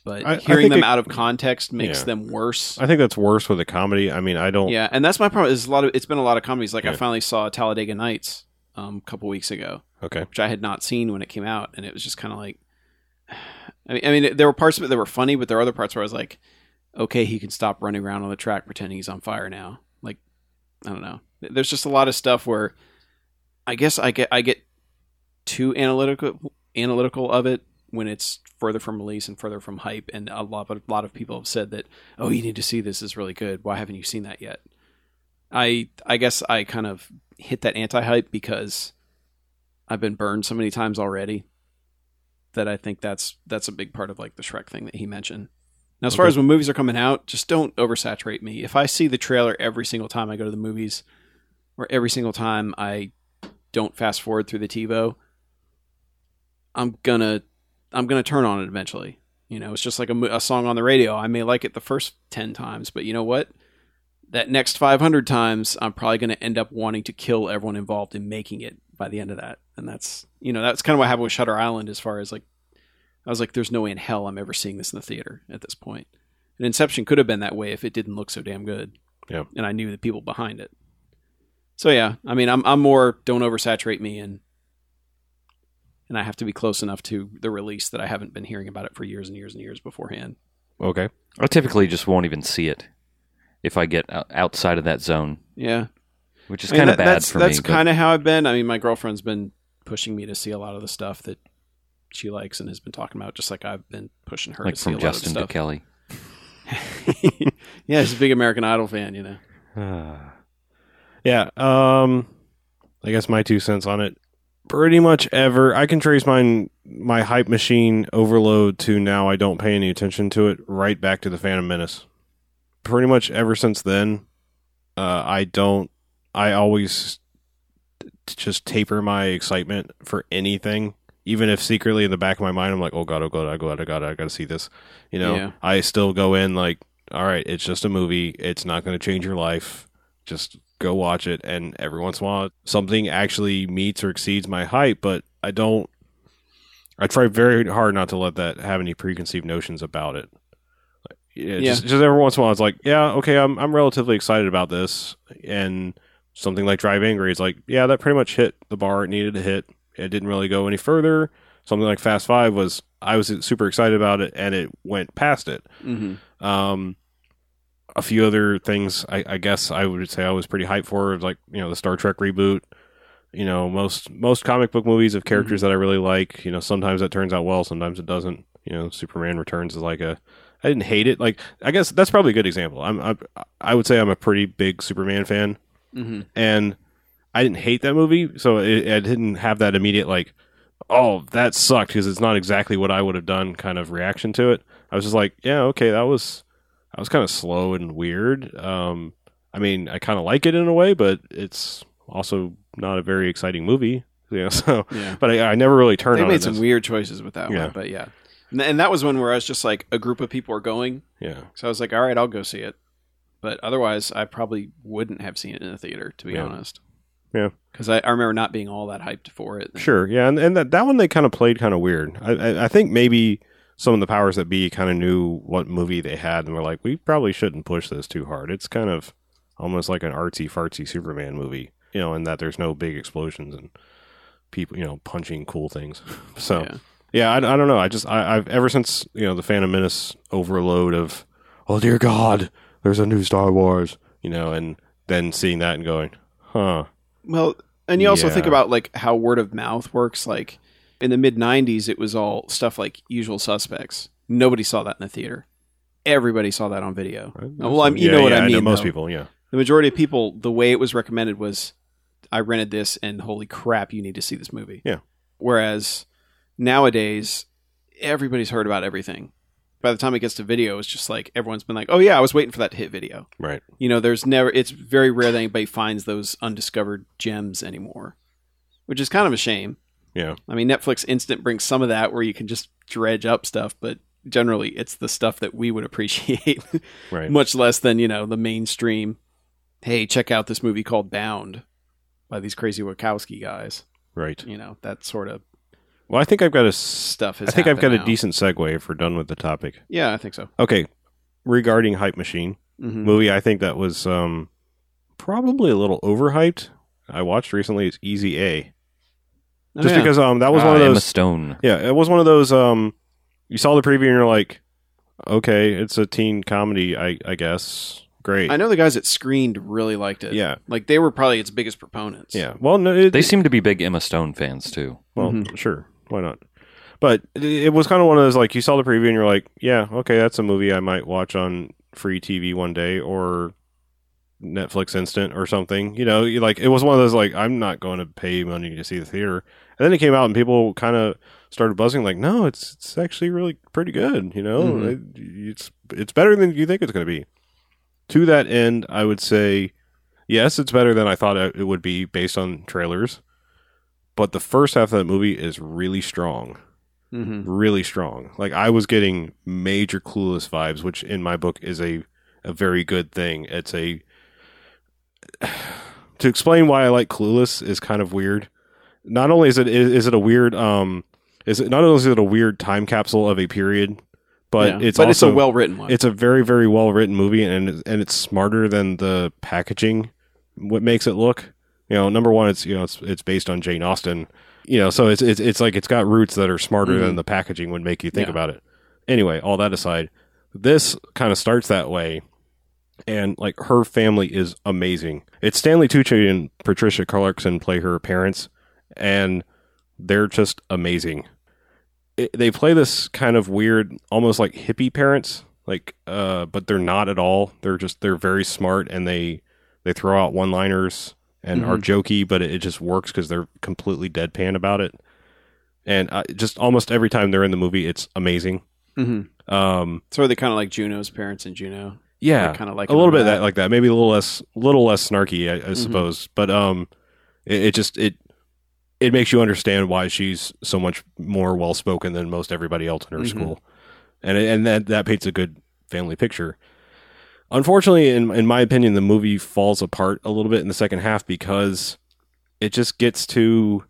[SPEAKER 3] But
[SPEAKER 2] I- I
[SPEAKER 3] hearing
[SPEAKER 2] think
[SPEAKER 3] them
[SPEAKER 2] it-
[SPEAKER 3] out of context makes
[SPEAKER 2] Yeah.
[SPEAKER 3] them worse.
[SPEAKER 2] I think that's worse with a comedy. I mean, I don't.
[SPEAKER 3] Yeah, and that's my problem. Is a lot of it's been a lot of comedies. Like I
[SPEAKER 2] Yeah.
[SPEAKER 3] finally saw Talladega Nights um, a couple weeks ago,
[SPEAKER 2] Okay.
[SPEAKER 3] which I had not seen when it came out, and it was just kind of like, [sighs] I mean, I mean, there were parts of it that were funny, but there were other parts where I was like, okay, he can stop running around on the track pretending he's on fire now. Like, I don't know. There's just a lot of stuff where, I guess I get I get too analytical analytical of it when it's further from release and further from hype, and a lot of, a lot of people have said that, oh, you need to see this. This is really good. Why haven't you seen that yet? I I guess I kind of hit that anti hype because I've been burned so many times already that I think that's that's a big part of like the Shrek thing that he mentioned. Now, as far
[SPEAKER 2] Okay.
[SPEAKER 3] as when movies are coming out, just don't oversaturate me. If I see the trailer every single time I go to the movies, or every single time I don't fast forward through the TiVo, I'm gonna I'm gonna turn on it eventually. You know, it's just like a, mo- a song on the radio. I may like it the first ten times, but you know what? That next 500 times, I'm probably going to end up wanting to kill everyone involved in making it by the end of that. And that's you know that's kind of what happened with Shutter Island. As far as like, I was like, there's no way in hell I'm ever seeing this in the theater at this point. And Inception could have been that way if it didn't look so damn good.
[SPEAKER 2] Yeah.
[SPEAKER 3] And I knew the people behind it. So yeah, I mean, I'm I'm more don't oversaturate me and and I have to be close enough to the release that I haven't been hearing about it for years and years and years beforehand.
[SPEAKER 2] Okay.
[SPEAKER 4] I typically just won't even see it if I get o- outside of that zone,
[SPEAKER 3] Yeah,
[SPEAKER 4] which is
[SPEAKER 3] I mean,
[SPEAKER 4] kind of
[SPEAKER 3] that-
[SPEAKER 4] bad
[SPEAKER 3] that's,
[SPEAKER 4] for
[SPEAKER 3] that's
[SPEAKER 4] me. but-
[SPEAKER 3] kind of how I've been. I mean, my girlfriend's been pushing me to see a lot of the stuff that she likes and has been talking about, just like I've been pushing her
[SPEAKER 4] like
[SPEAKER 3] to see
[SPEAKER 4] from
[SPEAKER 3] a
[SPEAKER 4] Justin
[SPEAKER 3] lot
[SPEAKER 4] to
[SPEAKER 3] of
[SPEAKER 2] [sighs]
[SPEAKER 3] the
[SPEAKER 4] Kelly.
[SPEAKER 3] stuff. [laughs] yeah, she's a big American Idol fan, you know.
[SPEAKER 2] yeah. Um, I guess my two cents on it. Pretty much ever, I can trace mine my hype machine overload to now. I don't pay any attention to it. Right back to the Phantom Menace. Pretty much ever since then, uh, I don't. I always t- just taper my excitement for anything, even if secretly in the back of my mind I'm like, oh god, oh god, oh god, oh god, I gotta see this. You know,
[SPEAKER 3] Yeah.
[SPEAKER 2] I still go in like, all right, it's just a movie. It's not going to change your life. Just go watch it. And every once in a while, something actually meets or exceeds my hype, but I don't. I try very hard not to let that have any preconceived notions about it. Yeah,
[SPEAKER 3] Yeah.
[SPEAKER 2] Just, just every once in a while, it's like, yeah, okay, I'm I'm relatively excited about this, and something like Drive Angry is like, yeah, that pretty much hit the bar it needed to hit. It didn't really go any further. Something like Fast Five was I was super excited about it, and it went past it.
[SPEAKER 3] Mm-hmm.
[SPEAKER 2] Um, a few other things, I, I guess I would say I was pretty hyped for, like you know the Star Trek reboot. You know, most most comic book movies of characters that I really like. You know, sometimes that turns out well, sometimes it doesn't. You know, Superman Returns is like a. I didn't hate it. Like I guess that's probably a good example. I'm I, I would say I'm a pretty big Superman fan
[SPEAKER 3] Mm-hmm.
[SPEAKER 2] and I didn't hate that movie, so it, I didn't have that immediate like, "Oh, that sucked," because it's not exactly what I would have done kind of reaction to it. I was just like, "Yeah, okay, that was that was kind of slow and weird." Um, I mean, I kind of like it in a way, but it's also not a very exciting movie, [laughs] you know. So,
[SPEAKER 3] Yeah.
[SPEAKER 2] but I, I never really turned
[SPEAKER 3] They
[SPEAKER 2] on
[SPEAKER 3] made
[SPEAKER 2] it
[SPEAKER 3] some
[SPEAKER 2] as-
[SPEAKER 3] weird choices with that
[SPEAKER 2] Yeah.
[SPEAKER 3] one, but yeah. And, and that was one where I was just like, a group of people are going,
[SPEAKER 2] Yeah,
[SPEAKER 3] so I was like, all right, I'll go see it. But otherwise, I probably wouldn't have seen it in the theater, to be
[SPEAKER 2] Yeah.
[SPEAKER 3] honest.
[SPEAKER 2] Yeah.
[SPEAKER 3] Because I, I remember not being all that hyped for it.
[SPEAKER 2] Sure, yeah, and, and that that one they kind of played kind of weird. I, I I think maybe some of the powers that be kind of knew what movie they had and were like, we probably shouldn't push this too hard. It's kind of almost like an artsy fartsy Superman movie, you know, in that there's no big explosions and people, you know, punching cool things. [laughs] So
[SPEAKER 3] Yeah.
[SPEAKER 2] yeah, I, I don't know. I just I, I've ever since you know the Phantom Menace overload of oh dear God, there's a new Star Wars, you know, and then seeing that and going, huh,
[SPEAKER 3] Well, and you also think
[SPEAKER 2] Yeah.
[SPEAKER 3] about like how word of mouth works. Like in the mid '90s, it was all stuff like Usual Suspects. Nobody saw that in the theater. Everybody saw that on video. Well, I mean, you
[SPEAKER 2] Yeah,
[SPEAKER 3] know what
[SPEAKER 2] yeah,
[SPEAKER 3] I mean.
[SPEAKER 2] most
[SPEAKER 3] though.
[SPEAKER 2] people, yeah.
[SPEAKER 3] the majority of people, the way it was recommended was, I rented this, and holy crap, you need to see this movie.
[SPEAKER 2] Yeah.
[SPEAKER 3] Whereas nowadays, everybody's heard about everything. By the time it gets to video, it's just like everyone's been like, "Oh yeah, I was waiting for that to hit video."
[SPEAKER 2] Right.
[SPEAKER 3] you know there's never it's very rare that anybody finds those undiscovered gems anymore which is kind of a shame
[SPEAKER 2] Yeah.
[SPEAKER 3] i mean netflix instant brings some of that where you can just dredge up stuff but generally it's the stuff that we would appreciate [laughs]
[SPEAKER 2] Right.
[SPEAKER 3] much less than you know the mainstream hey, check out this movie called Bound by these crazy Wachowski guys.
[SPEAKER 2] Right.
[SPEAKER 3] You know, that sort of
[SPEAKER 2] Well, I think I've got a. s-
[SPEAKER 3] stuff
[SPEAKER 2] I
[SPEAKER 3] has
[SPEAKER 2] think I've got
[SPEAKER 3] happened
[SPEAKER 2] a
[SPEAKER 3] now.
[SPEAKER 2] decent segue if we're done with the topic.
[SPEAKER 3] Yeah, I think so.
[SPEAKER 2] Okay, regarding hype machine
[SPEAKER 3] hmm
[SPEAKER 2] movie, I think that was um probably a little overhyped. I watched recently. It's Easy A.
[SPEAKER 3] Oh,
[SPEAKER 2] Just because um that was one of
[SPEAKER 4] Ah, Emma
[SPEAKER 2] those
[SPEAKER 4] Stone.
[SPEAKER 2] Yeah, it was one of those. Um, you saw the preview and you're like, okay, it's a teen comedy, I I guess. Great.
[SPEAKER 3] I know the guys that screened really liked it.
[SPEAKER 2] Yeah,
[SPEAKER 3] Like they were probably its biggest proponents.
[SPEAKER 2] yeah. Well, no, it,
[SPEAKER 4] They seem to be big Emma Stone fans too.
[SPEAKER 2] well, sure, why not? But it, it was kind of one of those like you saw the preview and you're like, yeah, okay, that's a movie I might watch on free TV one day or Netflix Instant or something. You know, you like it was one of those like I'm not going to pay money to see the theater. And then it came out and people kind of started buzzing like, no, it's it's actually really pretty good. You know, It- it's it's better than you think it's going to be. To that end, I would say yes, it's better than I thought it would be based on trailers. But the first half of that movie is really strong
[SPEAKER 3] hmm
[SPEAKER 2] really strong. Like I was getting major clueless vibes, which in my book is a a very good thing. It's a [sighs] to explain why I like Clueless is kind of weird. Not only is it is, is it a weird um is it not only is it a weird time capsule of a period, but
[SPEAKER 3] Yeah.
[SPEAKER 2] it's
[SPEAKER 3] but
[SPEAKER 2] also
[SPEAKER 3] it's a well written one.
[SPEAKER 2] it's a very very well written movie and it's- and it's smarter than the packaging what makes it look you know number one it's you know it's it's based on jane austen you know so it's it's, it's like it's got roots that are smarter than the packaging would make you think
[SPEAKER 3] Mm-hmm. Yeah.
[SPEAKER 2] about it anyway all that aside this kind of starts that way and like her family is amazing it's stanley tucci and patricia clarkson play her parents and they're just amazing it, they play this kind of weird, almost like hippie parents, like, uh, but they're not at all. They're just they're very smart and they they throw out one liners and
[SPEAKER 3] Mm-hmm.
[SPEAKER 2] are jokey, but it, it just works because they're completely deadpan about it. And uh, just almost every time they're in the movie, it's amazing.
[SPEAKER 3] hmm
[SPEAKER 2] Um,
[SPEAKER 3] So are they kind of like Juno's parents and Juno?
[SPEAKER 2] yeah,
[SPEAKER 3] kind of like
[SPEAKER 2] a little bit
[SPEAKER 3] that.
[SPEAKER 2] that like that, maybe a little less, little less snarky, I, I
[SPEAKER 3] Mhm.
[SPEAKER 2] suppose. But um, it, it just it it makes you understand why she's so much more well spoken than most everybody else in her
[SPEAKER 3] Mhm.
[SPEAKER 2] school, and and that that paints a good family picture. Unfortunately, in in my opinion, the movie falls apart a little bit in the second half because it just gets to,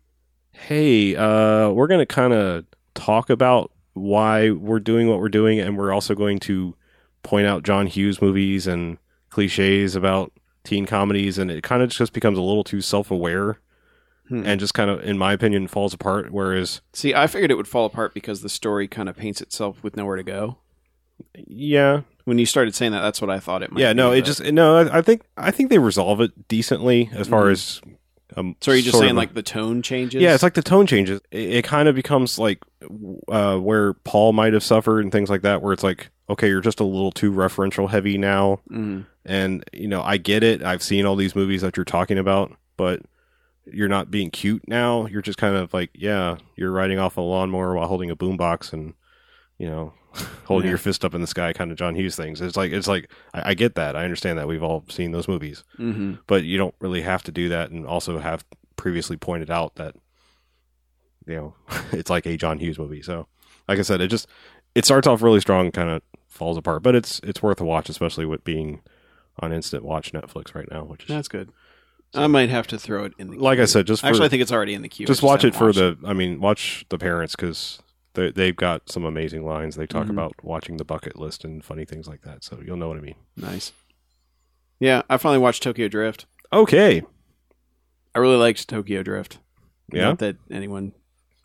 [SPEAKER 2] hey, uh, we're gonna kind of talk about why we're doing what we're doing, and we're also going to point out John Hughes movies and cliches about teen comedies, and it kind of just becomes a little too self aware
[SPEAKER 3] Hmm.
[SPEAKER 2] and just kind of, in my opinion, falls apart. Whereas,
[SPEAKER 3] See, I figured it would fall apart because the story kind of paints itself with nowhere to go.
[SPEAKER 2] yeah,
[SPEAKER 3] When you started saying that, that's what I thought it might
[SPEAKER 2] yeah,
[SPEAKER 3] be,
[SPEAKER 2] no, it
[SPEAKER 3] but-
[SPEAKER 2] just no. I, I think I think they resolve it decently as far
[SPEAKER 3] Mhm.
[SPEAKER 2] as. Um,
[SPEAKER 3] So are you just
[SPEAKER 2] sort
[SPEAKER 3] saying
[SPEAKER 2] of-
[SPEAKER 3] like the tone changes?
[SPEAKER 2] Yeah, it's like the tone changes. It, it kind of becomes like uh, where Paul might have suffered and things like that, where it's like, okay, you're just a little too referential heavy now.
[SPEAKER 3] Mhm.
[SPEAKER 2] And you know, I get it. I've seen all these movies that you're talking about, but you're not being cute now. You're just kind of like, yeah, you're riding off a lawnmower while holding a boombox and you know, [laughs] holding
[SPEAKER 3] Yeah.
[SPEAKER 2] your fist up in the sky, kind of John Hughes things. It's like it's like I, I get that. I understand that we've all seen those movies,
[SPEAKER 3] Mhm.
[SPEAKER 2] but you don't really have to do that. And also have previously pointed out that you know [laughs] it's like a John Hughes movie. So, like I said, it just it starts off really strong, kind of falls apart, but it's it's worth a watch, especially with being on instant watch Netflix right now, which is
[SPEAKER 3] that's good. I might have to throw it in the queue.
[SPEAKER 2] like I said, just for,
[SPEAKER 3] Actually, I think it's already in the queue. I
[SPEAKER 2] just watch it
[SPEAKER 3] haven't
[SPEAKER 2] for
[SPEAKER 3] watched
[SPEAKER 2] the. I mean, watch the parents because they they've got some amazing lines. They talk
[SPEAKER 3] Mhm.
[SPEAKER 2] about watching the bucket list and funny things like that, so you'll know what I mean.
[SPEAKER 3] nice. Yeah, I finally watched Tokyo Drift.
[SPEAKER 2] Okay,
[SPEAKER 3] I really liked Tokyo Drift.
[SPEAKER 2] yeah,
[SPEAKER 3] Not that anyone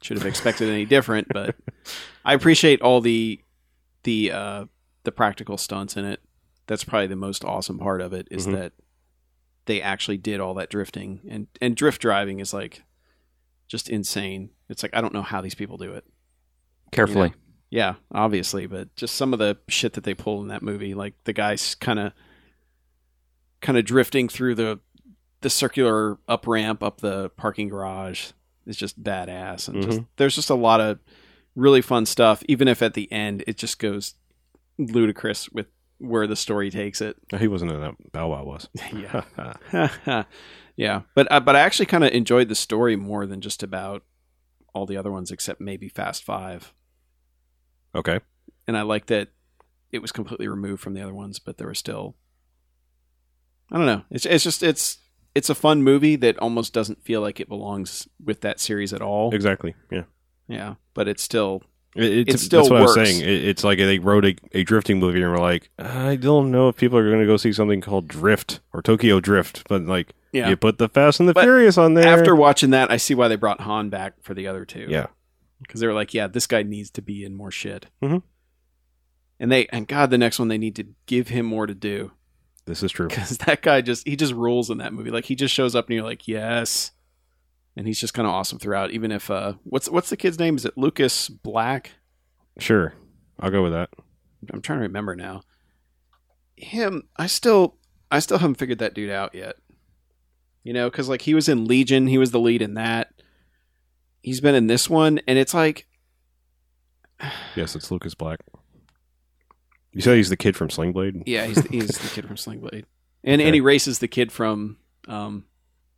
[SPEAKER 3] should have expected any different, but I appreciate all the the uh the practical stunts in it. That's probably the most awesome part of it is
[SPEAKER 2] Mhm.
[SPEAKER 3] that they actually did all that drifting and and drift driving is like just insane. It's like I don't know how these people do it.
[SPEAKER 4] Carefully.
[SPEAKER 3] Yeah, obviously, but just some of the shit that they pulled in that movie, like the guys kind of kind of drifting through the the circular up ramp up the parking garage is just badass and just there's just a lot of really fun stuff even if at the end it just goes ludicrous with where the story takes it.
[SPEAKER 2] No, he wasn't in that. Bow Wow was.
[SPEAKER 3] Yeah. yeah. [laughs] But uh, but I actually kind of enjoyed the story more than just about all the other ones except maybe Fast 5
[SPEAKER 2] okay,
[SPEAKER 3] and I like that it was completely removed from the other ones, but there was still I don't know. It's it's just it's it's a fun movie that almost doesn't feel like it belongs with that series at all.
[SPEAKER 2] Exactly. Yeah.
[SPEAKER 3] Yeah, but it's still
[SPEAKER 2] It, it's,
[SPEAKER 3] It still
[SPEAKER 2] that's what I was
[SPEAKER 3] works.
[SPEAKER 2] saying. It, it's like they wrote a, a drifting movie and were like, I don't know if people are going to go see something called Drift or Tokyo Drift, but like
[SPEAKER 3] yeah.
[SPEAKER 2] you put the Fast and the
[SPEAKER 3] But
[SPEAKER 2] Furious on there.
[SPEAKER 3] After watching that, I see why they brought Han back for the other two.
[SPEAKER 2] yeah,
[SPEAKER 3] because they were like, yeah, this guy needs to be in more shit.
[SPEAKER 2] Mhm.
[SPEAKER 3] And they and God, the next one they need to give him more to do
[SPEAKER 2] this is
[SPEAKER 3] [laughs]
[SPEAKER 2] true.
[SPEAKER 3] because that guy just he just rules in that movie. Like he just shows up and you're like, yes, and he's just kind of awesome throughout. Even if uh, what's what's the kid's name? Is it Lucas Black?
[SPEAKER 2] Sure, I'll go with that.
[SPEAKER 3] I'm trying to remember now. Him, I still, I still haven't figured that dude out yet. You know, because like he was in Legion, he was the lead in that. He's been in this one, and it's like,
[SPEAKER 2] Yes, it's Lucas Black. You said he's the kid from Sling Blade.
[SPEAKER 3] yeah, he's the, he's the kid from Sling Blade, and and he races the kid from um,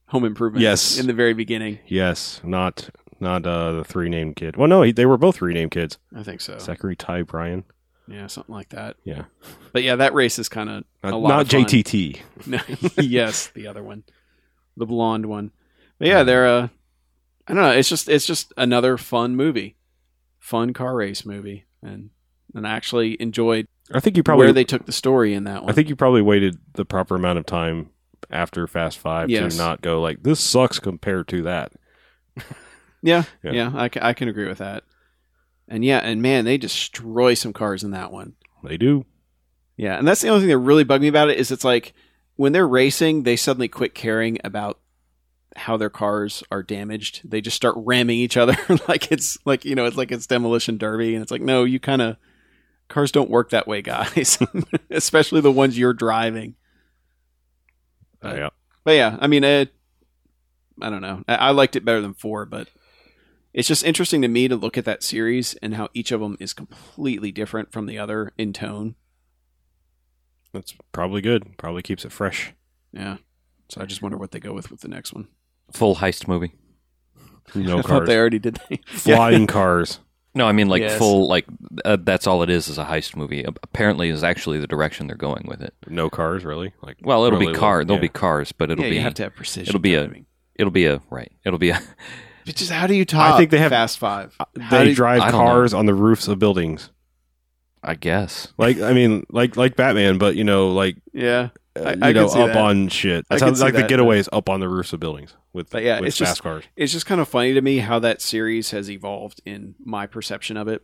[SPEAKER 3] Home Improvement.
[SPEAKER 2] Yes.
[SPEAKER 3] in the very beginning,
[SPEAKER 2] Yes, not not uh, the three named kid. Well, no, he, they were both three named kids.
[SPEAKER 3] I think so.
[SPEAKER 2] Zachary Ty Bryan.
[SPEAKER 3] Yeah, something like that.
[SPEAKER 2] Yeah,
[SPEAKER 3] But yeah, that race is kind of
[SPEAKER 2] not,
[SPEAKER 3] a lot
[SPEAKER 2] not
[SPEAKER 3] of fun.
[SPEAKER 2] JTT.
[SPEAKER 3] No, [laughs] yes, the other one, the blonde one. But yeah, they're uh, I don't know. It's just it's just another fun movie, fun car race movie, and and I actually enjoyed
[SPEAKER 2] I think you probably
[SPEAKER 3] where they took the story in that one.
[SPEAKER 2] I think you probably waited the proper amount of time after Fast Five
[SPEAKER 3] Yes.
[SPEAKER 2] to not go like this sucks compared to that.
[SPEAKER 3] yeah,
[SPEAKER 2] yeah.
[SPEAKER 3] yeah, I, ca- I can agree with that. And yeah, and man, they destroy some cars in that one.
[SPEAKER 2] They do.
[SPEAKER 3] Yeah, and that's the only thing that really bugged me about it is it's like when they're racing, they suddenly quit caring about how their cars are damaged. They just start ramming each other [laughs] like it's like you know it's like it's demolition derby, and it's like no, you kind of cars don't work that way, [laughs] guys. Especially the ones you're driving. Right.
[SPEAKER 2] yeah.
[SPEAKER 3] But yeah, I mean, it, I don't know. I, I liked it better than four, but it's just interesting to me to look at that series and how each of them is completely different from the other in tone.
[SPEAKER 2] That's probably good. Probably keeps it
[SPEAKER 3] [laughs]
[SPEAKER 2] fresh.
[SPEAKER 3] Yeah. So I just wonder what they go with with the next one.
[SPEAKER 4] Full heist movie.
[SPEAKER 2] No
[SPEAKER 3] I thought
[SPEAKER 2] cars.
[SPEAKER 3] they already did. That.
[SPEAKER 2] Flying cars.
[SPEAKER 4] No, I mean like
[SPEAKER 3] Yes.
[SPEAKER 4] full like uh, that's all it is is a heist movie. A- Apparently, is actually the direction they're going with it.
[SPEAKER 2] No cars, really. Like
[SPEAKER 4] Well, it'll
[SPEAKER 2] really
[SPEAKER 4] be car.
[SPEAKER 2] little-
[SPEAKER 4] There'll
[SPEAKER 2] yeah.
[SPEAKER 4] be cars, but it'll
[SPEAKER 3] yeah,
[SPEAKER 4] be
[SPEAKER 3] you have to have precision.
[SPEAKER 4] it'll be a-
[SPEAKER 3] driving.
[SPEAKER 4] it'll be a right. It'll be a [laughs]
[SPEAKER 3] But just how do you top? I think they have Fast Five. How
[SPEAKER 2] They
[SPEAKER 3] do-
[SPEAKER 4] I
[SPEAKER 2] drive
[SPEAKER 4] don't know.
[SPEAKER 2] cars on the roofs of buildings.
[SPEAKER 4] I guess.
[SPEAKER 2] Like I mean, like like Batman, but you know, like
[SPEAKER 3] Yeah,
[SPEAKER 2] uh,
[SPEAKER 3] I-
[SPEAKER 2] you
[SPEAKER 3] I could
[SPEAKER 2] know,
[SPEAKER 3] see
[SPEAKER 2] up
[SPEAKER 3] that.
[SPEAKER 2] on shit. That's
[SPEAKER 3] I
[SPEAKER 2] how,
[SPEAKER 3] could see
[SPEAKER 2] like
[SPEAKER 3] that,
[SPEAKER 2] the
[SPEAKER 3] but-
[SPEAKER 2] getaways up on the roofs of buildings with
[SPEAKER 3] But yeah,
[SPEAKER 2] with
[SPEAKER 3] it's
[SPEAKER 2] fast
[SPEAKER 3] just-
[SPEAKER 2] cars.
[SPEAKER 3] it's just kind of funny to me how that series has evolved in my perception of it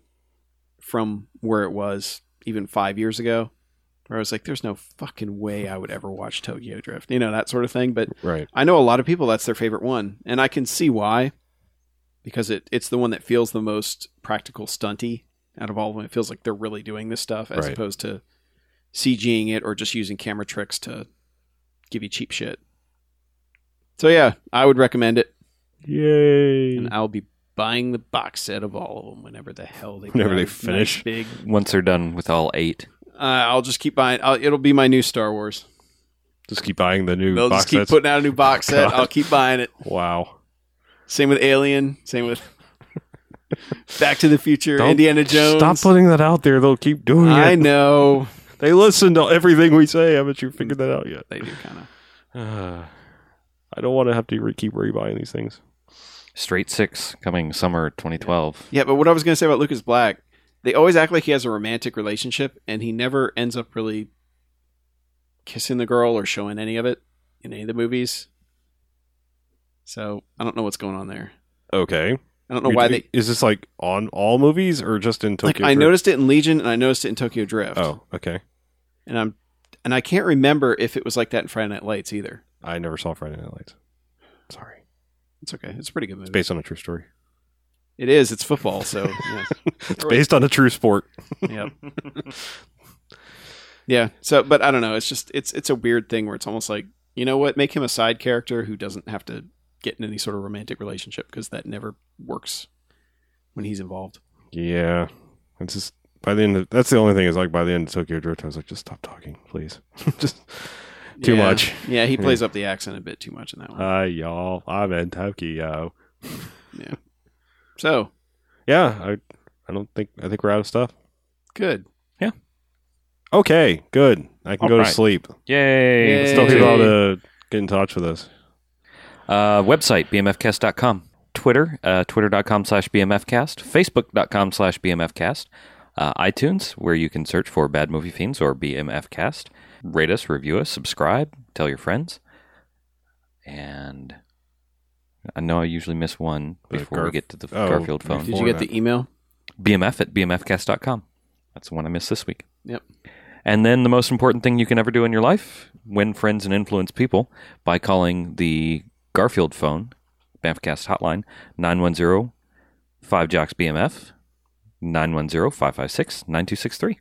[SPEAKER 3] from where it was even five years ago, where I was like, "There's no fucking way I would ever watch Tokyo Drift," you know, that sort of thing. But
[SPEAKER 2] Right.
[SPEAKER 3] I know a lot of people that's their favorite one, and I can see why, because it it's the one that feels the most practical stunty out of all of them. It feels like they're really doing this stuff as
[SPEAKER 2] Right.
[SPEAKER 3] opposed to CGing it or just using camera tricks to give you cheap shit. So yeah, I would recommend it,
[SPEAKER 2] Yay.
[SPEAKER 3] and I'll be buying the box set of all of them whenever the hell they
[SPEAKER 2] Whenever
[SPEAKER 3] put
[SPEAKER 2] they
[SPEAKER 3] out a nice
[SPEAKER 2] finish.
[SPEAKER 3] big.
[SPEAKER 4] Once they're done with all eight,
[SPEAKER 3] Uh, I'll just keep buying. I'll, it'll be my new Star Wars.
[SPEAKER 2] Just keep buying the new
[SPEAKER 3] They'll
[SPEAKER 2] box
[SPEAKER 3] just keep
[SPEAKER 2] sets.
[SPEAKER 3] putting out a
[SPEAKER 2] [laughs]
[SPEAKER 3] new box set.
[SPEAKER 2] God.
[SPEAKER 3] I'll keep buying it.
[SPEAKER 2] wow.
[SPEAKER 3] Same with Alien.
[SPEAKER 2] [laughs]
[SPEAKER 3] Same with Back to the Future,
[SPEAKER 2] Don't-
[SPEAKER 3] Indiana Jones.
[SPEAKER 2] Stop putting that out there. They'll keep doing
[SPEAKER 3] I
[SPEAKER 2] it.
[SPEAKER 3] know
[SPEAKER 2] They listen to everything we say. Haven't you figured that out yet?
[SPEAKER 3] they do kind of.
[SPEAKER 2] I don't want to have to re- keep rebuying these things.
[SPEAKER 4] Straight Six coming summer 2012.
[SPEAKER 3] Yeah, but what I was gonna say about Lucas Black, they always act like he has a romantic relationship, and he never ends up really kissing the girl or showing any of it in any of the movies. So I don't know what's going on there.
[SPEAKER 2] Okay.
[SPEAKER 3] I don't know why
[SPEAKER 2] You-
[SPEAKER 3] they.
[SPEAKER 2] is this like on all movies or just in
[SPEAKER 3] Like
[SPEAKER 2] Tokyo?
[SPEAKER 3] I
[SPEAKER 2] Drift?
[SPEAKER 3] noticed it in Legion, and I noticed it in Tokyo Drift.
[SPEAKER 2] Oh, okay.
[SPEAKER 3] and I'm, and I can't remember if it was like that in Friday Night Lights either.
[SPEAKER 2] I never saw Friday Night Lights. Sorry.
[SPEAKER 3] It's okay. It's a pretty good movie.
[SPEAKER 2] It's based on a true story.
[SPEAKER 3] It is. It's football, so
[SPEAKER 2] [laughs]
[SPEAKER 3] yeah.
[SPEAKER 2] It's based on a true sport.
[SPEAKER 3] yep. [laughs] yeah. So, but I don't know. It's just it's it's a weird thing where it's almost like you know what, make him a side character who doesn't have to get in any sort of romantic relationship because that never works when he's involved.
[SPEAKER 2] Yeah. It's just by the end. Of, that's the only thing is like by the end of Tokyo Drift, I was like, just stop talking, please. [laughs] just
[SPEAKER 3] [laughs]
[SPEAKER 2] too
[SPEAKER 3] Yeah.
[SPEAKER 2] much. Uh,
[SPEAKER 3] Yeah,
[SPEAKER 2] [laughs]
[SPEAKER 3] he plays up the accent a bit too much in that one.
[SPEAKER 2] Hi, y'all. I'm in Tokyo.
[SPEAKER 3] so
[SPEAKER 2] Yeah. I. I don't think. I think we're out of stuff.
[SPEAKER 3] good.
[SPEAKER 2] Okay, good. I can
[SPEAKER 4] All
[SPEAKER 2] go to
[SPEAKER 4] right.
[SPEAKER 2] sleep.
[SPEAKER 4] Yay!
[SPEAKER 3] Yay.
[SPEAKER 2] Still
[SPEAKER 3] Hey.
[SPEAKER 2] people to uh, get in touch with us.
[SPEAKER 4] Uh, website, bmfcast.com. Twitter, uh, twitter.com slash bmfcast. Facebook.com slash bmfcast. Uh, iTunes, where you can search for Bad Movie Fiends or bmfcast. Rate us, review us, subscribe, tell your friends. And I know I usually miss one
[SPEAKER 2] The
[SPEAKER 4] before we
[SPEAKER 2] Garf-
[SPEAKER 4] get to the
[SPEAKER 2] oh,
[SPEAKER 4] Garfield phone.
[SPEAKER 3] Did
[SPEAKER 2] before-
[SPEAKER 3] you get the email?
[SPEAKER 4] bmf at bmfcast.com. That's the one I missed this week.
[SPEAKER 3] Yep.
[SPEAKER 4] And then the most important thing you can ever do in your life win friends and influence people by calling the Garfield phone, Banffcast hotline, 910 5 Jocks BMF, 910 556 9263.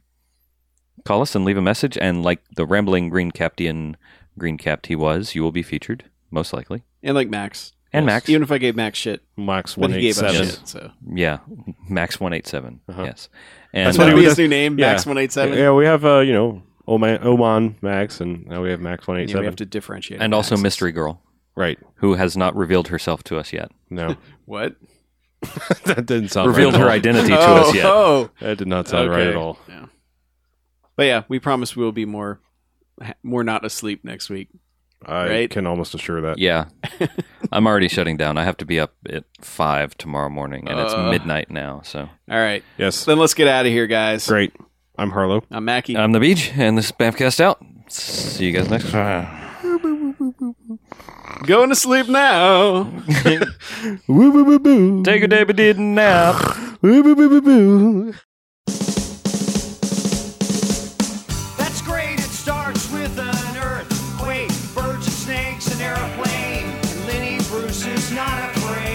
[SPEAKER 4] Call us and leave a message. And like the rambling green captain, green capped he was, you will be featured, most likely.
[SPEAKER 3] And like Max.
[SPEAKER 4] And Max.
[SPEAKER 3] Even if I gave Max shit,
[SPEAKER 2] Max
[SPEAKER 3] but
[SPEAKER 2] one
[SPEAKER 3] he
[SPEAKER 2] eight
[SPEAKER 3] gave us
[SPEAKER 2] seven.
[SPEAKER 3] shit. So
[SPEAKER 4] Yeah, [laughs] Max187.
[SPEAKER 2] Uh-huh.
[SPEAKER 4] Yes. And uh,
[SPEAKER 3] that's
[SPEAKER 2] what he
[SPEAKER 3] going to
[SPEAKER 2] would
[SPEAKER 3] be
[SPEAKER 2] have-
[SPEAKER 3] his new name,
[SPEAKER 2] yeah.
[SPEAKER 3] Max One Eight Seven.
[SPEAKER 2] Yeah, we have uh, you know Oman, Oman Max, and now we have Max one eight
[SPEAKER 3] Yeah, we
[SPEAKER 2] seven.
[SPEAKER 3] have to differentiate.
[SPEAKER 4] and also
[SPEAKER 3] Maxes.
[SPEAKER 4] Mystery Girl,
[SPEAKER 2] Right?
[SPEAKER 4] who has not revealed herself to us yet.
[SPEAKER 3] [laughs]
[SPEAKER 2] No,
[SPEAKER 3] What?
[SPEAKER 2] that didn't sound
[SPEAKER 4] revealed
[SPEAKER 2] right at
[SPEAKER 4] her
[SPEAKER 2] all.
[SPEAKER 4] identity to
[SPEAKER 3] oh,
[SPEAKER 4] us yet. [laughs]
[SPEAKER 3] oh.
[SPEAKER 2] That did not sound right
[SPEAKER 3] Okay.
[SPEAKER 2] at all.
[SPEAKER 3] Yeah. But yeah, we promise we'll be more ha- more not asleep next week.
[SPEAKER 2] I
[SPEAKER 3] Right?
[SPEAKER 2] can almost assure that.
[SPEAKER 4] Yeah. I'm already shutting down. I have to be up at 5 tomorrow morning, and it's
[SPEAKER 3] Uh.
[SPEAKER 4] midnight now. So
[SPEAKER 3] All right.
[SPEAKER 2] Yes.
[SPEAKER 3] Then let's get out of here, guys.
[SPEAKER 2] Great. I'm Harlow.
[SPEAKER 3] I'm Mackie.
[SPEAKER 4] I'm The Beach, and this is Bamcast out. See you guys next time.
[SPEAKER 3] Going to sleep now.
[SPEAKER 2] Woo boo boo boo.
[SPEAKER 4] Take a day, but did nap. [laughs]
[SPEAKER 2] Woo boo boo boo boo.
[SPEAKER 8] That's great. It starts with an earthquake, birds and snakes, an airplane. Lenny Bruce is not afraid.